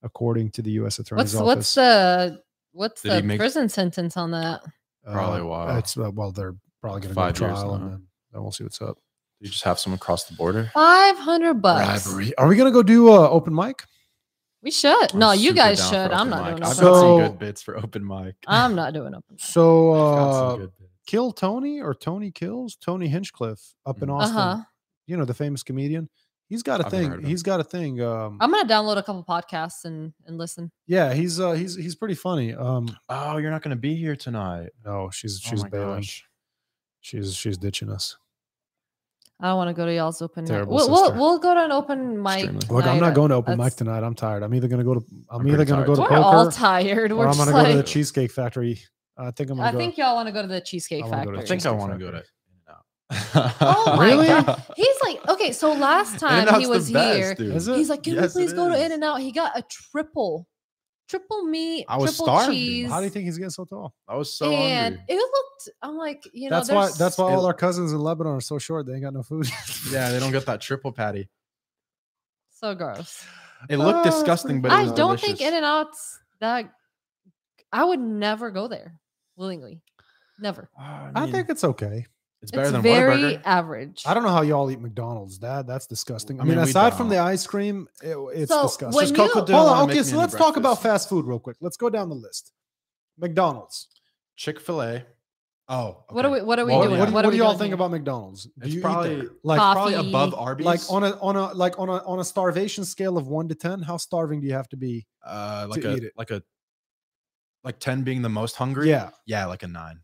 A: according to the U.S.
C: what's,
A: Attorney's Office.
C: what's the, what's
B: Did he
C: the
B: make-
C: prison sentence on that?
B: Probably a while.
A: It's, uh, well, they're probably going to go to
B: Five years
A: trial and
B: now.
A: then, then we'll see what's up.
B: You just have someone cross the border.
C: 500 bucks.
A: Are we going to go do uh, open mic?
C: We should.
B: I'm
C: no, you
B: super
C: guys
B: down
C: should.
B: for
C: I'm
B: open
C: not
B: mic.
C: doing Uh,
B: I've
A: So-
C: open
B: got
C: mic.
B: some good bits for open mic. *laughs*
C: I'm not doing open mic.
A: So,
B: I've got some
A: uh,
B: good bits.
A: Kill Tony or Tony Kills Tony Hinchcliffe up in
B: Mhm.
A: Austin.
C: Uh-huh.
A: You know the famous comedian. He's got a
B: I've never heard
A: thing.
B: of him.
A: He's got a thing. Um,
C: I'm gonna download a couple podcasts and and listen.
A: yeah, he's uh, he's he's pretty funny.
B: *sighs*
A: Um,
B: Oh, you're not gonna be here tonight.
A: no, she's
B: Oh
A: she's
B: my
A: bailing.
B: gosh.
A: She's she's ditching us.
C: I don't want to go to y'all's open mic.
A: Terrible
C: We'll, we'll
A: sister.
C: we'll go to an open mic.
B: Extremely.
A: Look, I'm
C: night.
A: not going to open mic
C: uh, that's-
A: tonight. I'm tired. I'm either gonna go to I'm,
B: I'm
A: either
B: pretty
A: gonna
B: tired
A: go to
B: too.
C: We're
A: poker
C: all tired. We're
A: or I'm
C: just
A: gonna
C: like.
A: go to the Cheesecake Factory. I think I'm gonna
C: I
A: go.
C: think y'all want to go to the Cheesecake
A: I wanna go to
C: Factory.
B: I think I
A: Cheesecake
B: want to go to.
A: Factory.
B: In-N-Out.
C: Oh my
A: Really?
C: god, he's like okay. So last time
B: In-N-Out's
C: he
B: the
C: was
B: best,
C: here,
B: dude.
A: Is it?
C: he's like, "Can
B: Yes, it
C: we please go to
B: is.
C: In and Out?" He got a triple, triple meat,
B: I was
C: triple
B: starving.
C: cheese,
A: How do you think he's getting so tall?
B: I was so
C: and
B: hungry.
C: it looked. I'm like, you know,
A: that's why
C: there's-
A: that's why all
B: It-
A: our cousins in Lebanon are so short. They ain't got no food.
B: Yeah, they don't get that triple patty.
C: so gross.
B: It
A: Oh,
B: looked
A: that's
B: disgusting, but
A: pretty
B: it
C: I
B: was
A: good.
C: don't
B: delicious.
C: think In and Out's that. I would never go there willingly. Never.
B: Ah,
A: *laughs* I
B: mean,
A: think it's okay.
B: it's better than
C: very
B: Whataburger.
C: average.
A: I don't know how y'all eat McDonald's. That that's disgusting. I,
B: I
A: mean,
B: mean, we
A: aside from
B: don't.
A: the ice cream, it- it's
C: So,
A: disgusting.
C: when Just Coco you-
B: didn't
A: Hold on,
B: wanna make
A: okay,
B: me
A: so
B: any
A: let's talk about
B: breakfast.
A: fast food real quick. Let's go down the list. McDonald's.
B: Chick Fil A. Oh,
C: What are we? What are we
B: Well,
A: What, what do-
C: doing?
B: yeah.
A: what
C: are
A: do
C: we
A: y'all
C: doing
A: think
C: here?
A: about McDonald's? Do
B: It's
A: you eat
B: probably
A: there? like
B: probably
C: Coffee.
B: above Arby's.
A: like on a on a like on a on a starvation scale of one to ten? How starving do you have to be?
B: uh, like
A: to
B: a
A: eat it.
B: like a like ten being the most hungry.
A: Yeah,
B: yeah, like a nine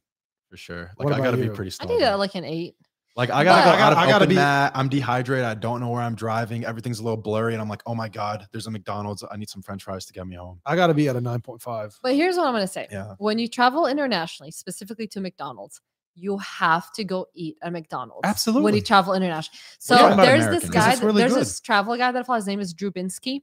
B: for sure. Like
A: What
B: I
A: about
B: gotta be
A: you?
B: pretty
C: I
B: starving.
C: think that like an eight.
B: Like I gotta
C: But-
B: go out of
A: I
B: I
A: gotta
B: gotta
A: be-
B: be that. I'm dehydrated. I don't know where I'm driving. Everything's a little blurry, and I'm like, oh my god, there's a McDonald's. I need some French fries to get me home.
A: I got to be at a 9.5.
C: But here's what I'm going to say.
B: Yeah.
C: When you travel internationally, specifically to McDonald's, you have to go eat at McDonald's. When
A: Absolutely.
C: you travel international. So
B: talking about
C: there's
B: American,
C: this
B: 'cause
C: guy,
A: it's
C: that-
A: really
C: there's
A: good.
C: this travel guy that I follow. His name is Drew Binsky.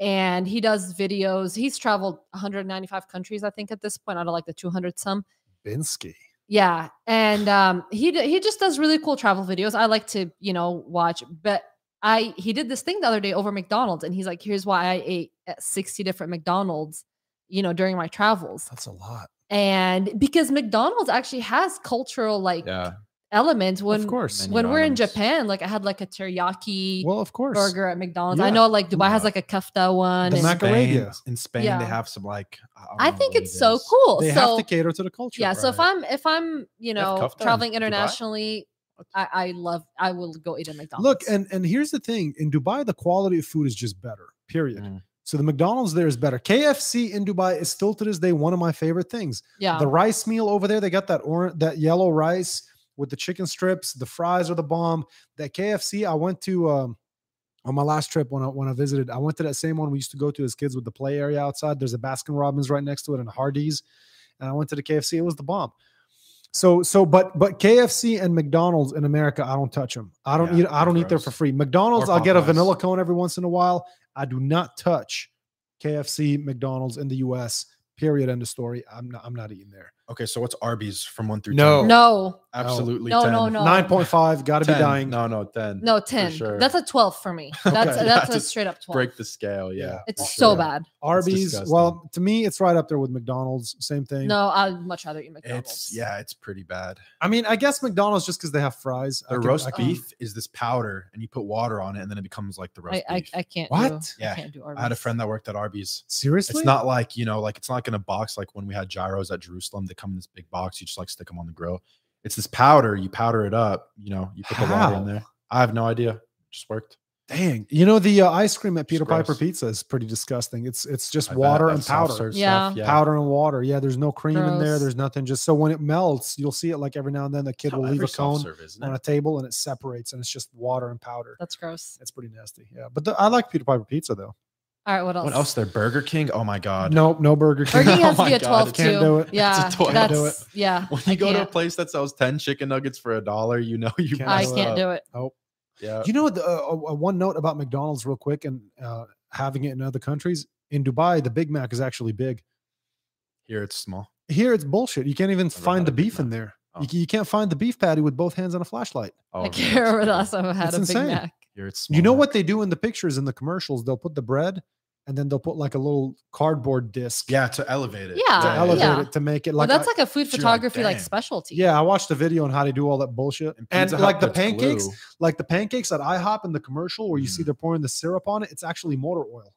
C: And he does videos. He's traveled 195 countries, I think, at this point, out of like the 200 some.
A: Binsky.
C: Yeah, and um, he d- he just does really cool travel videos. I like to you know watch, but I he did this thing the other day over McDonald's, and he's like, "Here's why I ate at 60 different McDonald's, you know, during my travels."
A: That's a lot.
C: And because McDonald's actually has cultural like
B: Yeah.
C: elements when
A: of course.
B: menu
C: when we're in
B: items.
C: Japan, like I had like a teriyaki
A: Well, of course.
C: burger at McDonald's. I
A: Yeah.
C: know like Dubai has
B: Yeah.
C: like a kafta one.
A: The
C: and-
A: mac- Macarena.
B: Spain, in Spain,
C: Yeah.
B: they have some like. don't
C: I
B: know
C: think
B: what
C: it's
B: it
C: so
B: is.
C: cool.
A: They
C: so
A: have to cater to the culture.
C: yeah so if
A: right?
C: i'm if i'm you
B: They have
C: know
B: kofta in
C: traveling
B: Dubai?
C: internationally I, I love i will go eat at mcdonald's
A: look, and and here's the thing: in Dubai, the quality of food is just better. Period.
B: Mm.
A: So the McDonald's there is better. KFC in Dubai is still to this day one of my favorite things.
C: yeah
A: The rice meal over there, they got that orange, that yellow rice with the chicken strips. The fries are the bomb. That KFC, I went to um, on my last trip when I when I visited. I went to that same one we used to go to as kids with the play area outside. There's a Baskin Robbins right next to it and a Hardee's, and I went to the KFC. It was the bomb. So so, but but KFC and McDonald's in America, I don't touch them. I don't
B: Yeah,
A: eat. I don't eat there for
B: gross.
A: free. McDonald's,
B: Or
A: I'll get a
B: Popeyes.
A: vanilla cone every once in a while. I do not touch KFC, McDonald's in the U.S. Period. End of story. I'm not. I'm not eating there.
B: Okay, so what's Arby's from one through
A: No.
B: ten?
C: no
B: absolutely.
C: No,
B: 10.
C: no, no.
A: Nine point five. Got to be
B: 10.
A: dying.
B: No, no, ten.
C: no 10
B: sure.
C: that's a 12 for me
B: *laughs*
C: that's
B: Okay.
C: that's
B: Yeah,
C: a
B: just
C: straight up 12
B: Break the scale. Yeah,
A: Yeah.
C: it's
B: for
C: so
B: sure.
C: bad
A: Arby's.
B: disgusting.
A: Well, to me, it's right up there with McDonald's. Same thing.
C: no i'd much rather eat mcdonald's
B: It's yeah, it's pretty bad.
A: I mean, I guess McDonald's just because they have fries. I
B: The
A: can-
B: roast
A: I can-
B: beef is this powder, and you put water on it, and then it becomes like the roast
C: i i,
B: beef.
C: I can't do,
A: What?
C: i
B: Yeah,
C: can't do
B: I had a
C: Arby's.
B: friend that worked at Arby's.
A: Seriously?
B: It's not like you know, like it's not in a box like when we had gyros at Jerusalem. They come in this big box. You just like stick them on the grill. It's this powder. You powder it up. You know, you put the water
A: How?
B: in there. I have no idea. Just worked.
A: Dang. You know the uh, ice cream at Peter Piper
B: gross.
A: Pizza is pretty disgusting. It's it's just
B: I bet
A: water
B: that
A: and
B: soft
A: powder.
B: serve
C: Yeah.
B: stuff,
A: Powder and water. Yeah, there's no cream in there.
C: Gross.
A: There's nothing. Just so when it melts, you'll see it like every now and then. The kid
B: How
A: will leave
B: every
A: a
B: soft
A: cone
B: serve, isn't
A: on a
B: it?
A: table and it separates, and it's just water and powder.
C: that's gross
A: It's pretty nasty. Yeah, but the, I like Peter Piper Pizza though.
C: all right what else
B: What else? *laughs* There, Burger King. Oh my god.
A: No, no Burger King. *laughs*
C: Burger King
B: Oh
C: has to
B: my
C: be a
B: God,
C: 12
A: can't
B: *laughs*
C: too.
A: do it. It's a
C: Yeah,
B: 12.
C: that's
A: Can't do it.
C: yeah.
B: When you go to a
C: can't.
B: place that sells ten chicken nuggets for a dollar, you know you.
A: Can't
C: I
A: do it.
C: can't do it.
B: Yeah.
A: You know, the, uh, uh, uh, one note about McDonald's, real quick, and uh, having it in other countries. In Dubai, the Big Mac is actually big.
B: Here it's small.
A: Here, it's bullshit. You can't even
B: Never
A: find
B: had
A: the
B: a Big
A: beef in there.
B: Oh.
A: You, ca- you can't find the beef patty with both hands on a flashlight.
B: Oh,
C: I
B: no,
C: can't
B: that's
C: remember the
B: big.
C: last time I had
A: It's
C: a
A: insane.
C: Big Mac.
B: Here it's
A: You know
B: small.
A: what they do in the pictures in the commercials? They'll put the bread and then they'll put like a little cardboard disc
B: Yeah, to elevate it.
C: Yeah,
A: to
C: yeah,
A: elevate
C: yeah.
A: it to make it
C: Well,
A: like.
C: that's
A: I-
C: like a food
B: You're like,
C: photography like
B: "Damn."
C: specialty.
A: yeah, I watched a video on how they do all that bullshit. And,
B: Pizza Hut
A: like the
B: puts
A: pancakes,
B: glue.
A: like the pancakes at IHOP in the commercial where you see
B: Mm.
A: they're pouring the syrup on it, it's actually motor oil.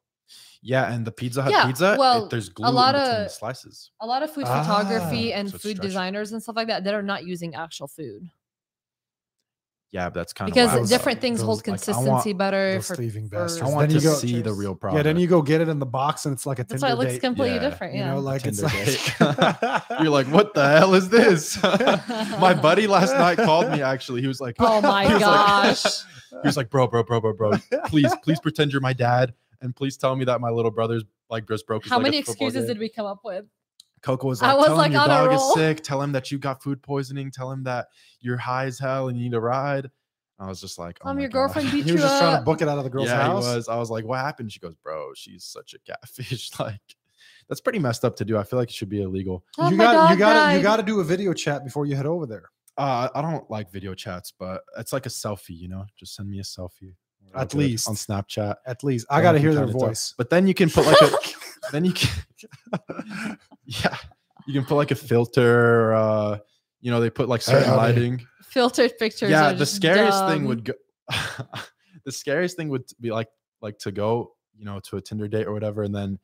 B: Yeah, and the Pizza Hut
C: Yeah,
B: pizza, it-
C: well,
B: there's glue
C: lot
B: in between the
C: of-
B: slices.
C: a lot of food photography
A: Ah,
C: and
B: so it's
C: food
B: stretchy.
C: designers and stuff like that that are not using actual food
B: Yeah, but that's kind
C: because
A: wild.
C: different things
A: Those-
C: hold
B: like, I want
C: consistency better.
A: Those
C: For,
A: thieving
B: I
A: bastards.
C: Then
B: want
A: you
B: to
A: go,
B: see the
C: Pictures.
B: real product.
A: yeah, then you go get it in the box and it's like a
C: that's why it
A: Tinder
C: looks
A: date.
C: completely
B: Yeah,
C: different.
A: You
C: Yeah.
A: know, like it's
B: Tinder
A: *laughs* like
B: *laughs* *laughs* You're like, what the hell is this? *laughs*
C: *laughs*
B: My buddy last night called me. Actually, he was like,
C: oh my
B: he *laughs* was like-
C: gosh.
B: he was like, bro, bro, bro, bro, bro. *laughs* Please, please pretend you're my dad, and please tell me that my little brother's like just broke. His
C: How
B: leg at
C: many
B: the football
C: excuses
B: game."
C: did we come up with?
B: Coco was
C: I
B: like,
C: was,
B: tell
C: like,
B: him your
C: on a
B: dog
C: roll."
B: is sick. Tell him that you got food poisoning. Tell him that you're high as hell and you need a ride. I was just like, oh
C: Um,
B: my
C: your
B: God. *laughs*
C: girlfriend beat
A: he
C: you
A: was just trying to
C: up.
A: book it out of the girl's
B: yeah,
A: house.
B: he was. I was like, what happened? She goes, bro, she's such a catfish. *laughs* like, that's pretty messed up to do. I feel like it should be illegal.
C: Oh,
A: you
C: my
A: got
C: dog
A: you got you
C: died.
A: got to do a video chat before you head over there.
B: Uh, I don't like video chats, but it's like a selfie, you know? Just send me a selfie. I'll
A: At
B: do it
A: least.
B: on Snapchat.
A: At least I
B: Then
A: got to
B: can
A: hear their
B: kinda talk.
A: voice.
B: But then you can put like
C: *laughs*
B: a, then you can, *laughs* yeah, you can put like a filter. Uh, you know, they put like
A: Hey,
B: certain
A: honey.
B: lighting.
C: Filtered pictures.
B: yeah
C: are
B: the
C: just
B: scariest thing
C: dumb.
B: would go *laughs* the scariest thing would be like like to go you know to a tinder date or whatever and then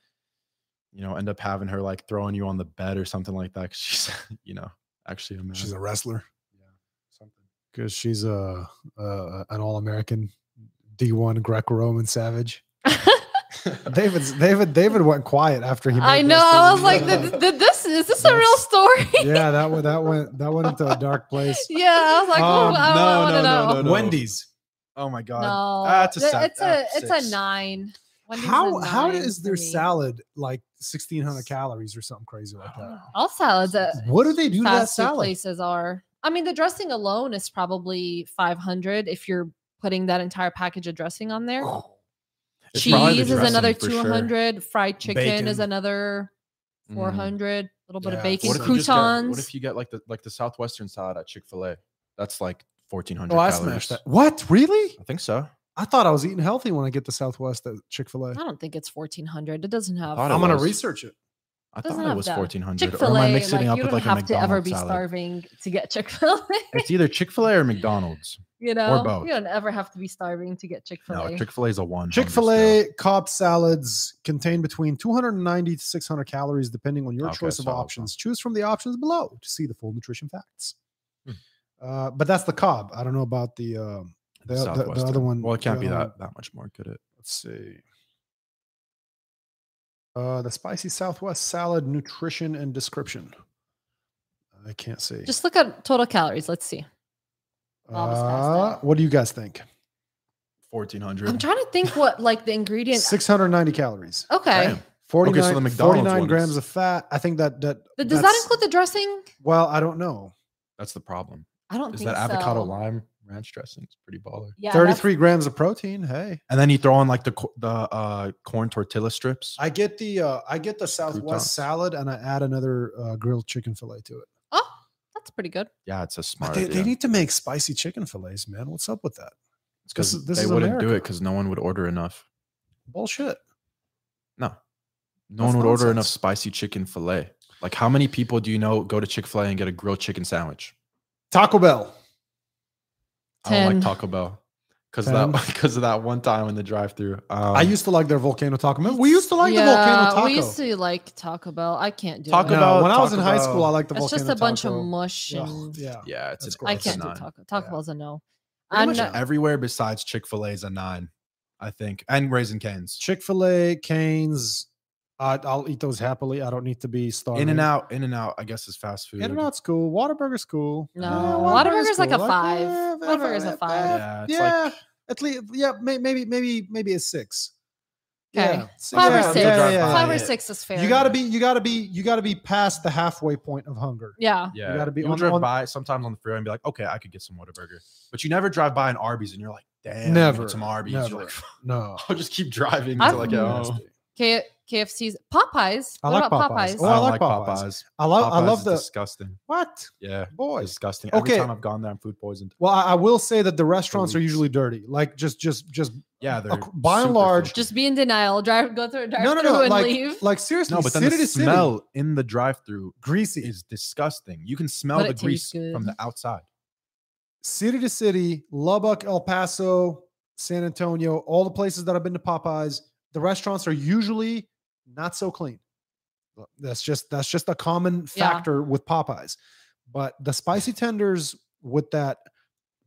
B: you know end up having her like throwing you on the bed or something like that 'cause she's *laughs* you know actually a man.
A: She's a wrestler
B: yeah something
A: because she's a, uh an all American D1 Greco Roman
C: *laughs*
A: savage. David's David David went quiet after he.
C: I
A: made
C: know.
A: this.
C: I was like, did, did this is this a real
A: That's-
C: story? *laughs*
A: yeah, that went that went that went into a dark place.
C: yeah, I was like,
B: Um,
C: oh, I
B: no,
C: want
B: no,
C: to
B: no,
C: know.
B: no,
A: Wendy's.
B: Oh my god.
C: No,
B: That's a
C: th-
B: sev-
C: it's a
B: that's
C: it's a
B: six.
C: nine. Wendy's a
A: How how
C: nine
A: is
C: for
A: their
C: me.
A: salad like sixteen hundred calories or something crazy like that?
C: All salads at
A: What do they do to that
C: fast food
A: salad?
C: places are. I mean, the dressing alone is probably five hundred if you're putting that entire package of dressing on there.
B: It's probably the
C: Cheese is another
B: dressing for
C: two
B: sure.
C: hundred. Fried chicken is
D: Bacon.
C: another
B: Mm.
C: four hundred. A little bit
A: Yeah,
C: of bacon,
A: what if
B: you just get-
C: croutons.
B: what if you get like the like the southwestern salad at Chick Fil A? That's like fourteen hundred.
A: Oh, I
B: calories.
A: smashed that. What? Really?
B: I think so.
A: I thought I was eating healthy when I get to Southwest at Chick Fil A.
C: I don't think it's fourteen hundred. It doesn't have.
B: thought it
A: I'm gonna
B: was.
A: research it.
B: I
C: Doesn't
B: thought it
C: have
B: was
C: that.
B: fourteen hundred.
C: Chick
B: Or am
C: Fil
B: I
C: A,
B: mixing it
C: like,
B: up
C: you
B: with
C: don't
B: like a
C: have to ever
B: McDonald's
C: be
B: salad?
C: starving to get Chick Fil A.
B: It's either Chick Fil A or McDonald's.
C: *laughs* You know,
B: both.
C: you don't ever have to be starving to get Chick Fil A.
B: No, Chick Fil A is a one. on this
A: Chick Fil A
B: scale.
A: Cobb salads contain between 290 to 600 calories, depending on your
B: Okay,
A: choice of
B: solid, solid.
A: options. Choose from the options below to see the full nutrition facts.
B: Hmm.
A: Uh, but that's the Cobb. I don't know about the um, the, the- the
B: Southwestern.
A: other one.
B: Well, it
A: the
B: can't be
A: other one.
B: that that much more, could it?
A: Let's see. Uh, the spicy Southwest salad nutrition and description. I can't see.
C: Just look at total calories. Let's see. Bob's
A: uh,
C: pasta.
A: what do you guys think?
B: Fourteen
C: I'm
B: hundred.
C: trying to think what like the ingredient.
A: 690 calories.
C: okay.
B: the
A: 49,
B: McDonald's
A: 49
B: one
A: grams
B: is-
A: of fat. I think that that
C: Th- Does that
A: that's-
C: include the dressing?
A: Well, I don't know.
B: That's the problem.
C: I don't
B: Is
C: think
B: that avocado
C: so.
B: lime ranch dressing? It's pretty baller.
C: Yeah, that's-
A: 33 grams of protein. Hey,
B: And then you throw in like the co- the uh, corn tortilla strips.
A: I get the uh, I get the Southwest
B: Croutons.
A: salad and I add another uh, grilled chicken fillet to it.
C: Oh, that's pretty good.
B: yeah, it's a smart.
A: But they,
B: idea.
A: they need to make spicy chicken fillets, man. What's up with that? This
B: It's 'cause
A: is- this
B: they
A: is
B: wouldn't do it
A: America.
B: because no one would order enough.
A: Bullshit.
B: No, no
A: That's
B: one would order enough
A: nonsense.
B: spicy chicken fillet. Like, how many people do you know go to Chick Fil A and get a grilled chicken sandwich?
A: Taco Bell.
B: I don't
C: Ten.
B: like Taco Bell because that *laughs* because of that one time in the drive-through. Um,
A: I used to like their volcano taco. Remember, we used to like the volcano taco.
C: We used to like Taco Bell. I can't do
B: Taco
A: No,
C: it.
B: Bell-
A: when I was in
B: Taco
A: high school,
B: Bell.
A: I liked the
C: It's
A: volcano
C: just a bunch of
A: taco.
C: mush.
A: Ugh,
C: And
A: yeah.
B: yeah, it's
A: That's
B: an,
C: I
A: gross.
B: it's a
C: can't do
B: nine.
C: Taco. Taco
A: Yeah.
C: Bell's a no.
A: Pretty
C: I'm
A: much
C: not,
B: Everywhere besides Chick Fil A is a nine, I think, and Raisin Canes.
A: Chick Fil A, Canes. I, I'll eat those happily. I don't need to be starving.
B: In and out, in and out. I guess is fast food.
A: In and out's cool. Whataburger's cool.
C: No,
A: Whataburger's
C: Whataburger's like a five.
A: eh,
C: Whataburger's a
A: eh,
C: five.
A: eh,
B: Yeah, it's
A: Yeah,
B: like
A: at least yeah, may, maybe maybe maybe a six.
C: Okay.
A: Yeah, six-
C: Five
A: yeah,
C: or six.
A: yeah, yeah,
C: Five
A: yeah.
C: or six is fair.
A: You gotta be you gotta be you gotta be past the halfway point of hunger.
C: Yeah.
B: yeah.
A: gotta be
B: You'll
A: on-
B: drive
A: on-
B: by sometimes on the freeway and be like, okay, I could get some Whataburger, but you never drive by an Arby's and you're like, damn, I could get
A: Never,
B: some Arby's.
A: never.
B: You're like,
A: No.
B: *laughs* I'll just keep driving
C: I've-
B: until I get home.
A: Nasty.
C: K- KFC's Popeyes.
A: I
C: what
A: like
C: about
A: Popeyes.
C: Popeyes?
A: Oh, I
B: I don't
A: like
B: like
A: Popeyes.
B: Popeyes.
A: I love I
B: Popeyes
A: love
B: is
A: the
B: disgusting.
A: what
B: Yeah,
A: boys.
B: disgusting.
A: Okay.
B: Every time I've gone there, I'm food poisoned.
A: Well, I, I will say that the restaurants are
B: Police.
A: usually dirty. Like just just just
B: Yeah, they're
A: by and
B: super
A: large-
B: filthy.
C: Just be in denial. Drive, go through a drive
A: no no
C: through
A: no
C: and
A: like
C: leave.
A: like seriously
B: no, but then
A: city
B: the
A: to city,
B: smell in the drive-through
A: greasy
B: is disgusting. You can smell
C: But
B: the
C: it
B: grease
C: tastes good.
B: from the outside.
A: *laughs* city to city, Lubbock, El Paso, San Antonio, all the places that I've been to Popeyes, the restaurants are usually not so clean. But That's just that's just a common
C: Yeah.
A: factor with Popeyes. But the spicy tenders with that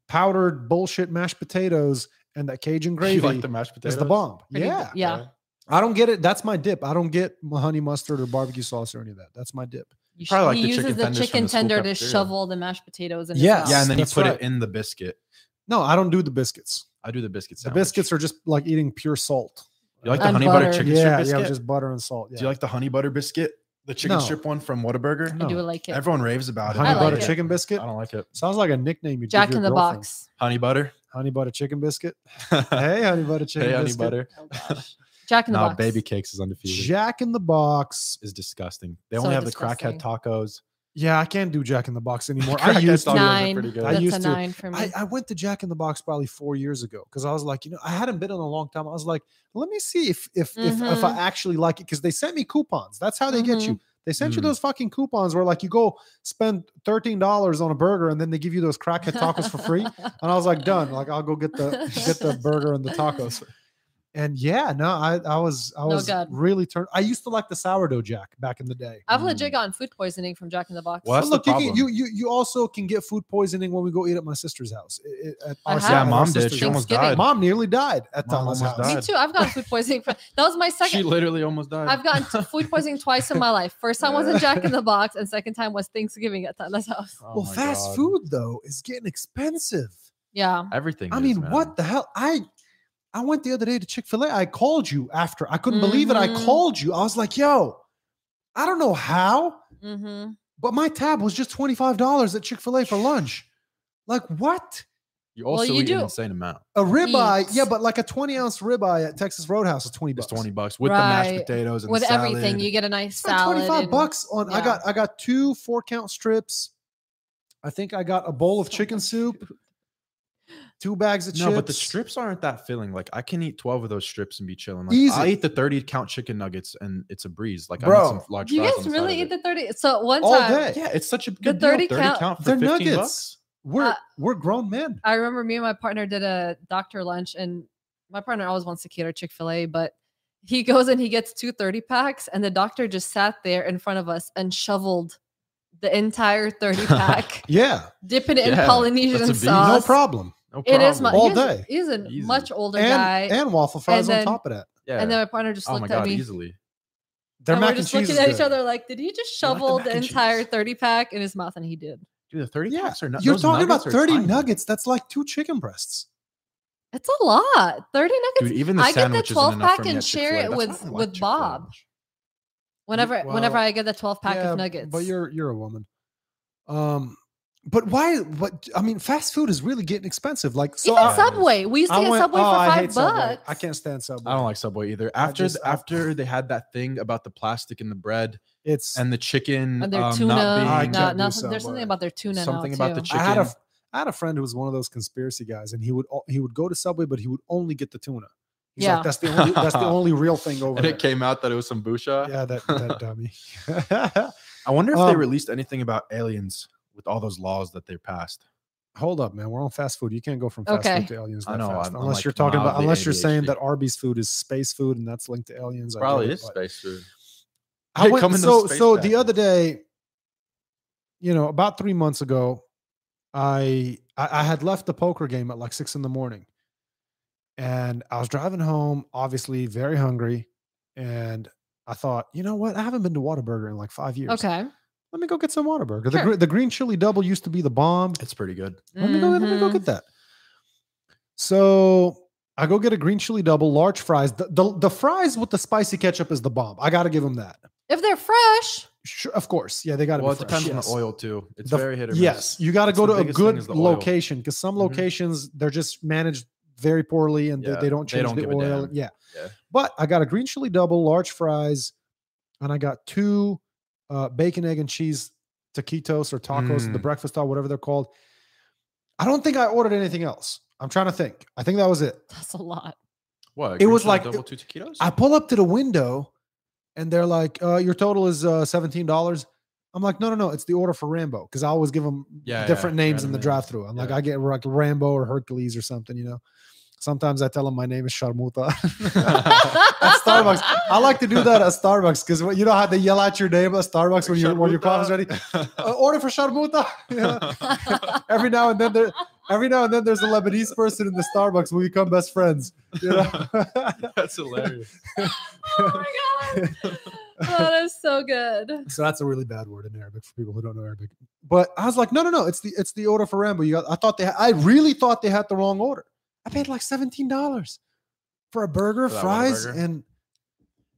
A: powdered bullshit mashed potatoes and that Cajun
B: *laughs* You
A: gravy
B: like the mashed potatoes?
A: is the bomb.
C: Pretty-
A: yeah.
C: Yeah.
A: I don't get it. That's my dip. I don't get my honey mustard or barbecue sauce or any of that. That's my dip.
C: You sh-
B: Probably like
C: he
B: the
C: uses
B: chicken
C: the
B: tenders from
C: chicken
B: the school
C: tender to
B: cafeteria.
C: shovel the mashed potatoes in. his
A: Yes.
B: Yeah,
C: mouth.
B: and then you
A: That's
B: put
A: right.
B: it in the biscuit.
A: No, I don't do the biscuits.
B: I do the biscuit
A: The
B: sandwich.
A: biscuits are just like eating pure salt.
B: You like the
C: And
B: honey butter,
C: butter.
B: chicken
A: Yeah,
B: strip
A: yeah,
B: biscuit?
A: with just butter and salt. Yeah.
B: Do you like the honey butter biscuit? The chicken
A: No.
B: strip one from Whataburger?
A: No.
C: I do like it.
B: Everyone raves about it.
A: honey
C: I like
A: butter
C: it.
A: chicken biscuit?
B: I don't like it.
A: Sounds like a nickname you
C: Jack
A: give your
C: in the
A: girlfriend.
C: box.
B: Honey butter. *laughs*
A: Honey butter chicken biscuit.
B: hey,
A: *laughs* Hey, honey butter chicken
B: honey
A: biscuit.
B: butter.
C: Oh gosh. Jack in the
B: Nah,
C: box.
B: baby cakes is undefeated.
A: Jack in the box.
B: is disgusting. They
C: So
B: only have the
C: disgusting.
B: crackhead tacos.
A: Yeah, I can't do Jack in the *laughs* box anymore. I
B: Crackhead
A: used
B: tacos
A: to.
C: Nine.
B: are pretty good.
A: I
C: That's
A: used
C: a
A: to-
C: nine for me.
A: I, I went to Jack in the Box probably four years ago because I was like, you know, I hadn't been in a long time. I was like, let me see if if if, if I
C: Mhm.
A: actually like it because they sent me coupons. That's how they get
C: Mm-hmm.
A: you. They sent you
B: Mhm.
A: those fucking coupons where like you go spend thirteen dollars on a burger and then they give you those crackhead tacos for free. And I was like, done. Like I'll go get the get the burger and the tacos. And yeah, no, I, I was I
C: No
A: was
C: good.
A: really turned. I used to like the sourdough jack back in the day.
C: *laughs* I've
B: Mm.
C: legit gotten food poisoning from Jack in the Box.
B: Well, that's
A: But
B: the
A: look, you, can-
B: problem.
A: you you you also can get food poisoning when we go eat at my sister's house. I- I- at
C: I
A: our-
C: have.
B: yeah,
A: at our
B: mom did.
A: sister's
B: She almost
C: Thanksgiving.
B: died.
A: house. Mom nearly died at
B: Mom
A: Thomas'
B: almost
A: house.
C: Me
B: died.
C: too. I've gotten food poisoning from that was my
B: She
C: second.
B: literally almost died.
C: I've gotten
A: *laughs*
C: t- food poisoning twice in my life. First time was in Jack in the Box, and second time was Thanksgiving at Tyler's house.
B: Oh
A: Well,
B: my
A: fast
B: God.
A: food though is getting expensive.
C: Yeah.
B: Everything.
A: I
B: is,
A: mean,
B: man.
A: what the hell? I I went the other day to Chick Fil A. I called you after. I couldn't believe it. I
C: Mhm.
A: called you. I was like, "Yo, I don't know how,
C: Mm-hmm.
A: but my tab was just twenty five dollars at Chick Fil A for lunch. Like what?
B: You
C: Well,
B: also
C: you
B: eat
C: do-
B: an insane amount.
A: A ribeye?
C: Eat.
A: Yeah, but like a twenty ounce ribeye at Texas Roadhouse is twenty
B: It's
A: bucks.
B: twenty bucks with the
C: Right.
B: mashed potatoes and
C: With
B: the salad.
C: everything, you get a nice
A: Spent
C: salad.
A: twenty five
C: and-
A: bucks on. I
C: yeah.
A: got I got two four count strips. I think I got a bowl of chicken soup, two bags of
B: no,
A: chips.
B: but the strips aren't that filling. Like I can eat twelve of those strips and be chilling. Like I
A: Easy.
B: eat the thirty count chicken nuggets and it's a breeze. Like I
A: Bro.
B: need some large
C: Do you
B: fries
C: guys
B: on the side
C: really
B: of
C: eat
B: it.
C: the 30? So one
A: All
C: time,
A: day.
B: Yeah, it's such a good deal.
C: 30
B: Thirty
C: count-
B: count, for
A: They're
B: 15
A: nuggets.
B: bucks.
A: We're
C: Uh,
A: we're grown men.
C: I remember me and my partner did a doctor lunch, and my partner always wants to cater Chick fil A, but he *laughs* goes and he gets two 30 packs, and the doctor just sat there in front of us and shoveled the entire 30 pack,
A: Yeah,
C: dipping it in
B: Yeah, that's a
C: Polynesian
B: beast.
A: no
C: sauce.
A: problem.
B: No
C: It is my,
B: problem.
A: All
C: he's a-
A: day.
C: He's a
B: Easy.
C: much older
A: and,
C: guy. And,
A: and waffle fries
C: then-
A: on top of that.
B: Yeah.
C: then my partner just
B: oh
C: looked
B: my
C: at
B: god,
C: me.
B: easily.
A: Their
C: and
A: mac
C: we're just
A: and cheese
C: looking
A: is
C: at each
A: good.
C: other like, did he just
B: You like the
C: shovel
B: mac
C: the,
B: and
C: entire
B: cheese?
C: 30 pack in his mouth? And he did.
B: Dude, the thirty
A: Yeah,
B: packs are not.
A: You're talking about 30 nuggets. That's like two chicken breasts.
C: It's a lot. 30 nuggets.
B: Dude, even the
C: I get the
B: sandwich
C: 12
B: isn't enough
C: pack
B: for me
C: and
B: at
C: share
B: Chick-fil-A. That's
C: it with-
B: why I don't
C: with
B: Chick-fil-A that
C: Bob.
B: much.
C: Whenever whenever
A: well,
C: I get the 12 pack
A: Yeah,
C: of nuggets.
A: But you're you're a woman. Um, but why? But I mean, fast food is really getting expensive. Like so,
C: Even
A: I,
C: Subway. We used to
A: I
C: get
A: went-
C: Subway
A: oh,
C: for
A: I
C: five
A: hate
C: bucks.
A: Subway. I can't stand Subway.
B: I don't like Subway either. After
A: just-
B: th-
A: I-
B: after they had that thing about the plastic and the bread
A: It's
B: and the chicken
C: And their
B: um,
C: tuna.
B: not
A: I
B: being
A: can't
C: not,
A: do
C: not, there's something
A: Subway.
C: about their tuna.
B: Something
C: now,
B: about the
C: too.
A: I had a
B: chicken.
A: f- I had a friend who was one of those conspiracy guys, and he would al- he would go to Subway, but he would only get the tuna. He's
C: Yeah.
A: like, that's the only that's the *laughs* only real thing over
B: and
A: there.
B: it came out that it was some busha.
A: Yeah, that that dummy. *laughs*
B: I wonder if they
A: Um,
B: released anything about aliens with all those laws that they passed.
A: Hold up, man. We're on fast food. You can't go from fast
C: Okay.
A: food to aliens
B: I
A: that
B: know,
A: fast.
B: I'm- I'm,
A: unless
B: like,
A: you're talking about
B: mildly
A: unless you're saying
B: ADHD.
A: that Arby's food is space food and that's linked to aliens. I get
B: Probably
A: it,
B: is
A: but-
B: space food.
A: I
B: They
A: went,
B: come in those
A: so
B: space
A: so the
B: jackets.
A: other day, you know, about three months ago, I, I I had left the poker game at like six in the morning, and I was driving home, obviously very hungry, and I thought, you know what, I haven't been to Whataburger in like five years.
C: Okay.
A: let me go get some Whataburger. The
C: Sure.
A: gre- the green chili double used to be the bomb.
B: It's pretty good.
A: Let me go. Let me go
C: Mhm.
A: get that. So I go get a green chili double, large fries. The, the the fries with the spicy ketchup is the bomb. I got to give them that.
C: If they're fresh,
A: Sure, of course. Yeah, they got to
B: well,
A: be
B: it
A: fresh.
B: depends on
A: yes.
B: the oil too. It's
A: The-
B: very hit or miss.
A: Yes, you got to
B: That's
A: go
B: the
A: to a
B: biggest thing
A: good
B: is the oil.
A: location because some
B: Mhm.
A: locations they're just managed very poorly and
B: Yeah,
A: they, they don't
B: they
A: change
B: don't
A: the
B: give a
A: oil.
B: damn.
A: Yeah.
B: Yeah.
A: But I got a green chili double, large fries, and I got two uh, bacon, egg, and cheese taquitos or tacos, the
B: Mm.
A: breakfast style, whatever they're called. I don't think I ordered anything else. I'm trying to think. I think that was it.
C: that's a lot.
B: What? a
A: It
B: green
A: was
B: chili
A: like-
B: double two taquitos. *laughs*
A: I pull up to the window and they're like, uh, your total is uh, $17. I'm like, no, no, no. It's the order for Rambo because I always give them
B: Yeah,
A: different
B: yeah,
A: names in the
B: random names.
A: drive through. I'm like,
B: Yeah.
A: I get like Rambo or Hercules or something, you know. Sometimes I tell them my name is Sharmuta. *laughs*
B: *laughs*
A: at
C: *laughs*
A: Starbucks,
C: Oh
A: I like to do that at Starbucks because you know how they yell out your name at Starbucks when, you, when your coffee's ready?
B: *laughs*
A: Uh, order for Sharmuta. *laughs* You know? every now and then there every now and then there's a Lebanese person in the Starbucks. We become best friends. You know? *laughs*
B: That's hilarious.
C: oh my god. Oh, that is so good.
A: So that's a really bad word in Arabic for people who don't know Arabic. But I was like, no, no, no, it's the it's the order for Rambo. You got, I thought they, I really thought they had the wrong order. I paid like seventeen dollars for a burger,
B: For that
A: fries,
B: Whataburger?
A: and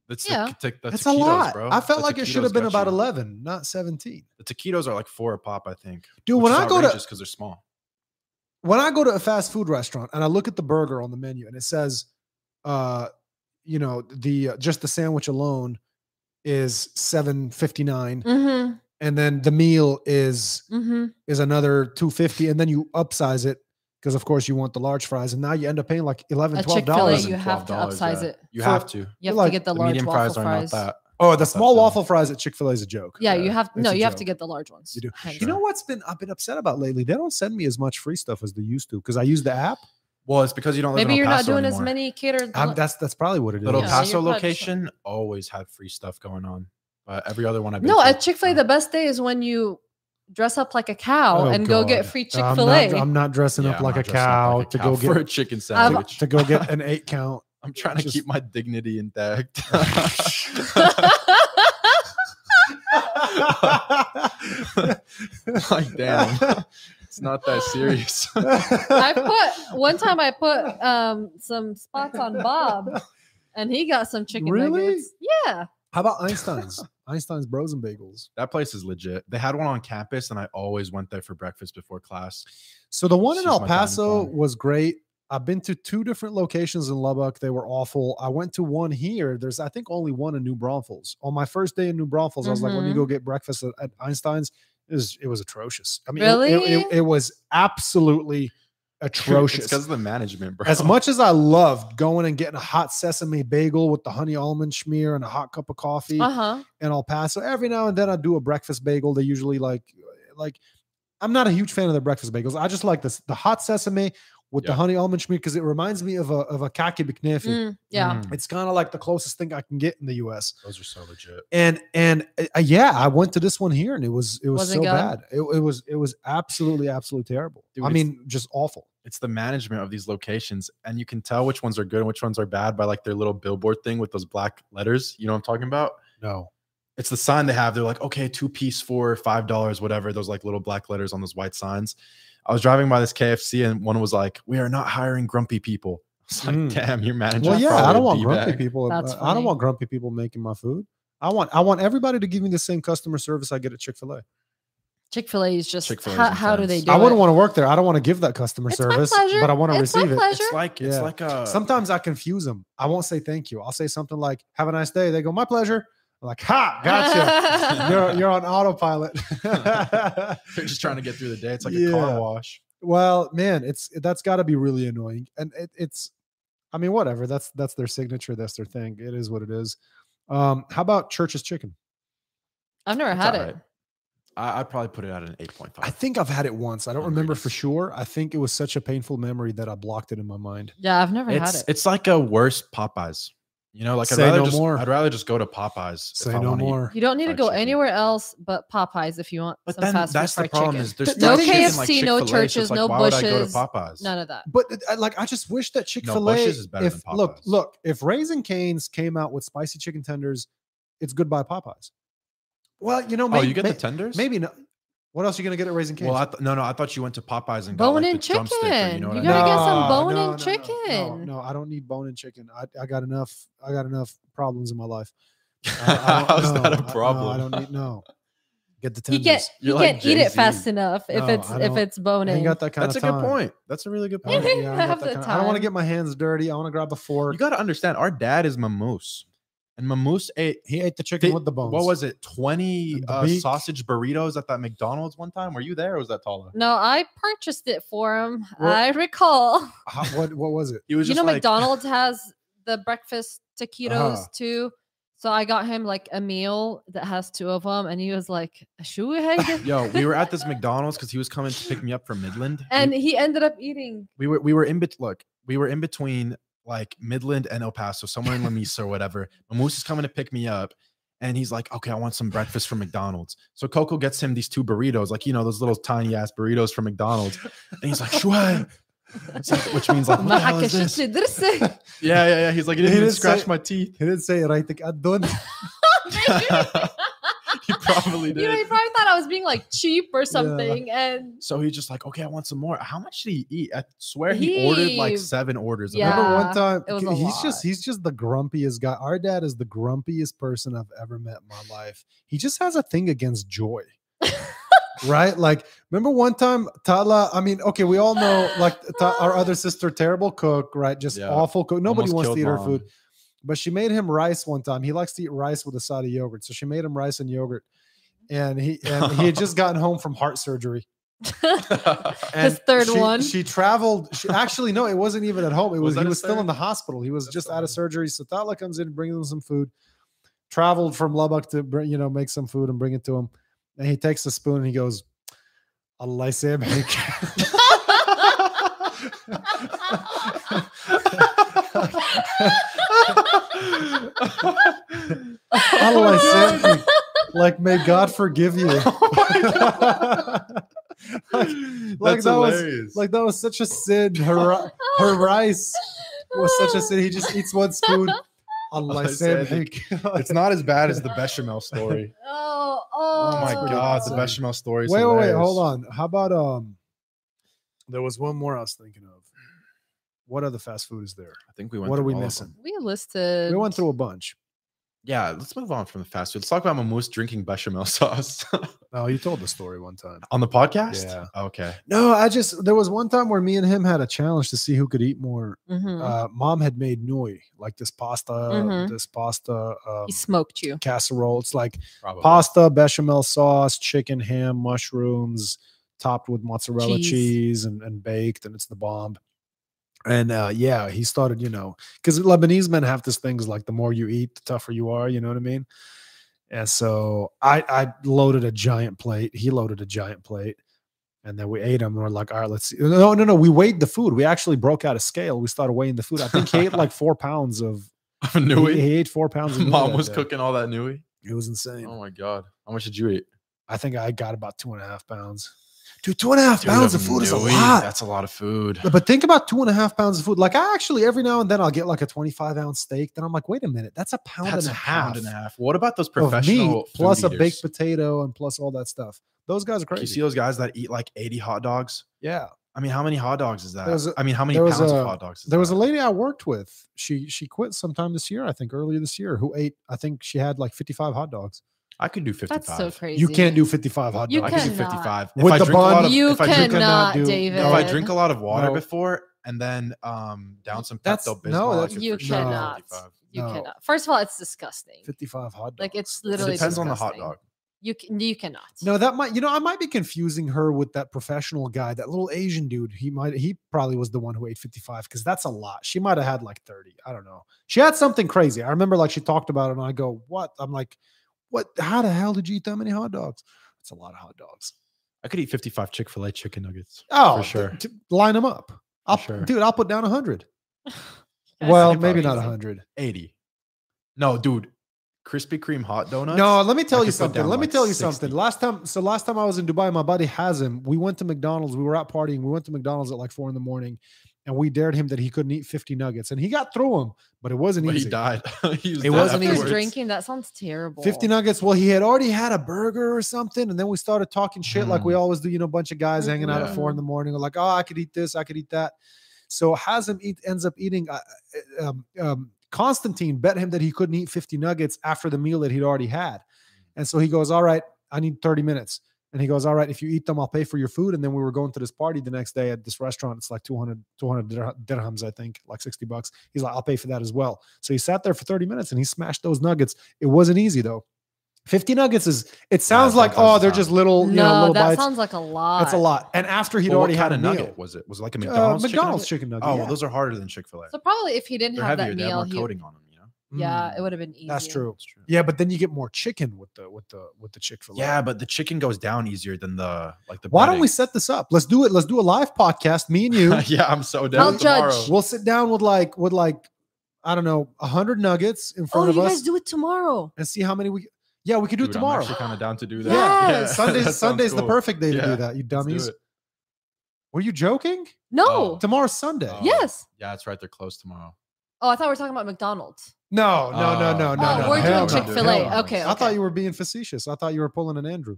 B: That's
C: Yeah.
B: the, t- the
A: that's a
B: taquitos,
A: lot.
B: bro.
A: I felt
B: The
A: like it should
B: taquitos
A: have been
B: got
A: about
B: you.
A: eleven, not seventeen.
B: The taquitos are like four a pop, I think.
A: Dude, when I go to
B: because they're small.
A: when I go to a fast food restaurant and I look at the burger on the menu and it says, uh, you know, the uh, just the sandwich alone is seven fifty nine,
C: Mm-hmm.
A: and then the meal is
C: Mm-hmm.
A: is another 250 and then you upsize it because of course you want the large fries and now you end up paying like 11
C: At
A: 12
C: Chick-fil-A,
A: dollars
B: $12,
C: you have to
B: yeah.
C: upsize it.
B: You
A: For-
B: have to.
C: You have to
A: Like,
C: get the,
B: The
C: large
B: medium
C: waffle
B: fries are not that.
A: oh the
B: That's
A: small
B: dumb.
A: waffle fries at chick-fil-a is a joke
C: Yeah,
B: Yeah,
C: you have
A: it's
C: no,
A: a
C: you have to
A: joke.
C: get the large ones.
A: You do.
C: Hank.
A: you know what's been i've been upset about lately they don't send me as much free stuff as they used to because i use the app
B: Well, it's because you don't live
C: Maybe
B: in
C: you're
B: El
C: not
B: Paso
C: doing as
B: anymore.
C: many catered.
A: Um, that's that's probably what it is.
B: Little
C: Yeah, so
B: Paso
C: you're probably just-
B: location always had free stuff going on, but every other one I've been
C: no,
B: to-
C: at Chick Fil A, the best day is when you dress up like a cow
A: Oh,
C: and go
A: God.
C: get free Chick
A: I'm
C: Fil
A: not,
C: *laughs* A.
A: I'm not dressing
B: Yeah,
A: up
B: I'm
A: like a,
B: not dressing up
A: cow
B: like a
A: to go
B: for a
A: get
B: chicken
C: I've-
B: sandwich
A: to go
C: *laughs*
A: get an eight count.
B: I'm trying to
A: Just-
B: keep my
A: *laughs*
B: dignity intact. *laughs* like, damn, it's not that
A: *laughs*
B: serious.
C: I
B: *laughs*
C: put one time I put um some spots on Bob, and he got some chicken
A: Really?
C: nuggets. Yeah,
A: How about Einstein's? Einstein's Bros and Bagels.
B: that place is legit. They had one on campus, and I always went there for breakfast before class.
A: So the one in
B: Excuse
A: El
B: my dining
A: Paso
B: plan.
A: was great. I've been to two different locations in Lubbock. They were awful. I went to one here. There's, I think, only one in New Braunfels. On my first day in New Braunfels, I was like, let me
C: Mhm.
A: go get breakfast at, at Einstein's. It was, it was atrocious. I mean, it- it, it-
C: Really?
A: it was absolutely atrocious.
B: because of the management, bro. *laughs*
A: As much as I loved going and getting a hot sesame bagel with the honey almond schmear and a hot cup of coffee
C: uh huh.
A: in El Paso, every now and then I do a breakfast bagel. They usually like, like, I'm not a huge fan of the breakfast bagels. I just like this the hot sesame with the
B: Yeah.
A: honey almond schmear because it reminds me of a of a kaki bkniffy.
C: Mm, *laughs* yeah.
B: Mm,
A: It's kind of like the closest thing I can get in the U.S.
B: those are so legit.
A: And and uh, yeah, I went to this one here and it was it was
C: Was it
A: so
C: good?
A: bad. It, it was it was absolutely absolutely terrible.
B: Dude,
A: I
B: it's-
A: mean, just awful.
B: It's the management of these locations, and you can tell which ones are good and which ones are bad by like their little billboard thing with those black letters. You know what I'm talking about?
A: No,
B: it's the sign they have. They're like, okay, two piece for five dollars, whatever. Those like little black letters on those white signs. I was driving by this KFC and one was like, "We are not hiring grumpy people." *laughs* It's like,
A: Mm.
B: damn, your manager.
A: Well, yeah, I don't want grumpy people.
C: That's
A: uh, I don't
C: funny.
A: want grumpy people making my food. I want I want everybody to give me the same customer service I get at Chick Fil A.
C: Chick Fil A is just
B: Chick-fil-A is
C: how, how do they
B: intense.
C: do
A: I
C: it?
A: wouldn't want to work there. I don't want to give that customer
C: It's my
A: service,
C: pleasure.
A: but I want to
C: It's my
A: receive it.
C: pleasure.
B: It's like it's
A: Yeah.
B: like a
A: Sometimes I confuse them. I won't say thank you. I'll say something like "Have a nice day." They go, "My pleasure." I'm like, "Ha,
C: *laughs*
A: gotcha." you're you're on autopilot.
B: *laughs* they're just trying to get through the day. It's like a
A: Yeah.
B: car wash.
A: well, man, it's that's got to be really annoying, and it, it's, I mean, whatever. That's that's their signature. That's their thing. It is what it is. Um, how about Church's Chicken?
C: I've never
B: It's
C: had
B: all
C: it.
B: right. I, I'd probably put it at an eight point
A: I
B: five.
A: think I've had it once. I don't remember for
B: Underrated.
A: sure. I think it was such a painful memory that I blocked it in my mind.
C: Yeah, I've never
B: It's
C: had it.
B: it's like a worse Popeyes. You know, like
A: Say
B: I'd rather
A: no
B: just
A: more.
B: I'd rather just go to Popeyes.
A: Say
B: if I
A: no
B: wanna eat.
A: more.
C: You don't need to
B: fried
C: go
B: chicken.
C: anywhere else but Popeyes if you want
B: But
C: some
B: then
C: fast food
B: that's the
C: fried
B: problem
C: chicken.
B: is there's
A: No
B: fried chicken like
C: KFC,
B: Chick-fil-A,
C: no
B: so it's
C: churches,
B: like,
C: no
B: why would I go to
C: bushes,
B: Popeyes?
C: None of that.
A: But it- I- like, I just wish that Chick Fil A.
B: Bush's is better
A: if
B: than
A: look,
B: Popeyes.
A: look, if Raising Canes came out with spicy chicken tenders, it's goodbye Popeyes. Well, you know,
B: Oh,
A: maybe
B: you get the
A: may-
B: tenders?
A: maybe not. What else are you gonna get at Raising Canes?
B: Well, I th- no, no, I thought you went to Popeyes and got
C: Bone
B: like,
C: in
B: the drumstick. Or, you
C: chicken.
B: know what
C: You
B: I mean?
C: gotta get some
A: No,
C: bone-in
A: no, no, no,
C: chicken.
A: No, no, I don't need bone in chicken. I, I got enough. I got enough problems in my
B: *laughs*
A: life. I- I don't-
B: How's that
A: no,
B: a
A: I- no, I,
B: problem?
A: don't need no. Get the
C: You
A: tenders.
C: get
B: *laughs*
C: you
B: You're like
C: can't eat it
B: Jay-Z.
C: fast enough if
A: No,
C: it's
A: I
C: if
A: don't-
C: it's bone
A: I ain't
C: in.
A: got that kind
B: That's a
A: of
B: good
A: time.
B: point. That's a really
C: *laughs*
B: good
A: I
B: point.
A: don't,
C: didn't
A: yeah, I,
C: have the
A: want to
C: time.
A: get my hands dirty. I want to grab a fork.
B: You got to understand, our dad is Mamoose, and Mamoose ate.
A: he ate the chicken
B: Thi-
A: with the bones.
B: What was it? Twenty
A: And the
B: uh,
A: beak.
B: sausage burritos at that McDonald's one time. Were you there? or Was that taller?
C: No, I purchased it for him.
A: Well-
C: I *laughs* recall.
A: How- what? What was it?
B: He was
C: You
B: just
C: know,
B: like,
C: McDonald's has the breakfast taquitos
A: Uh-huh.
C: too. So I got him like a meal that has two of them, and he was like, "Should we have it?"
B: Yo, we were at this McDonald's because he was coming to pick me up from Midland,
C: *laughs* and he ended up eating.
B: *laughs* we were we were in bet look we were in between like midland and el paso somewhere in la mesa or whatever Moose is coming to pick me up and he's like okay i want some breakfast from mcdonald's so coco gets him these two burritos like you know those little tiny ass burritos from mcdonald's and he's like shui It's like- which means
C: *laughs*
B: like what the hell is
C: "Mahakashi
B: this?
C: tidrisi."
B: yeah yeah yeah he's like it didn't
A: He
B: even
A: didn't
B: scratch
A: say-
B: my teeth
A: He didn't say it. I think I don't.
B: *laughs* he probably
C: *laughs* you know, he
B: did
C: probably thought I was being like cheap or something,
B: *laughs*
C: and
B: so he's just like okay i want some more how much did he eat i swear he ordered
C: He-
B: like seven orders of
A: Remember
C: Yeah,
A: one time
C: it was
A: he's
C: a
A: just
C: lot.
A: he's just the grumpiest guy. Our dad is the grumpiest person I've ever met in my life. He just has a thing against joy.
C: *laughs*
A: right? Like remember one time Tala, I mean, okay, we all know
C: *laughs*
A: like Ta- our other sister terrible cook, right? Just
B: Yeah.
A: awful cook. Nobody
B: Almost
A: wants to
B: killed
A: eat her
B: mom. *laughs*
A: food. But she made him rice one time. He likes to eat rice with a side of yogurt. So she made him rice and yogurt. And he and he had just gotten home from heart surgery. And
C: third
A: she-
C: one.
A: She traveled. She, actually, no, it wasn't even at
B: *laughs*
A: home. It was,
B: Was that
A: he
B: his
A: was still in
B: third?
A: the hospital. He was
B: That's
A: just
B: so
A: out of
B: funny.
A: surgery. So Tala comes in, brings him some food. Traveled from Lubbock to bring, you know, make some food and bring it to him. And
C: *laughs*
A: he takes the spoon and he goes, Allah save How
C: Oh
A: do I send you? Like, may God forgive
C: *laughs*
A: you. *laughs* like,
B: That's
A: that was-
B: hilarious.
A: like that was such a sin. Her, her rice was such a sin. He just eats one spoon. Allah
B: I said,
A: send you.
B: *laughs* it's not as bad as the bechamel
C: *laughs*
B: story.
C: *laughs* Oh, oh,
B: Oh my
A: That's
B: god, the
A: awesome.
B: bechamel story. is
A: wait, wait, wait,
B: hilarious.
A: hold on. How about um? There was one more I was thinking of. What other fast food is there?
B: I think we went.
A: What are
B: through
A: we
B: all of
A: missing?
B: them.
C: We listed.
A: We went through a bunch.
B: Yeah, let's move on from the fast food. Let's talk about Mamoose drinking bechamel *laughs* sauce
A: Oh, you told the story one time.
B: on the podcast.
A: Yeah.
B: Okay.
A: No, I just there was one time where me and him had a challenge to see who could eat more.
C: Mhm.
A: Uh, Mom had made noi, like this pasta,
C: Mhm.
A: this pasta um,
C: he smoked you.
A: casserole. It's like
B: Probably.
A: pasta, bechamel sauce, chicken, ham, mushrooms, topped with mozzarella
C: Cheese.
A: cheese, and, and baked, and it's the bomb. And uh, yeah, he started, you know, because Lebanese men have this things like the more you eat, the tougher you are. You know what I mean? And so I, I loaded a giant plate. He loaded a giant plate. And then we ate them. And we're like, all right, let's see. No, no, no. We weighed the food. We actually broke out a scale. We started weighing the food. I think he ate
B: *laughs*
A: like four pounds of. He,
B: Nui.
A: he ate four
B: *laughs*
A: pounds. Of nui
B: Mom
A: that
B: was
A: day.
B: cooking all that Nui.
A: It was insane.
B: Oh my god. How much did you eat?
A: I think I got about two and a half pounds. Dude, two and a half
B: Dude,
A: pounds
B: of
A: of food is a
B: Nui,
A: lot.
B: That's a lot of food.
A: But think about two and a half pounds of food. Like I actually every now and then I'll get like a 25 ounce steak. Then I'm like, wait a minute, that's a pound
B: That's
A: and a,
B: a
A: half
B: pound and a half. What about those
A: of meat
B: professional
A: plus
B: food
A: a baked
B: eaters?
A: potato and plus all that stuff. Those guys are
B: You
A: crazy.
B: see those guys that eat like 80 hot dogs?
A: yeah.
B: I mean, how many hot dogs is that?
A: There was a-
B: I mean, how many
A: there was
B: pounds
A: a-
B: of hot dogs? Is
A: There was
B: that?
A: a lady I worked with. She she quit sometime this year, I think earlier this year, who ate, I think she had like 55 hot dogs.
B: I could do 55.
C: That's so crazy.
A: You can't do 55 hot dogs.
C: You
B: I could do
C: cannot.
B: 55.
A: With
B: if I
A: the
B: drink a lot
A: bun-
B: of,
C: You
B: if I drink,
A: cannot
C: cannot,
A: do-
C: David.
B: if I drink a lot of water
A: No.
B: before and then um down some
A: That's-
B: Pepto Bismol,
A: no,
B: I
A: that's-
B: could
C: you
B: for sure do
C: cannot.
B: 55.
C: you
A: No.
C: cannot. First of all, it's disgusting.
A: 55 hot dogs.
C: Like it's
A: That's
C: literally
B: It depends on the hot
C: disgusting.
B: dog.
C: You can, you cannot.
A: No, that might you know I might be confusing her with that professional guy, that little Asian dude. He might he probably was the one who ate 55 because that's a lot. She might have had like 30. I don't know. She had something crazy. I remember like she talked about it and I go, "What?" I'm like, "What? How the hell did you eat that many hot dogs?" That's a lot of hot dogs.
B: I could eat 55 Chick fil A chicken nuggets.
A: Oh, th-
B: sure.
A: t- line them up. I'll,
B: sure.
A: Dude, I'll put down 100.
C: That's
A: well,
B: could
A: maybe
B: probably
A: not
B: easily.
A: 100.
B: 80. No, dude. Krispy Kreme hot donuts.
A: No, let me tell
B: could
A: you
B: put
A: something.
B: down,
A: Let me
B: like,
A: tell you
B: 60.
A: something. Last time, so last time I was in Dubai, my buddy Hazim, we went to McDonald's. We were out partying. We went to McDonald's at like four in the morning, and we dared him that he couldn't eat fifty nuggets, and he got through them, but it wasn't
B: But
A: easy.
B: he died. *laughs* he was
A: It
B: dead
A: wasn't
C: he was
A: afterwards.
C: drinking. That sounds terrible.
A: Fifty nuggets. Well, he had already had a burger or something, and then we started talking shit like we always do. You know, a bunch of guys hanging out
B: Yeah.
A: at four in the morning, like, oh, I could eat this, I could eat that. So Hazim eat, ends up eating. Uh, uh, um, um, Constantine bet him that he couldn't eat fifty nuggets after the meal that he'd already had, and so he goes, "All right, I need thirty minutes." And he goes, "All right, if you eat them, I'll pay for your food." And then we were going to this party the next day at this restaurant. It's like 200, 200 dir- dirhams, I think, like sixty bucks. He's like, "I'll pay for that as well." So he sat there for thirty minutes and he smashed those nuggets. It wasn't easy though. Fifty nuggets is. It sounds like
B: sometimes
A: oh,
B: it's
A: they're
B: not.
A: just little, you know,
C: No,
A: little
C: that
A: bites.
C: sounds like a lot.
A: That's a lot. And after he'd
B: Well, what
A: already had
B: kind
A: a
B: of
A: meal,
B: nugget was it? Was it like a
A: Uh,
B: McDonald's? chicken
A: McDonald's
B: nugget?
A: chicken nugget.
B: Oh,
A: yeah.
B: well, those are harder than Chick fil A.
C: So probably if he didn't
B: They're
C: have
B: heavier.
C: that
B: They have
C: meal,
B: more
C: he,
B: coating on them, you know?
C: yeah,
A: Mm.
C: it would have been easy.
A: that's true.
B: That's true.
A: Yeah, but then you get more chicken with the with the with the Chick Fil A.
B: Yeah, but the chicken goes down easier than the like the.
A: Why don't we set this up? Let's do it. Let's do a live podcast. Me and
B: *laughs*
A: you.
B: breading. yeah, I'm so down
C: I'll
B: tomorrow.
C: judge.
A: We'll sit down with like with like I don't know a hundred nuggets in
C: Oh,
A: front of
C: you
A: us
C: guys do it tomorrow.
A: and see how many we. Yeah, we could do
B: Dude,
A: it tomorrow.
B: I'm actually kind of down to do that.
A: yeah,
B: *laughs* that
A: Sunday's
B: sounds
A: Sunday's the
B: cool.
A: perfect day to
B: Yeah,
A: do that. You
B: Let's do
A: dummies.
B: it.
A: Were you joking?
C: No.
A: Tomorrow's Sunday.
B: Oh.
C: yes.
B: Yeah, that's right. They're closed tomorrow.
C: Oh, I thought we were talking about McDonald's.
A: No, no, no,
B: Oh.
A: no, no,
C: oh,
A: no.
C: we're
A: Hell
C: doing
A: no.
C: Chick Fil
A: Hell no.
C: A. Okay,
A: I thought you were being facetious. I thought you were pulling an Andrew.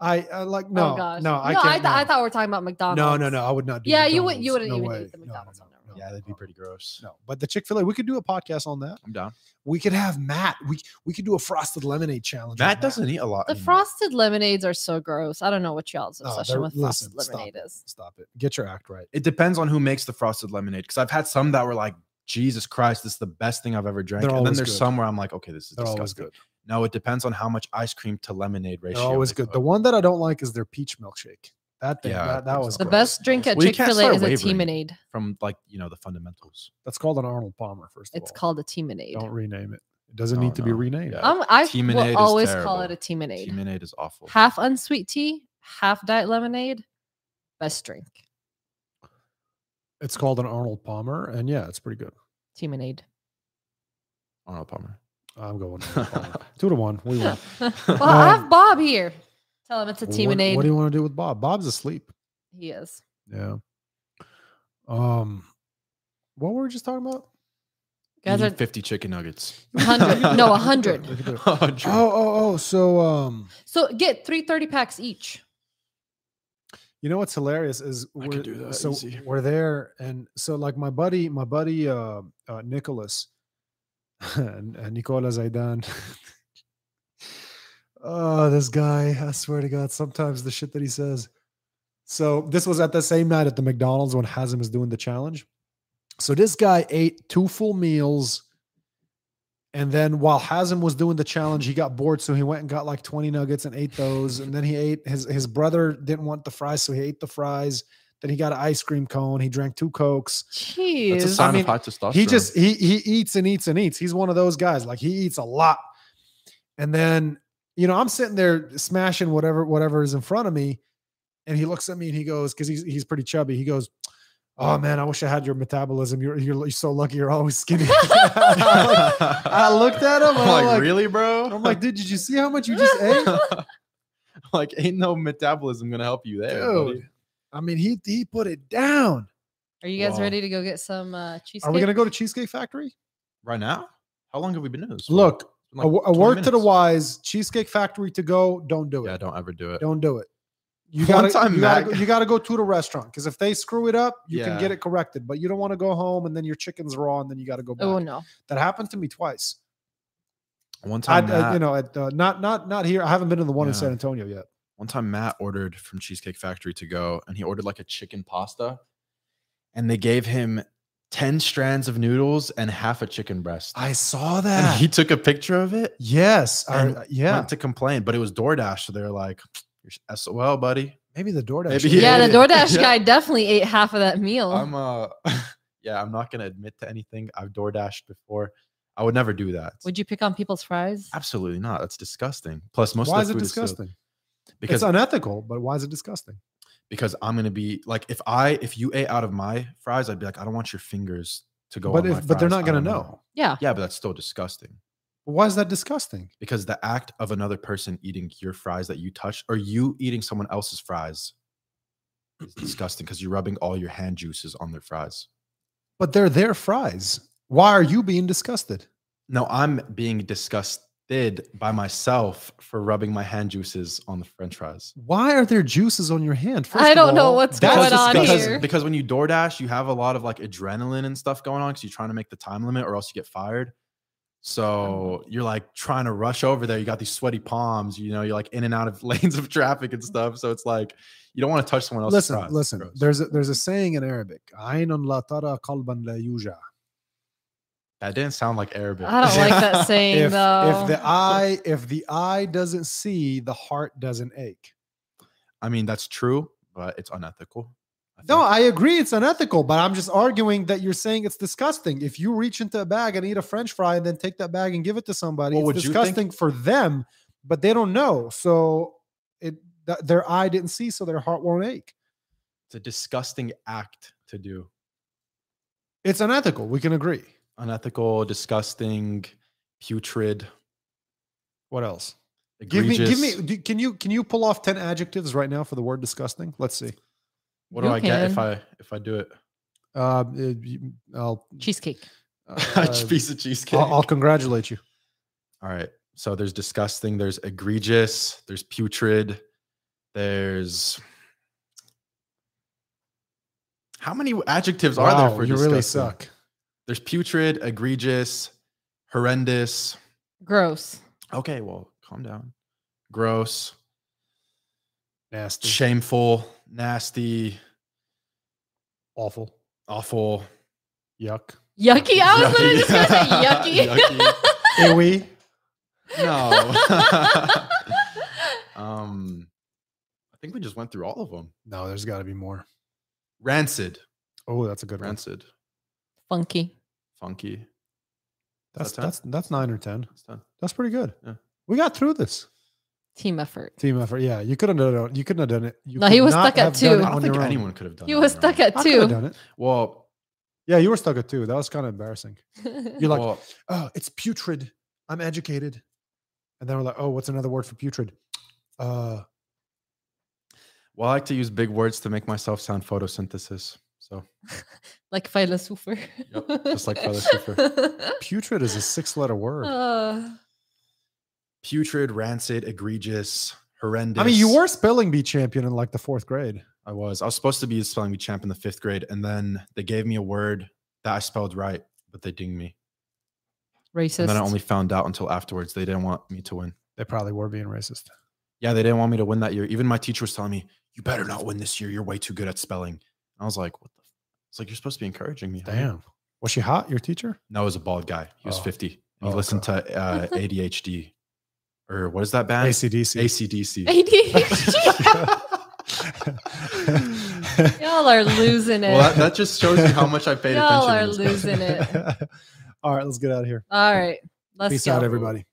A: I uh, like no,
C: oh gosh.
A: no, I
C: no,
A: can't.
C: I, th- I thought we were talking about McDonald's.
A: no, no, no. I would not do.
C: Yeah, you would-
A: McDonald's.
C: you wouldn't
A: No
C: even
A: way.
C: eat the
A: No,
C: McDonald's
A: No,
C: on
A: no,
C: their
A: no,
C: own.
B: Yeah, that'd be
A: no.
B: pretty gross.
A: No, but the Chick Fil A, we could do a podcast on that.
B: I'm down.
A: We could have Matt. We we could do a frosted lemonade challenge. with
B: Matt doesn't eat a lot.
C: The
B: anymore.
C: frosted lemonades are so gross. I don't know what y'all's
A: Mm. No,
C: obsession
A: they're-
C: with
A: listen,
C: frosted
A: stop
C: lemonade is.
A: Stop it. Get your act right.
B: It depends on who makes the frosted lemonade. Because I've had some that were like, Jesus Christ, this is the best thing I've ever drank.
A: They're
B: and then
A: always
B: there's
A: good.
B: some where I'm like, okay, this is
A: They're always
B: disgusting.
A: good.
B: No, it depends on how much ice cream to lemonade
A: They're
B: ratio.
A: always
B: they
A: good.
B: put.
A: The one that I don't like is their peach milkshake. That thing.
B: Yeah,
A: that, that
B: that's
A: was
C: The
B: gross.
C: best drink at
B: Well, you
C: Chick
B: can't
C: Fil A
B: start
C: is a
B: wavering.
C: Teaminade.
B: from like you know the fundamentals.
A: That's called an Arnold Palmer. First of
C: It's
A: all.
C: called a Teaminade.
A: Don't rename it. It doesn't
B: No,
A: need to be
B: no.
A: renamed.
B: Yeah.
C: Um, I
B: Teaminade is
C: will always call
B: terrible.
C: it a Teaminade.
B: Lemonade is awful.
C: Half unsweet tea, half diet lemonade. Best drink.
A: It's called an Arnold Palmer, and yeah, it's pretty good.
C: Teaminade.
B: *laughs* Arnold Palmer.
A: I'm going Arnold
B: *laughs*
A: Palmer. two to one. We win.
C: *laughs* well, I
B: Um,
C: have Bob here. Tell him it's a
A: What-
C: Teaminade.
A: What do you want to do with Bob? Bob's asleep.
C: he is.
A: Yeah. Um, what were we just talking about?
C: You guys
B: You
C: are
B: need 50 chicken nuggets.
C: 100. No,
A: *laughs*
C: 100.
A: Look at
B: *laughs*
A: there.
B: Oh,
A: Oh, oh, oh. So, um,
C: So get three thirty packs each.
A: you know what's hilarious is
B: I could
A: we're,
B: do that
A: so
B: easy.
A: we're there, and so like my buddy, my buddy, uh, uh Nicholas, *laughs* and, and Nicola Zaidan. *laughs* oh, this guy! I swear to God, sometimes the shit that he says. So this was at the same night at the McDonald's when Hazem is doing the challenge. So this guy ate two full meals. And then while Hazem was doing the challenge, he got bored, so he went and got like 20 nuggets and ate those. And then he ate his his brother didn't want the fries, so he ate the fries. Then he got an ice cream cone. He drank two cokes.
C: Jeez.
B: That's a sign
A: I mean,
B: of high testosterone.
A: He
B: *laughs*
A: just *laughs* he he eats and eats and eats. He's one of those guys. Like he eats a lot. And then, you know, I'm sitting there smashing whatever whatever is in front of me. And he looks at me and he goes, because he's he's pretty chubby. He goes, Oh man, I wish I had your metabolism. You're you're, you're so lucky you're always skinny. *laughs* I'm like, I looked at him.
B: I'm
A: And
B: like,
A: I'm like,
B: really, bro?
A: I'm like, dude, did you see how much you just ate?
B: *laughs* like, ain't no metabolism gonna help you there,
A: Dude.
B: buddy.
A: I mean, he he put it down.
C: Are you guys
B: Wow.
C: ready to go get some uh, cheesecake?
A: Are we gonna go to Cheesecake Factory?
B: Right now? How long have we been doing this? for?
A: Look,
B: It's been
A: a, wo- a
B: 20
A: word to the
B: minutes.
A: wise: Cheesecake Factory to go. Don't do it.
B: Yeah, don't ever do it.
A: don't do it. You
B: One
A: gotta,
B: time,
A: you, gotta
B: Mac-
A: go, you gotta go to the restaurant because if they screw it up, you can get
B: Yeah.
A: it corrected. But you don't want to go home and then your chicken's raw and then you got to go back.
C: Oh no.
A: That happened to me twice.
B: One
A: I,
B: time, Matt,
A: I, you know, at, uh, not not not here. I haven't been to the one in
B: Yeah.
A: San Antonio yet.
B: one time Matt ordered from Cheesecake Factory to go, and he ordered like a chicken pasta, and they gave him ten strands of noodles and half a chicken breast.
A: I saw
B: And he took a picture of it.
A: yes, I-
B: And
A: yeah.
B: Went to complain, but it was DoorDash, so they're like, "You're SOL, buddy."
A: maybe the DoorDash.
B: Maybe
A: guy
B: he
C: Yeah,
B: *laughs* Yeah,
C: the
B: yeah,
C: DoorDash
B: yeah.
C: guy definitely ate half of that meal.
A: Oh.
B: I'm uh, *laughs* yeah, I'm not gonna admit to anything. I've DoorDashed before. I would never do that.
C: Would you pick on people's fries?
B: Absolutely not. That's disgusting. Plus, most
A: Why
B: of
A: is
B: the
A: it
B: food so-
A: disgusting?
B: because
A: it's unethical, but why is it disgusting?
B: because I'm gonna be like, if I if you ate out of my fries, I'd be like, I don't want your fingers to go.
A: But
B: on my
A: if, but they're not
B: fries. I
A: gonna
B: don't
A: know.
C: Yeah.
B: Yeah, but that's still disgusting
A: Why is that disgusting?
B: because the act of another person eating your fries that you touch or you eating someone else's fries is disgusting because you're rubbing all your hand juices on their fries.
A: But they're their fries. Why are you being disgusted?
B: No, I'm being disgusted by myself for rubbing my hand juices on the french fries.
A: Why are there juices on your hand?
C: I
A: of
C: don't know what's
A: that's
C: going on
A: disgusting.
B: because,
C: here.
B: because when you DoorDash, you have a lot of like adrenaline and stuff going on because you're trying to make the time limit or else you get fired. So you're like trying to rush over there. You got these sweaty palms, you know, you're like in and out of *laughs* lanes of traffic and stuff. So it's like you don't want to touch someone else's
A: listen,
B: fries. It's
A: listen.
B: gross.
A: There's a, there's a saying in Arabic: "Aynun la tara, qalban la yuja."
B: that didn't sound like Arabic.
C: I
B: *laughs*
C: don't
A: *laughs*
C: like that saying
A: If, if
C: though.
A: the eye if the eye doesn't see, the heart doesn't ache.
B: I mean, that's true, but it's unethical. I
A: No,
B: think.
A: I agree it's unethical, but I'm just arguing that you're saying it's disgusting. If you reach into a bag and eat a French fry and then take that bag and give it to somebody,
B: Well,
A: it's
B: would you think-
A: disgusting for them, but they don't know. So it th- their eye didn't see, so their heart won't ache.
B: it's a disgusting act to do.
A: It's unethical. We can agree.
B: Unethical, disgusting, putrid.
A: What else? Give me, give me.
B: egregious.
A: Do, can you can you pull off ten adjectives right now for the word disgusting? Let's see.
B: What do
C: You
B: I get if
C: can.
B: I if I do it?
A: Uh, you-
B: *laughs*
A: I'll,
C: cheesecake.
A: uh,
B: piece of cheesecake.
A: I'll I'll congratulate you.
B: All right. So there's disgusting, there's egregious, there's putrid, there's how many adjectives are there
A: Wow,
B: for
A: you really
B: disgusting?
A: suck.
B: There's putrid, egregious, horrendous.
C: Gross.
B: Okay, well, calm down. Gross,
A: Nasty.
B: shameful, nasty,
A: Awful.
B: awful.
A: Yuck.
C: Yucky.
B: *laughs*
C: I was literally just gonna say yucky.
A: Iwi.
B: Yucky. *laughs*
C: *laughs*
B: No. um, I think we just went through all of them.
A: No, there's got to be more.
B: Rancid,
A: Oh, that's a good one.
B: rancid,
C: Funky.
B: funky.
A: That's
B: that ten?
A: that's that's nine or ten.
B: That's done.
A: That's pretty good.
B: Yeah.
A: We got through this.
C: Team effort.
A: Team effort. Yeah, you couldn't have done it. You couldn't have done it. You
C: No,
A: could
C: he was
A: not
C: stuck at
A: have done
C: two.
A: it
B: I
A: on
B: don't think
A: your own.
B: anyone could have done.
C: He
B: that
C: was
B: on
C: stuck
B: their own.
C: at
A: I could have
C: two.
A: done it.
B: Well,
A: Yeah, you were stuck at two. That was kind of embarrassing.
C: *laughs*
A: You're like,
B: well,
A: oh, it's putrid. I'm educated. And then we're like, oh, what's another word for putrid? Uh,
B: well, I like to use big words to make myself sound photosynthesis. So
C: like philosopher.
B: Yep, just like
C: *laughs*
B: philosopher.
A: putrid is a six letter word.
C: Uh,
B: putrid, rancid, egregious, horrendous.
A: I mean, you were spelling bee champion in like the fourth grade.
B: I was. I was supposed to be a spelling bee champ in the fifth grade, and then they gave me a word that I spelled right, but they dinged me.
C: racist.
B: And then I only found out until afterwards they didn't want me to win.
A: They probably were being racist.
B: Yeah, they didn't want me to win that year. Even my teacher was telling me, "You better not win this year. You're way too good at spelling." I was like, "What the?" F-? It's like you're supposed to be encouraging me. homie."
A: Damn. Was she hot, your teacher?
B: No, it was a bald guy. He was
A: Oh.
B: 50. And he
A: Oh,
B: listened to
C: *laughs*
B: uh, ADHD or what is that band?
A: ACDC. *laughs*
B: ACDC.
A: ACDC.
C: *laughs* Y'all are losing it.
B: Well, *laughs* that, that just shows you how much I paid
C: *laughs* Y'all are
B: attention. to this.
C: losing it.
A: *laughs* All right, let's get out of here.
C: All right. Let's
A: Peace
C: go.
A: out, everybody.